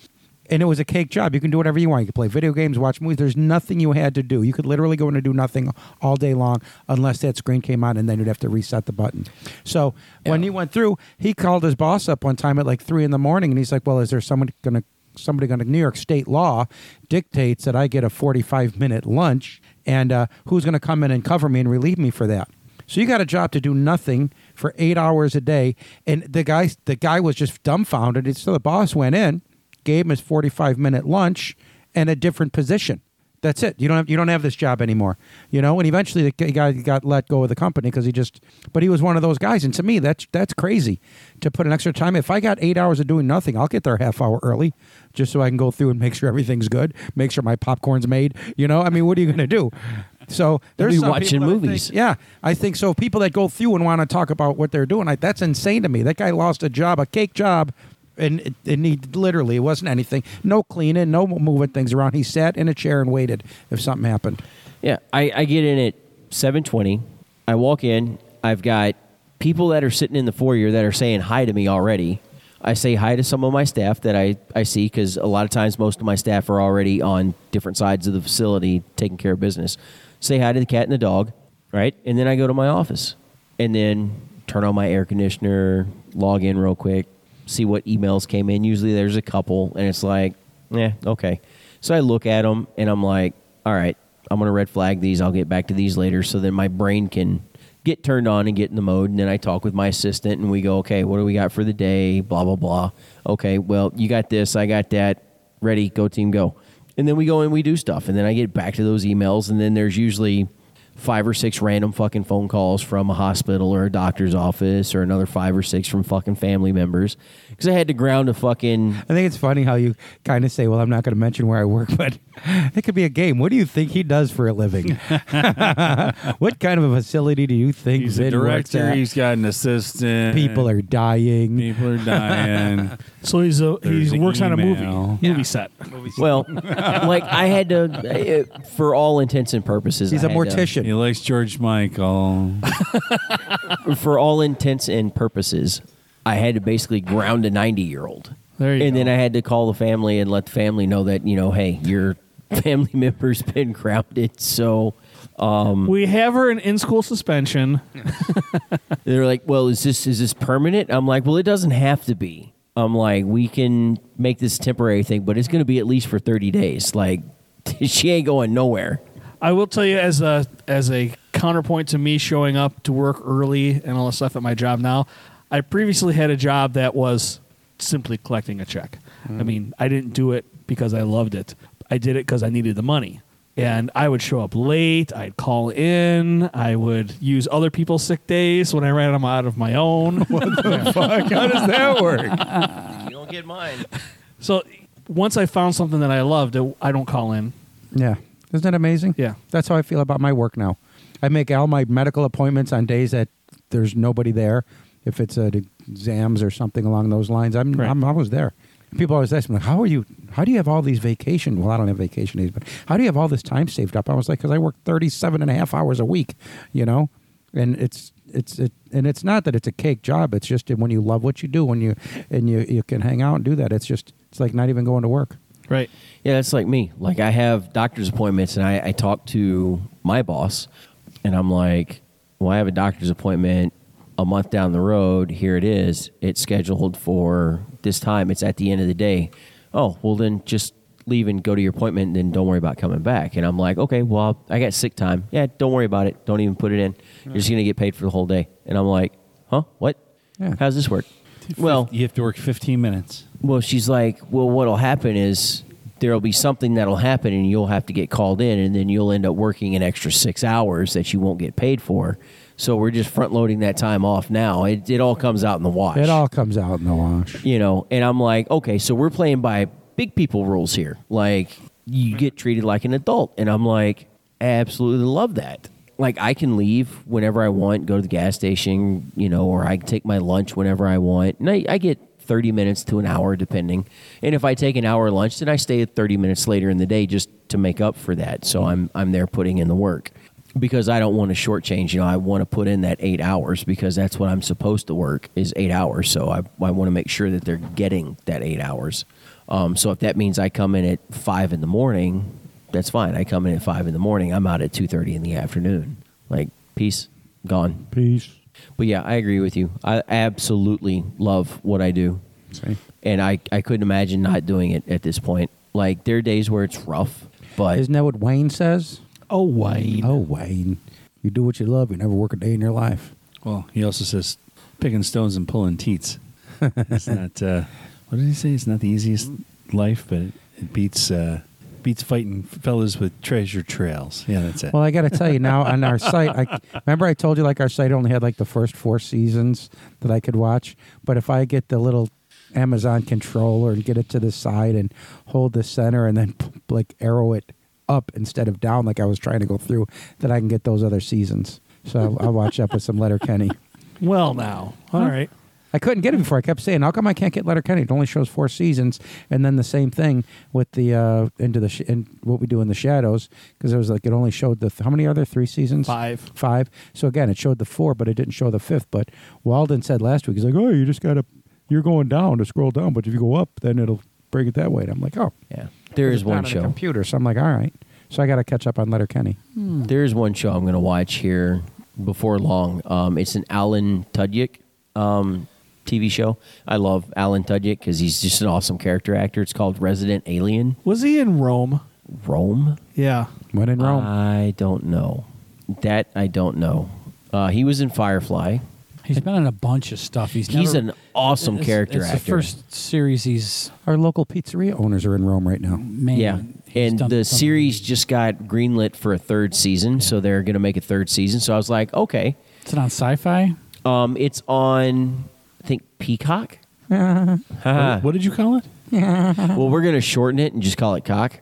S2: And it was a cake job. You can do whatever you want. You can play video games, watch movies. There's nothing you had to do. You could literally go in and do nothing all day long unless that screen came on and then you'd have to reset the button. So when he went through, he called his boss up one time at like three in the morning and he's like, Well, is there someone gonna somebody gonna New York state law dictates that I get a forty five minute lunch and uh, who's gonna come in and cover me and relieve me for that? So you got a job to do nothing for eight hours a day, and the guy the guy was just dumbfounded. And so the boss went in, gave him his forty five minute lunch, and a different position. That's it. You don't have you don't have this job anymore. You know, and eventually the guy got let go of the company because he just. But he was one of those guys, and to me, that's that's crazy to put an extra time. If I got eight hours of doing nothing, I'll get there a half hour early just so I can go through and make sure everything's good, make sure my popcorn's made. You know, I mean, what are you going to do? So there's
S3: be
S2: some people
S3: watching
S2: that I think-
S3: movies.
S2: yeah, I think so. People that go through and want to talk about what they're doing, like that's insane to me. That guy lost a job, a cake job, and and he literally it wasn't anything. No cleaning, no moving things around. He sat in a chair and waited if something happened.
S3: Yeah, I, I get in at seven twenty. I walk in. I've got people that are sitting in the foyer that are saying hi to me already. I say hi to some of my staff that I, I see because a lot of times most of my staff are already on different sides of the facility taking care of business. Say hi to the cat and the dog, right? And then I go to my office and then turn on my air conditioner, log in real quick, see what emails came in. Usually there's a couple, and it's like, yeah, okay. So I look at them and I'm like, all right, I'm going to red flag these. I'll get back to these later so then my brain can get turned on and get in the mode. And then I talk with my assistant and we go, okay, what do we got for the day? Blah, blah, blah. Okay, well, you got this. I got that. Ready, go team, go. And then we go and we do stuff. And then I get back to those emails. And then there's usually five or six random fucking phone calls from a hospital or a doctor's office or another five or six from fucking family members because I had to ground a fucking
S2: I think it's funny how you kind of say, "Well, I'm not going to mention where I work," but it could be a game. What do you think he does for a living? what kind of a facility do you think
S4: He's a
S2: Vin works
S4: director.
S2: at?
S4: He's uh, got an assistant.
S2: People are dying.
S4: people are dying.
S1: So he's a
S4: There's
S1: he
S4: an
S1: works on a movie
S4: email.
S1: movie set.
S3: Well, like I had to, uh, for all intents and purposes,
S2: He's
S3: a
S2: a mortician.
S4: he likes George Michael.
S3: for all intents and purposes, I had to basically ground a ninety-year-old.
S1: There you
S3: and then
S1: go.
S3: I had to call the family and let the family know that you know, hey, your family member's been grounded. So
S1: We have her in in school suspension.
S3: they're like, well, is this is this permanent? I'm like, well, it doesn't have to be. I'm like, we can make this a temporary thing, but it's going to be at least for thirty days. Like, she ain't going nowhere.
S1: I will tell you as a as a counterpoint to me showing up to work early and all the stuff at my job now, I previously had a job that was simply collecting a check. I mean, I didn't do it because I loved it. I did it because I needed the money. And I would show up late. I'd call in. I would use other people's sick days when I ran them out of my own.
S2: How does that work?
S3: You don't get mine.
S1: so once I found something that I loved, it- I don't call in.
S2: Yeah. Isn't that amazing?
S1: Yeah.
S2: That's how I feel about my work now. I make all my medical appointments on days that there's nobody there. If it's at exams or something along those lines, I'm,
S1: Right.
S2: I'm always there. People always ask me, like, how are you, how do you have all these vacation? Well, I don't have vacation days, but how do you have all this time saved up? I was like, because I work 37 and a half hours a week, you know? And it's, it's it, and it's not that it's a cake job. It's just that when you love what you do, when you and you you can hang out and do that. It's just it's like not even going to work.
S1: Right.
S3: Yeah, that's like me. Like I have doctor's appointments, and I, I talk to my boss, and I'm like, "Well, I have a doctor's appointment a month down the road. Here it is. It's scheduled for this time. It's at the end of the day. Oh, well, then just leave and go to your appointment, and then don't worry about coming back." And I'm like, "Okay, well, I got sick time. Yeah, don't worry about it. Don't even put it in. You're just gonna get paid for the whole day." And I'm like, "Huh? What?
S2: Yeah.
S3: How's this work?" Well,
S4: you have to work 15 minutes.
S3: well, she's like, well, what'll happen is there'll be something that'll happen, and you'll have to get called in, and then you'll end up working an extra six hours that you won't get paid for. So we're just front loading that time off now. It, it all comes out in the wash.
S2: It all comes out in the wash.
S3: you know. And I'm like, okay, so we're playing by big people rules here. Like you get treated like an adult, and I'm like, I absolutely love that. Like I can leave whenever I want, go to the gas station, you know, or I can take my lunch whenever I want, and I, I get. 30 minutes to an hour depending and if i take an hour lunch then i stay 30 minutes later in the day just to make up for that so i'm i'm there putting in the work because I don't want to shortchange. You know, I want to put in that eight hours because that's what I'm supposed to work is eight hours. So I, I want to make sure that they're getting that eight hours. Um, so if that means I come in at five in the morning, that's fine. I come in at five in the morning. I'm out at two thirty in the afternoon. Like peace, gone.
S2: Peace.
S3: But yeah, I agree with you. I absolutely love what I do. And I, I couldn't imagine not doing it at this point. Like there are days where it's rough, but
S2: Isn't that what Wayne says?
S1: Oh, Wayne.
S2: Oh, Wayne, you do what you love. You never work a day in your life.
S4: Well, he also says picking stones and pulling teats. it's not. Uh, what did he say? It's not the easiest life, but it, it beats uh, beats fighting fellas with treasure trails. Yeah, that's it.
S2: Well, I got to tell you now on our site, I remember I told you like our site only had like the first four seasons that I could watch, but if I get the little Amazon controller and get it to the side and hold the center and then like arrow it up instead of down like I was trying to go through, that I can get those other seasons. So I'll, I'll watch up with some Letter Kenny.
S1: Well, now, all right.
S2: I couldn't get it before. I kept saying, "How come I can't get Letterkenny? It only shows four seasons." And then the same thing with the uh, into the sh- and what we do in the shadows because it was like it only showed the th- how many other three seasons?
S1: Five.
S2: Five. So again, it showed the four, but it didn't show the fifth. But Walden said last week, he's like, "Oh, you just gotta you're going down to scroll down, but if you go up, then it'll break it that way." And I'm like, "Oh,
S3: Yeah. There
S2: it's
S3: is
S2: down
S3: one
S2: on the
S3: show.
S2: computer." So I'm like, "All right." So I got to catch up on Letterkenny.
S3: There is one show I'm going to watch here before long. Um, it's an Alan Tudyk um, TV show. I love Alan Tudyk because he's just an awesome character actor. It's called Resident Alien
S1: Was he in Rome?
S3: Rome.
S1: Yeah.
S2: When in Rome,
S3: I don't know. That I don't know. Uh, he was in Firefly.
S5: He's been on a bunch of stuff. He's
S3: He's
S5: never-
S3: an awesome
S5: it's-
S3: character
S5: it's
S3: actor.
S5: The first series he's
S2: our local pizzeria owners are in Rome right now.
S5: made.
S3: yeah.
S5: He's
S3: And
S5: done
S3: the
S5: something.
S3: series just got greenlit for a third season, so they're going to make a third season. So I was like, okay,
S5: It's not on sci-fi.
S3: um, it's on I think Peacock.
S5: uh,
S4: what, what did you call it?
S3: Well, we're going to shorten it and just call it Cock.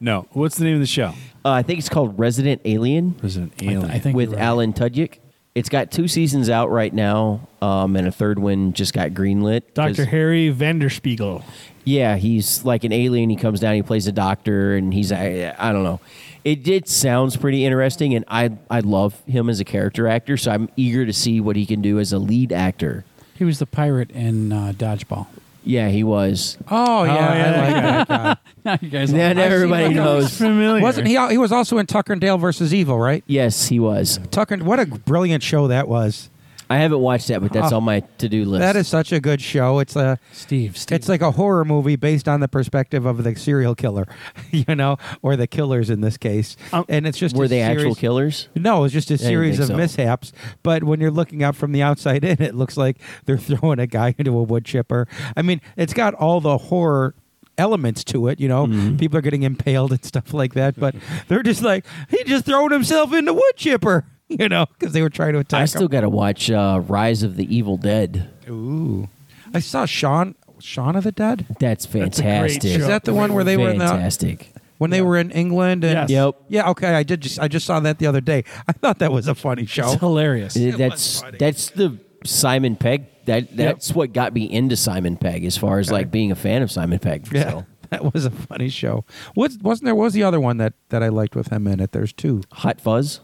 S4: No. What's the name of the show?
S3: Uh, I think it's called Resident Alien
S4: Was it an
S5: I, th-
S4: alien?
S5: I think
S3: with
S5: you're right.
S3: Alan Tudyk. It's got two seasons out right now, um, and a third one just got greenlit. 'cause-
S1: Dr. Harry Vanderspiegel.
S3: Yeah, he's like an alien. He comes down, he plays a doctor, and he's I, I don't know. It did sounds pretty interesting, and I I love him as a character actor, so I'm eager to see what he can do as a lead actor.
S5: He was the pirate in uh, Dodgeball.
S3: Yeah, he was.
S2: Oh yeah, I like that guy.
S5: now you guys.
S3: Now
S5: all-
S3: that everybody knows.
S1: Familiar.
S2: Wasn't he? He was also in Tucker and Dale versus Evil, right?
S3: Yes, he was.
S2: Tucker, what a brilliant show that was.
S3: I haven't watched that, but that's
S2: Oh.
S3: on my to do list.
S2: That is such a good show. It's a
S5: Steve. Steve.
S2: it's like a horror movie based on the perspective of the serial killer, you know, or the killers in this case.
S1: Um,
S2: and it's just
S3: were
S2: a
S3: they actual
S2: series-
S3: killers?
S2: No, it's just a
S3: didn't
S2: series
S3: think
S2: of
S3: so.
S2: mishaps. But when you're looking out from the outside in, it looks like they're throwing a guy into a wood chipper. I mean, it's got all the horror elements to it. You know,
S3: Mm-hmm.
S2: people are getting impaled and stuff like that. But they're just like he just thrown himself in the wood chipper. You know, because they were trying to attack.
S3: I
S2: him.
S3: still got to watch uh, Rise of the Evil Dead.
S2: Ooh, I saw Sean Shaun of the Dead.
S3: That's
S1: a great
S3: fantastic.
S1: show.
S2: Is that the one where they were in the
S3: fantastic?
S2: when they were in England?
S1: Yes.
S2: And
S3: Yep.
S2: Yeah. Okay. I did. Just, I just saw that the other day. I thought that was a funny show.
S1: It's hilarious.
S3: Th- that's
S2: funny.
S3: that's the Simon Pegg. That that's what got me into Simon Pegg as far as like being a fan of Simon Pegg.
S2: yeah.
S3: So.
S2: That was a funny show. What wasn't there? What was the other one that that I liked with him in it? There's two.
S3: Hot Fuzz.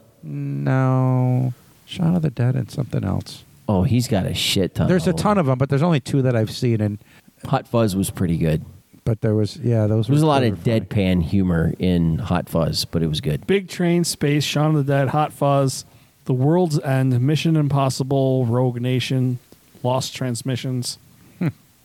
S2: No, Shaun of the Dead and something else.
S3: Oh, he's got a shit ton.
S2: There's a ton of them, but there's only two that I've seen. And
S3: Hot Fuzz was pretty good.
S2: but there was yeah, those.
S3: There was
S2: were-
S3: a lot
S2: those
S3: of
S2: were funny.
S3: deadpan humor in Hot Fuzz, but it was good.
S1: Big Train, Space, Shaun of the Dead, Hot Fuzz, The World's End, Mission Impossible, Rogue Nation, Lost Transmissions.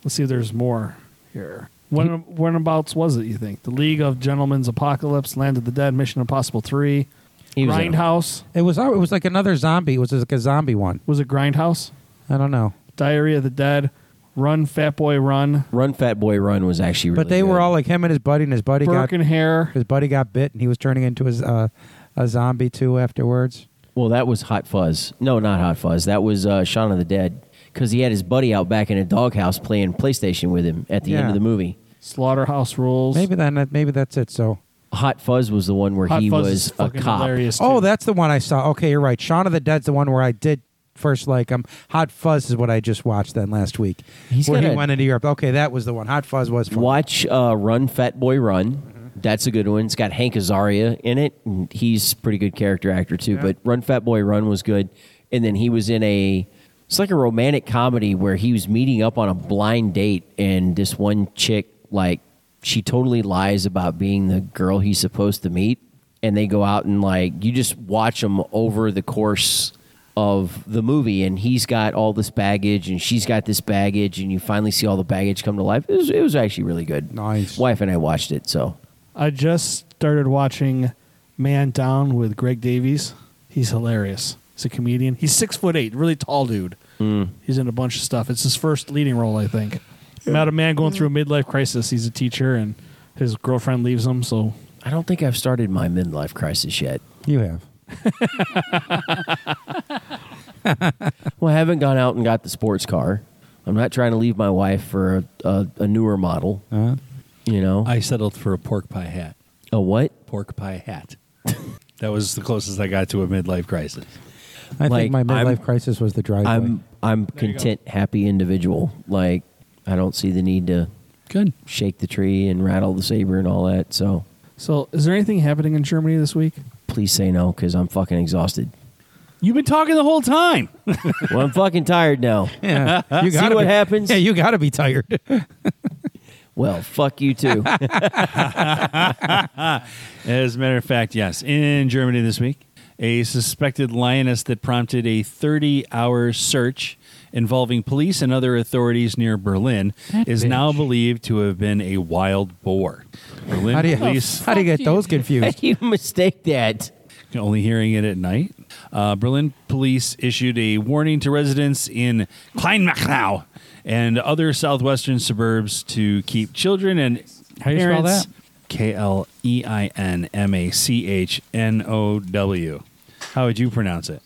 S1: Let's see if there's more here. When whenabouts was it? You think the League of Gentlemen's Apocalypse, Land of the Dead, Mission Impossible Three,
S3: He was in a-
S1: Grindhouse
S2: It was it was like another zombie. It was like a zombie one.
S1: was it Grindhouse?
S2: I don't know.
S1: Diary of the Dead, Run Fat Boy Run,
S3: Run Fat Boy Run was actually. Really
S2: but they were
S3: good.
S2: all like him and his buddy, and his buddy
S1: Burke
S2: got
S1: and Hare.
S2: his buddy got bit, and he was turning into his uh, a zombie too afterwards.
S3: Well, that was Hot Fuzz. No, not Hot Fuzz. That was uh, Shaun of the Dead because he had his buddy out back in a doghouse playing PlayStation with him at the end
S2: Yeah.
S3: of the movie.
S1: Slaughterhouse Rules.
S2: Maybe that maybe that's it. So
S3: Hot Fuzz was the one where
S1: Hot
S3: he
S1: Fuzz
S3: was
S1: is
S3: a
S1: fucking
S3: cop.
S1: hilarious. too.
S2: oh, that's the one I saw. Okay, you're right. Shaun of the Dead's the one where I did first like him. Hot Fuzz is what I just watched then last week.
S3: He's
S2: where
S3: got
S2: he
S3: a-
S2: went into Europe. Okay, that was the one. Hot Fuzz was fun.
S3: Watch uh, Run Fat Boy Run. That's a good one. It's got Hank Azaria in it. And he's a pretty good character actor too. But Run Fat Boy Run was good. And then he was in a it's like a romantic comedy where he was meeting up on a blind date and this one chick like she totally lies about being the girl he's supposed to meet and they go out and like you just watch them over the course of the movie and he's got all this baggage and she's got this baggage and you finally see all the baggage come to life it was, it was actually really good
S2: Nice.
S3: wife and i watched it so
S1: I just started watching Man Down with Greg Davies. He's hilarious. He's a comedian. He's six foot eight, really tall dude.
S2: Hmm.
S1: He's in a bunch of stuff. It's his first leading role, I think. About a man going through a midlife crisis. He's a teacher, and his girlfriend leaves him, so
S3: I don't think I've started my midlife crisis yet.
S2: You have.
S3: Well, I haven't gone out and got the sports car. I'm not trying to leave my wife for a, a, a newer model.
S2: Uh,
S3: You know,
S4: I settled for a pork pie hat.
S3: a what?
S4: Pork pie hat. that was the closest I got to a midlife crisis.
S2: I
S3: Like,
S2: think my midlife
S3: I'm-
S2: crisis was the driveway.
S3: I'm I'm content, happy individual. Like I don't see the need to
S4: Good.
S3: shake the tree and rattle the saber and all that. So
S1: so is there anything happening in Germany this week?
S3: please say no because I'm fucking exhausted.
S4: You've been talking the whole time.
S3: well, I'm fucking tired now.
S2: yeah, you
S3: See
S2: gotta
S3: what
S2: be-
S3: happens?
S2: Yeah, you got to be tired.
S3: Well, fuck you too.
S4: As a matter of fact, yes. In Germany this week, a suspected lioness that prompted a 30 hour search involving police and other authorities near Berlin
S5: That
S4: is
S5: bitch.
S4: now believed to have been a wild boar. Berlin
S2: How do you
S4: police
S2: how do you get those confused?
S3: you mistake that.
S4: only hearing it at night. Uh, Berlin police issued a warning to residents in Kleinmachnow and other southwestern suburbs to keep children and
S5: How you spell
S4: parents-
S5: that?
S4: K L E I N M A C H N O W. How would you pronounce it?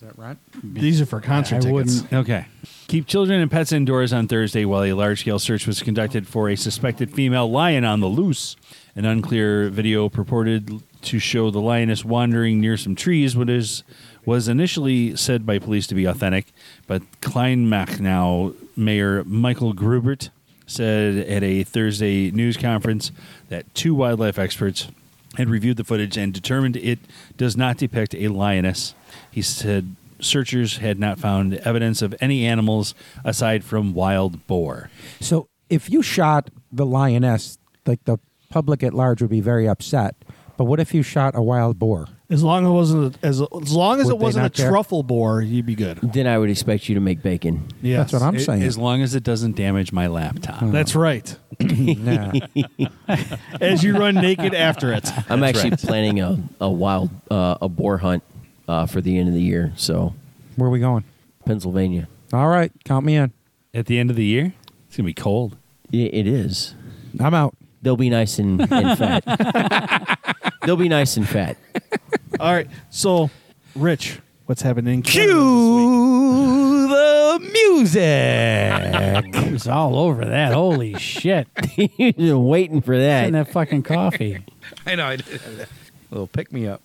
S1: These are for concert
S5: I
S1: tickets.
S5: wouldn't.
S4: Okay. Keep children and pets indoors on Thursday while a large scale search was conducted for a suspected female lion on the loose. An unclear video purported to show the lioness wandering near some trees, what is was initially said by police to be authentic, but Kleinmachnow Mayor Michael Grubert said at a Thursday news conference that two wildlife experts had reviewed the footage and determined it does not depict a lioness. He said searchers had not found evidence of any animals aside from wild boar.
S2: So if you shot the lioness, like the public at large would be very upset. But what if you shot a wild boar?
S1: As long as it wasn't a, as, as long as
S2: Would
S1: it
S2: they
S1: wasn't a
S2: not care?
S1: truffle boar, you'd be good.
S3: Then I would expect you to make bacon.
S1: Oh, Yeah, Oh.
S2: That's what I'm
S4: A-
S2: saying.
S4: As long as it doesn't damage my laptop.
S1: That's right.
S2: Nah.
S1: As you run naked after it.
S3: I'm actually planning a, a wild uh, a boar hunt uh, for the end of the year. So
S2: Where are we going?
S3: Pennsylvania,
S2: All right, count me in.
S4: At the end of the year, it's going to be cold.
S3: I- it is.
S2: I'm out.
S3: They'll be nice and, and fat. They'll be nice and fat.
S1: All right. So, Rich, what's happening? in Canada this week?
S2: Cue the music.
S5: He was all over that. Holy shit.
S3: You've been waiting for that.
S5: And that fucking coffee.
S2: I know I did. A little pick me up.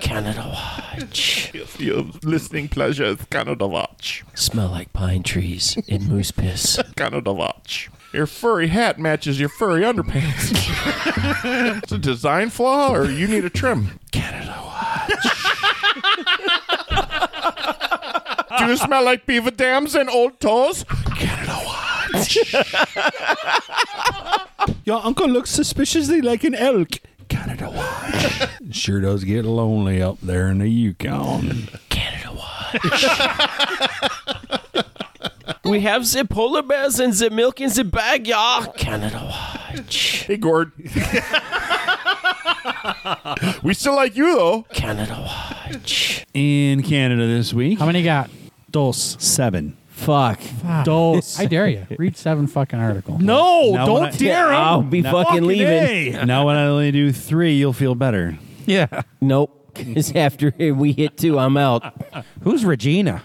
S3: Canada Watch.
S6: If your listening pleasure is Canada Watch.
S3: Smell like pine trees and moose piss.
S6: Canada Watch. Your furry hat matches your furry underpants. it's a design flaw, or you need a trim. Canada Watch. Do you smell like beaver dams and old toes? Canada Watch.
S4: Your uncle looks suspiciously like an elk. Canada Watch. sure does get lonely up there in the Yukon.
S3: Canada Watch. we have the polar bears and the milk in the bag, y'all. Canada Watch.
S6: Hey, Gord. we still like you, though.
S3: Canada Watch.
S4: In Canada this week,
S5: How many you got?
S1: Dos.
S4: seven.
S3: Fuck.
S1: Dos.
S5: I dare you. Read seven fucking articles.
S1: no,
S4: Now when
S1: don't
S4: I-
S1: dare him.
S3: I'll be fucking leaving.
S4: now when I only do three, you'll feel better.
S2: Yeah.
S3: Nope. Because after we hit two, I'm out.
S2: Who's Regina?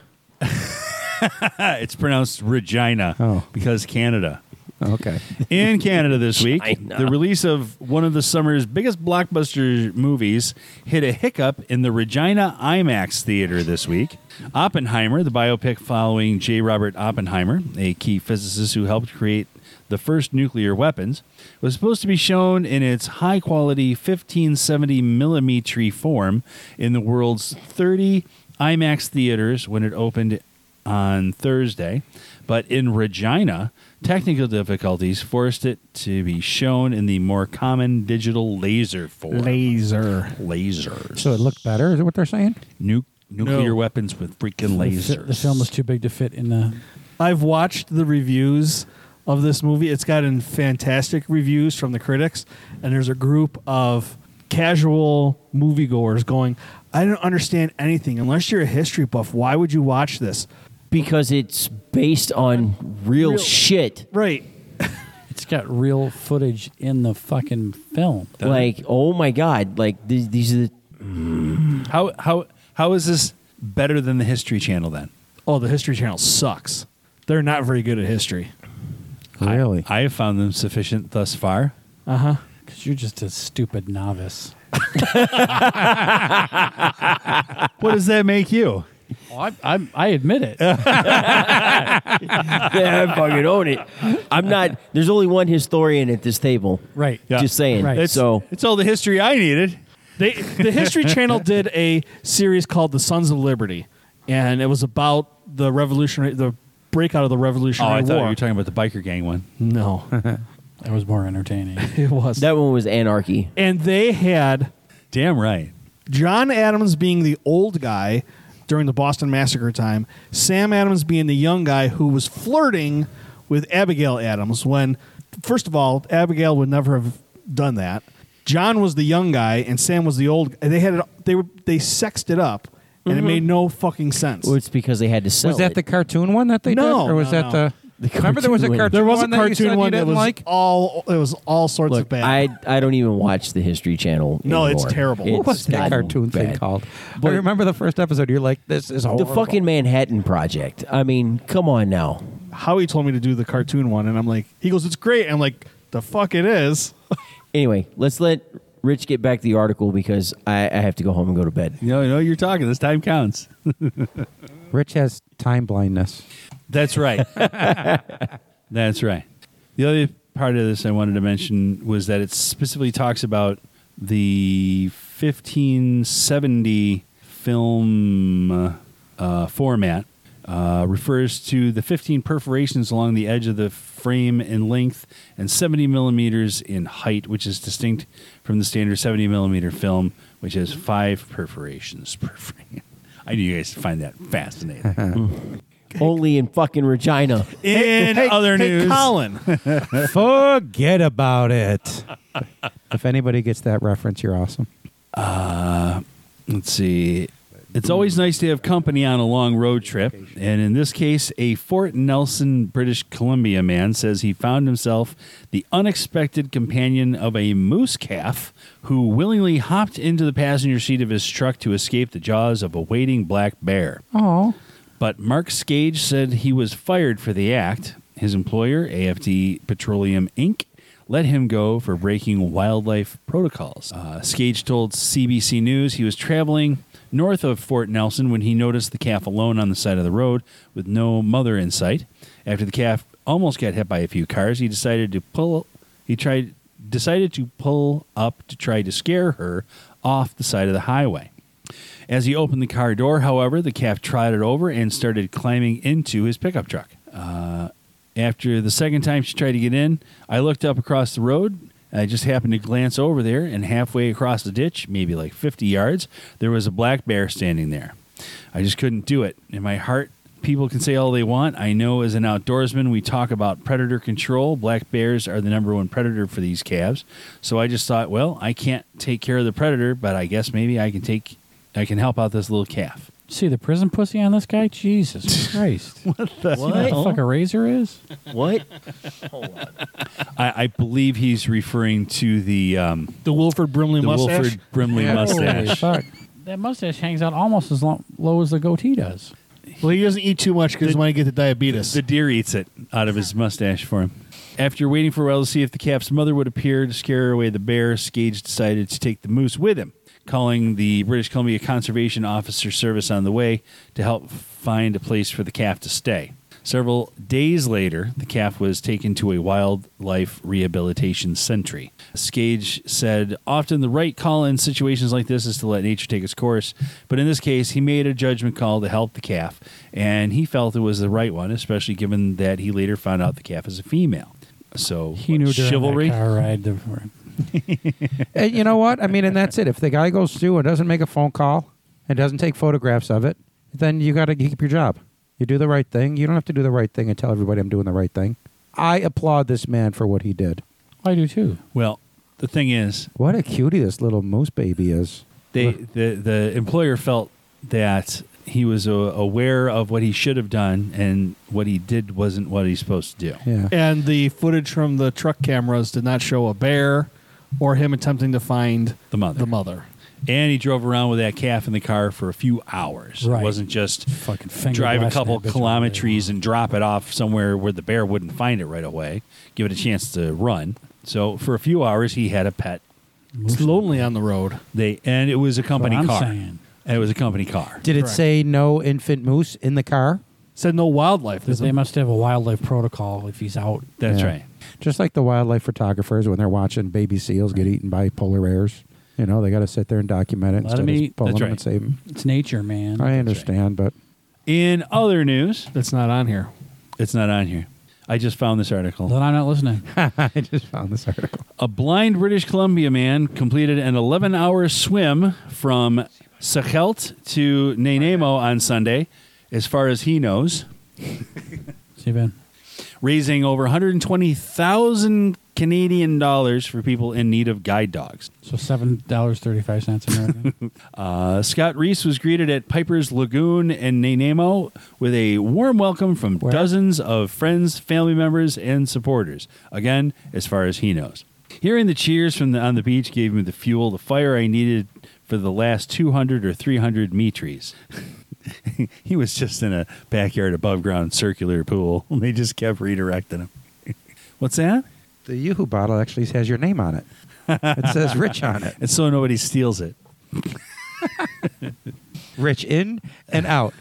S4: Ah, it's pronounced Regina
S2: Oh.
S4: because Canada.
S2: Okay.
S4: In Canada this week,
S3: China.
S4: the release of one of the summer's biggest blockbuster movies hit a hiccup in the Regina IMAX theater this week. Oppenheimer, the biopic following J. Robert Oppenheimer, a key physicist who helped create the first nuclear weapons, was supposed to be shown in its high quality 1570 millimetry form in the world's 30 IMAX theaters when it opened on Thursday, but in Regina, technical difficulties forced it to be shown in the more common digital laser form.
S1: Laser.
S4: Lasers.
S2: So it looked better. Is that what they're saying?
S4: Nu- nuclear
S1: No.
S4: weapons with freaking
S5: The fi-
S4: lasers.
S5: The film was too big to fit in the.
S1: I've watched the reviews of this movie. It's gotten fantastic reviews from the critics, and there's a group of casual moviegoers going, I don't understand anything. Unless you're a history buff, why would you watch this?
S3: because it's based on real,
S1: Real-
S3: shit.
S1: Right.
S5: It's got real footage in the fucking film.
S3: Like, oh my god! Like these, these are the
S4: How how how is this better than the History Channel then?
S1: Oh, the History Channel sucks. They're not very good at history.
S2: Really?
S4: I have found them sufficient thus far.
S5: Because you're just a stupid novice.
S4: What does that make you?
S5: Well, I, I'm, I admit it.
S3: yeah, I fucking own it. I'm not. There's only one historian at this table.
S5: right.
S4: Yeah.
S3: Just saying.
S5: Right.
S4: It's,
S3: So
S4: it's all the history I needed.
S1: They, the History Channel did a series called The Sons of Liberty, and it was about the Revolutionary, the breakout of the
S4: Oh, I
S1: Revolutionary
S4: thought
S1: War.
S4: you were talking about the biker gang one.
S1: no,
S5: That was more entertaining.
S1: it was.
S3: that one was anarchy.
S1: and they had
S4: Damn right.
S1: John Adams being the old guy during the Boston Massacre time, Sam Adams being the young guy who was flirting with Abigail Adams when, first of all, Abigail would never have done that. John was the young guy and Sam was the old. They had it. They were they sexed it up, and
S2: Mm-hmm.
S1: it made no fucking sense.
S3: Well, it's because they had to sell
S2: Was that
S3: it.
S2: the cartoon one that they
S1: No,
S2: did, or was
S1: no,
S2: that
S1: no.
S2: the? remember, there was a
S3: cartoon one.
S2: cartoon.
S1: there was a
S2: one that you said
S1: cartoon
S2: you
S1: one that
S2: didn't
S1: was
S2: like.
S1: all it was all sorts of
S3: Look,
S1: bad.
S3: I I don't even watch the History Channel.
S1: No, it's
S3: anymore.
S1: terrible.
S3: It's
S2: What was that
S3: gotten
S2: cartoon thing
S3: bad.
S2: called? I remember the first episode. You're like, this is
S3: The
S2: horrible.
S3: fucking Manhattan Project. I mean, come on now.
S1: Howie told me to do the cartoon one, and I'm like, he goes, "It's great." I'm like, "The fuck it is."
S3: Anyway, let's let Rich get back to the article because I, I have to go home and go to bed.
S4: No, no, you're talking. This time counts.
S2: Rich has time blindness.
S4: That's right. That's right. The other part of this I wanted to mention was that it specifically talks about the 1570 film uh, format. Uh, refers to the 15 perforations along the edge of the frame in length and 70 millimeters in height, which is distinct from the standard 70 millimeter film, which has five perforations per frame. I knew you guys would find that fascinating.
S3: Only in fucking Regina.
S4: In other
S1: hey,
S4: news,
S1: Colin.
S2: Forget about it. if anybody gets that reference, you're awesome.
S4: let's see. It's always nice to have company on a long road trip. And in this case, a Fort Nelson, British Columbia man says he found himself the unexpected companion of a moose calf who willingly hopped into the passenger seat of his truck to escape the jaws of a waiting black bear.
S2: Oh,
S4: But Mark Skage said he was fired for the act. His employer, AFD Petroleum Inc., let him go for breaking wildlife protocols. Uh, Skage told CBC News he was traveling north of Fort Nelson when he noticed the calf alone on the side of the road with no mother in sight. After the calf almost got hit by a few cars, he decided to pull. He tried decided to pull up to try to scare her off the side of the highway. As he opened the car door, however, the calf trotted over and started climbing into his pickup truck. Uh, after the second time she tried to get in, I looked up across the road. I just happened to glance over there, and halfway across the ditch, maybe like 50 yards, there was a black bear standing there. I just couldn't do it. In my heart, people can say all they want. I know as an outdoorsman, we talk about predator control. Black bears are the number one predator for these calves. So I just thought, well, I can't take care of the predator, but I guess maybe I can take I can help out this little calf.
S5: See the prison pussy on this guy? Jesus Christ. what the
S3: What?
S5: fuck a razor is?
S3: what?
S4: I, I believe he's referring to the um,
S1: The Wilford Brimley
S4: the
S1: mustache.
S4: Wilford Brimley
S5: Holy
S4: mustache.
S5: fuck. That mustache hangs out almost as long, low as the goatee does.
S1: Well, he doesn't eat too much because he doesn't want to get the diabetes.
S4: The deer eats it out of his mustache for him. After waiting for a while to see if the calf's mother would appear to scare away the bear, Skage decided to take the moose with him, calling the British Columbia Conservation Officer Service on the way to help find a place for the calf to stay. Several days later, the calf was taken to a wildlife rehabilitation century. Skage said, Often the right call in situations like this is to let nature take its course, but in this case, he made a judgment call to help the calf, and he felt it was the right one, especially given that he later found out the calf is a female. So,
S5: He knew during
S4: chivalry?
S5: That car ride the,
S2: and Eh, you know what? I mean, and that's it. If the guy goes through and doesn't make a phone call and doesn't take photographs of it, then you got to keep your job. You do the right thing. You don't have to do the right thing and tell everybody I'm doing the right thing. I applaud this man for what he did.
S5: I do too.
S4: Well, the thing is,
S2: What a cutie this little moose baby is.
S4: they the the employer felt that he was uh, aware of what he should have done, and what he did wasn't what he's supposed to do.
S2: Yeah.
S1: And the footage from the truck cameras did not show a bear or him attempting to find
S4: The mother.
S1: The mother.
S4: And he drove around with that calf in the car for a few hours.
S5: Right.
S4: It wasn't just
S5: Fucking finger
S4: drive a
S5: blasting
S4: couple
S5: that bitch all day
S4: kilometries and drop it off somewhere where the bear wouldn't find it right away, give it a chance to run. So for a few hours, he had a pet.
S1: It's lonely on the road.
S4: They and it was a company
S5: I'm
S4: car.
S5: saying.
S4: And it was a company car.
S2: Did it
S1: Correct.
S2: say no infant moose in the car?
S1: Said no wildlife. There's
S5: Because they
S1: a-
S5: must have a wildlife protocol if he's out.
S4: That's
S2: Yeah.
S4: right.
S2: Just like the wildlife photographers when they're watching baby seals get eaten by polar bears. You know, they got to sit there and document it
S5: Let
S2: instead
S5: 'em
S2: of
S5: eat.
S2: pulling
S4: That's
S2: them
S4: right.
S2: and saving.
S5: It's nature, man.
S2: I understand, but
S4: In other news,
S1: that's not on here.
S4: it's not on here. I just found this article.
S5: Then I'm not listening.
S2: I just found this article.
S4: A blind British Columbia man completed an 11 hour swim from Sakelt to Nanaimo on Sunday, as far as he knows,
S5: See, Ben.
S4: raising over 120,000 Canadian dollars for people in need of guide dogs.
S5: So seven dollars thirty five cents American.
S4: Uh, Scott Reese was greeted at Piper's Lagoon in Nanaimo with a warm welcome from
S5: Where?
S4: dozens of friends, family members, and supporters. Again, as far as he knows. Hearing the cheers from the, on the beach gave me the fuel, the fire I needed for the last 200 or 300 metries. he was just in a backyard above ground circular pool, and they just kept redirecting him. What's that?
S2: The Yoo-Hoo bottle actually has your name on it. It says Rich on it.
S4: It's so nobody steals it.
S2: Rich in and out.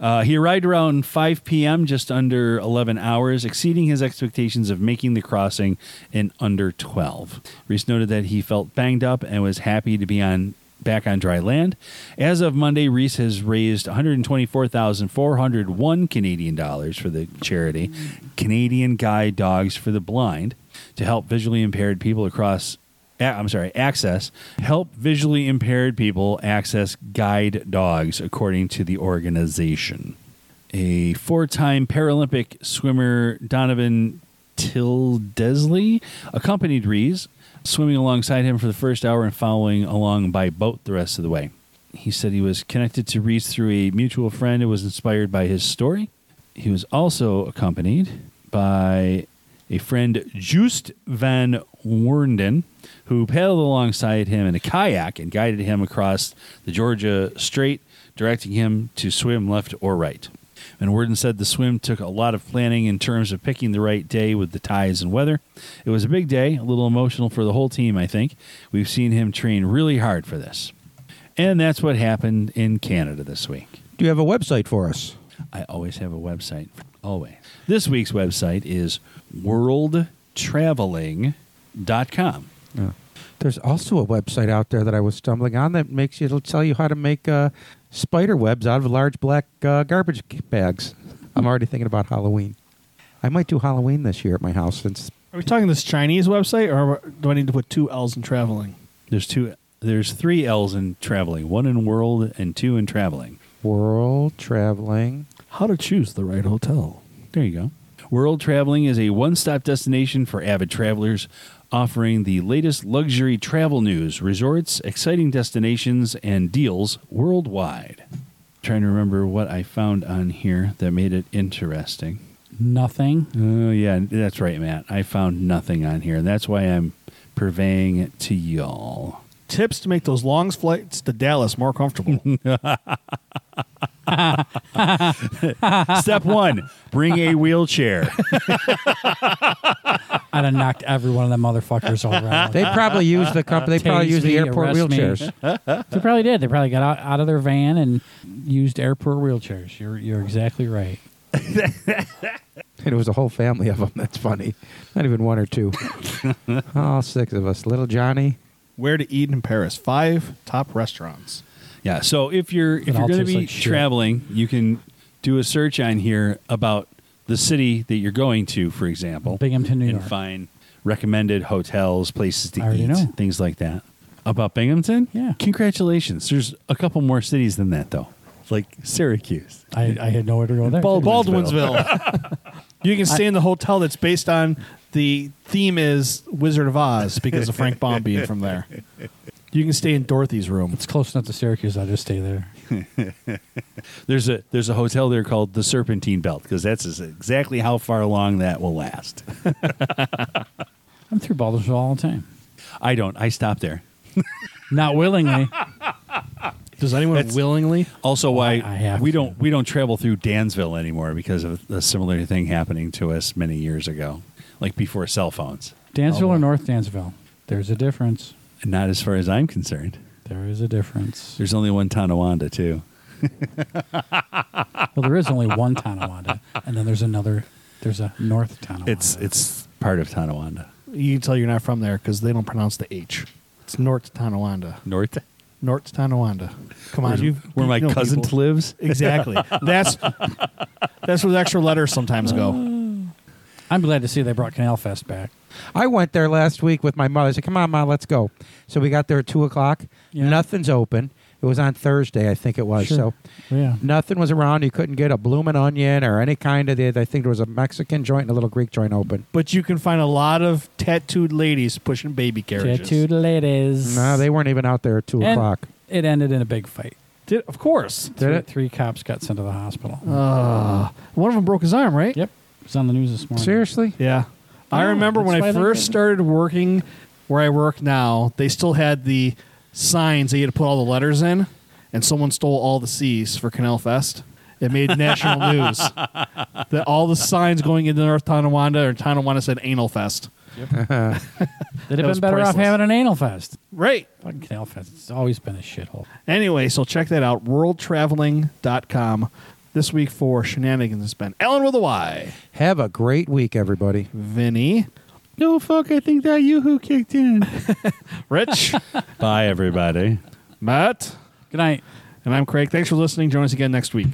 S4: Uh, he arrived around 5 p.m., just under 11 hours, exceeding his expectations of making the crossing in under 12. Reese noted that he felt banged up and was happy to be on back on dry land. As of Monday, Reese has raised 124,401 Canadian dollars for the charity Canadian Guide Dogs for the Blind to help visually impaired people across a- I'm sorry, access, help visually impaired people access guide dogs, according to the organization. A four time Paralympic swimmer, Donovan Tildesley, accompanied Rees, swimming alongside him for the first hour and following along by boat the rest of the way. He said he was connected to Rees through a mutual friend who was inspired by his story. He was also accompanied by a friend, Joost van Wornden, who paddled alongside him in a kayak and guided him across the Georgia Strait, directing him to swim left or right. And Worden said the swim took a lot of planning in terms of picking the right day with the tides and weather. It was a big day, a little emotional for the whole team, I think. We've seen him train really hard for this. And that's what happened in Canada this week.
S2: Do you have a website for us?
S4: I always have a website. Always. This week's website is worldtraveling.com.
S2: There's also a website out there that I was stumbling on that makes you, it'll tell you how to make uh, spider webs out of large black uh, garbage c- bags. I'm already thinking about Halloween. I might do Halloween this year at my house since
S1: Are we talking this Chinese website, or do I need to put two L's in traveling?
S4: There's two there's three L's in traveling. One in world and two in traveling.
S2: world traveling.
S1: How to choose the right hotel?
S4: There you go. World Traveling is a one stop destination for avid travelers, offering the latest luxury travel news, resorts, exciting destinations, and deals worldwide. Trying to remember what I found on here that made it interesting.
S5: Nothing.
S4: Oh, yeah, that's right, Matt. I found nothing on here. and That's why I'm purveying it to y'all.
S1: Tips to make those long flights to Dallas more comfortable.
S4: Step one bring a wheelchair.
S5: I'd have knocked every one of them motherfuckers over. I
S2: They
S5: would-
S2: probably use the company. They probably
S5: Tase
S2: use the
S5: me,
S2: airport
S5: arrest me.
S2: wheelchairs.
S5: they probably did. They probably got out, out of their van and used airport wheelchairs. You're you're exactly right.
S2: It was a whole family of them. That's funny. Not even one or two. All six of us. Little Johnny.
S1: Where to eat in Paris? Five top restaurants.
S4: Yeah. So if you're if
S5: It
S4: you're
S5: all
S4: going to
S5: tastes
S4: be
S5: like shit.
S4: traveling, you can do a search on here about the city that you're going to, for example,
S5: Binghamton, New
S4: and
S5: York.
S4: find recommended hotels, places to
S5: I already
S4: eat,
S5: know.
S4: things like that. About Binghamton?
S5: Yeah.
S4: Congratulations. There's a couple more cities than that though, like Syracuse.
S5: I, I had nowhere to go there.
S1: Baldwinsville. you can stay in the hotel that's based on the theme is Wizard of Oz because of Frank Baum being from there. You can stay in Dorothy's room.
S5: It's close enough to Syracuse. I'll just stay there.
S4: There's a there's a hotel there called the Serpentine Belt because that's is exactly how far along that will last.
S5: I'm through Baldur's Wall all the time.
S4: I don't. I stop there.
S5: Not willingly.
S1: Does anyone
S4: That's-
S1: willingly?
S4: Also, why
S5: I have
S4: we
S5: to.
S4: don't we don't travel through Dansville anymore because of a similar thing happening to us many years ago, like before cell phones.
S5: Dansville
S4: Oh,
S5: or
S4: boy.
S5: North Dansville? There's a difference.
S4: Not as far as I'm concerned.
S5: There is a difference.
S4: There's only one Tonawanda too.
S5: well, there is only one Tonawanda, and then there's another. There's a North Tonawanda.
S4: It's it's part of Tonawanda.
S1: You can tell you're not from there because they don't pronounce the H. It's North Tonawanda.
S4: North,
S1: North Tonawanda. Come on,
S4: where,
S1: you.
S4: where my
S1: you know
S4: cousin
S1: people.
S4: lives.
S1: Exactly. That's that's where the extra letters sometimes
S4: Uh.
S1: go.
S5: I'm glad to see they brought Canal Fest back.
S2: I went there last week with my mother. I said, "Come on, ma, let's go." So we got there at two o'clock.
S5: Yeah.
S2: Nothing's open. It was on Thursday, I think it was.
S5: Sure.
S2: So
S5: Yeah.
S2: nothing was around. You couldn't get a blooming onion or any kind of. I think there was a Mexican joint and a little Greek joint open.
S1: But you can find a lot of tattooed ladies pushing baby carriages.
S5: Tattooed ladies.
S2: No, they weren't even out there at two
S5: And
S2: o'clock.
S5: It ended in a big fight.
S1: Did, of course.
S2: Did
S5: three,
S2: it?
S5: Three cops got sent to the hospital.
S1: One of them broke his arm, right?
S5: yep. It was on the news this morning.
S2: Seriously?
S1: Yeah. I
S5: Oh,
S1: remember
S5: that's
S1: when
S5: why
S1: I
S5: they
S1: first
S5: did it.
S1: started working where I work now, they still had the signs that you had to put all the letters in, and someone stole all the C's for Canal Fest. It made national news that all the signs going into North Tonawanda or Tonawanda said Anal Fest.
S5: They'd
S1: was
S5: have been better off
S1: priceless.
S5: having an anal fest.
S1: Right.
S5: Fucking Canal Fest. It's always been a shithole.
S1: Anyway, so check that out worldtraveling.com. This week for shenanigans has been Ellen with a Y,
S2: Have a great week, everybody.
S1: Vinny,
S4: No fuck, I think that yoo-hoo kicked in.
S1: Rich,
S4: Bye everybody.
S1: Matt,
S5: Good night.
S1: and I'm Craig. Thanks for listening. Join us again next week.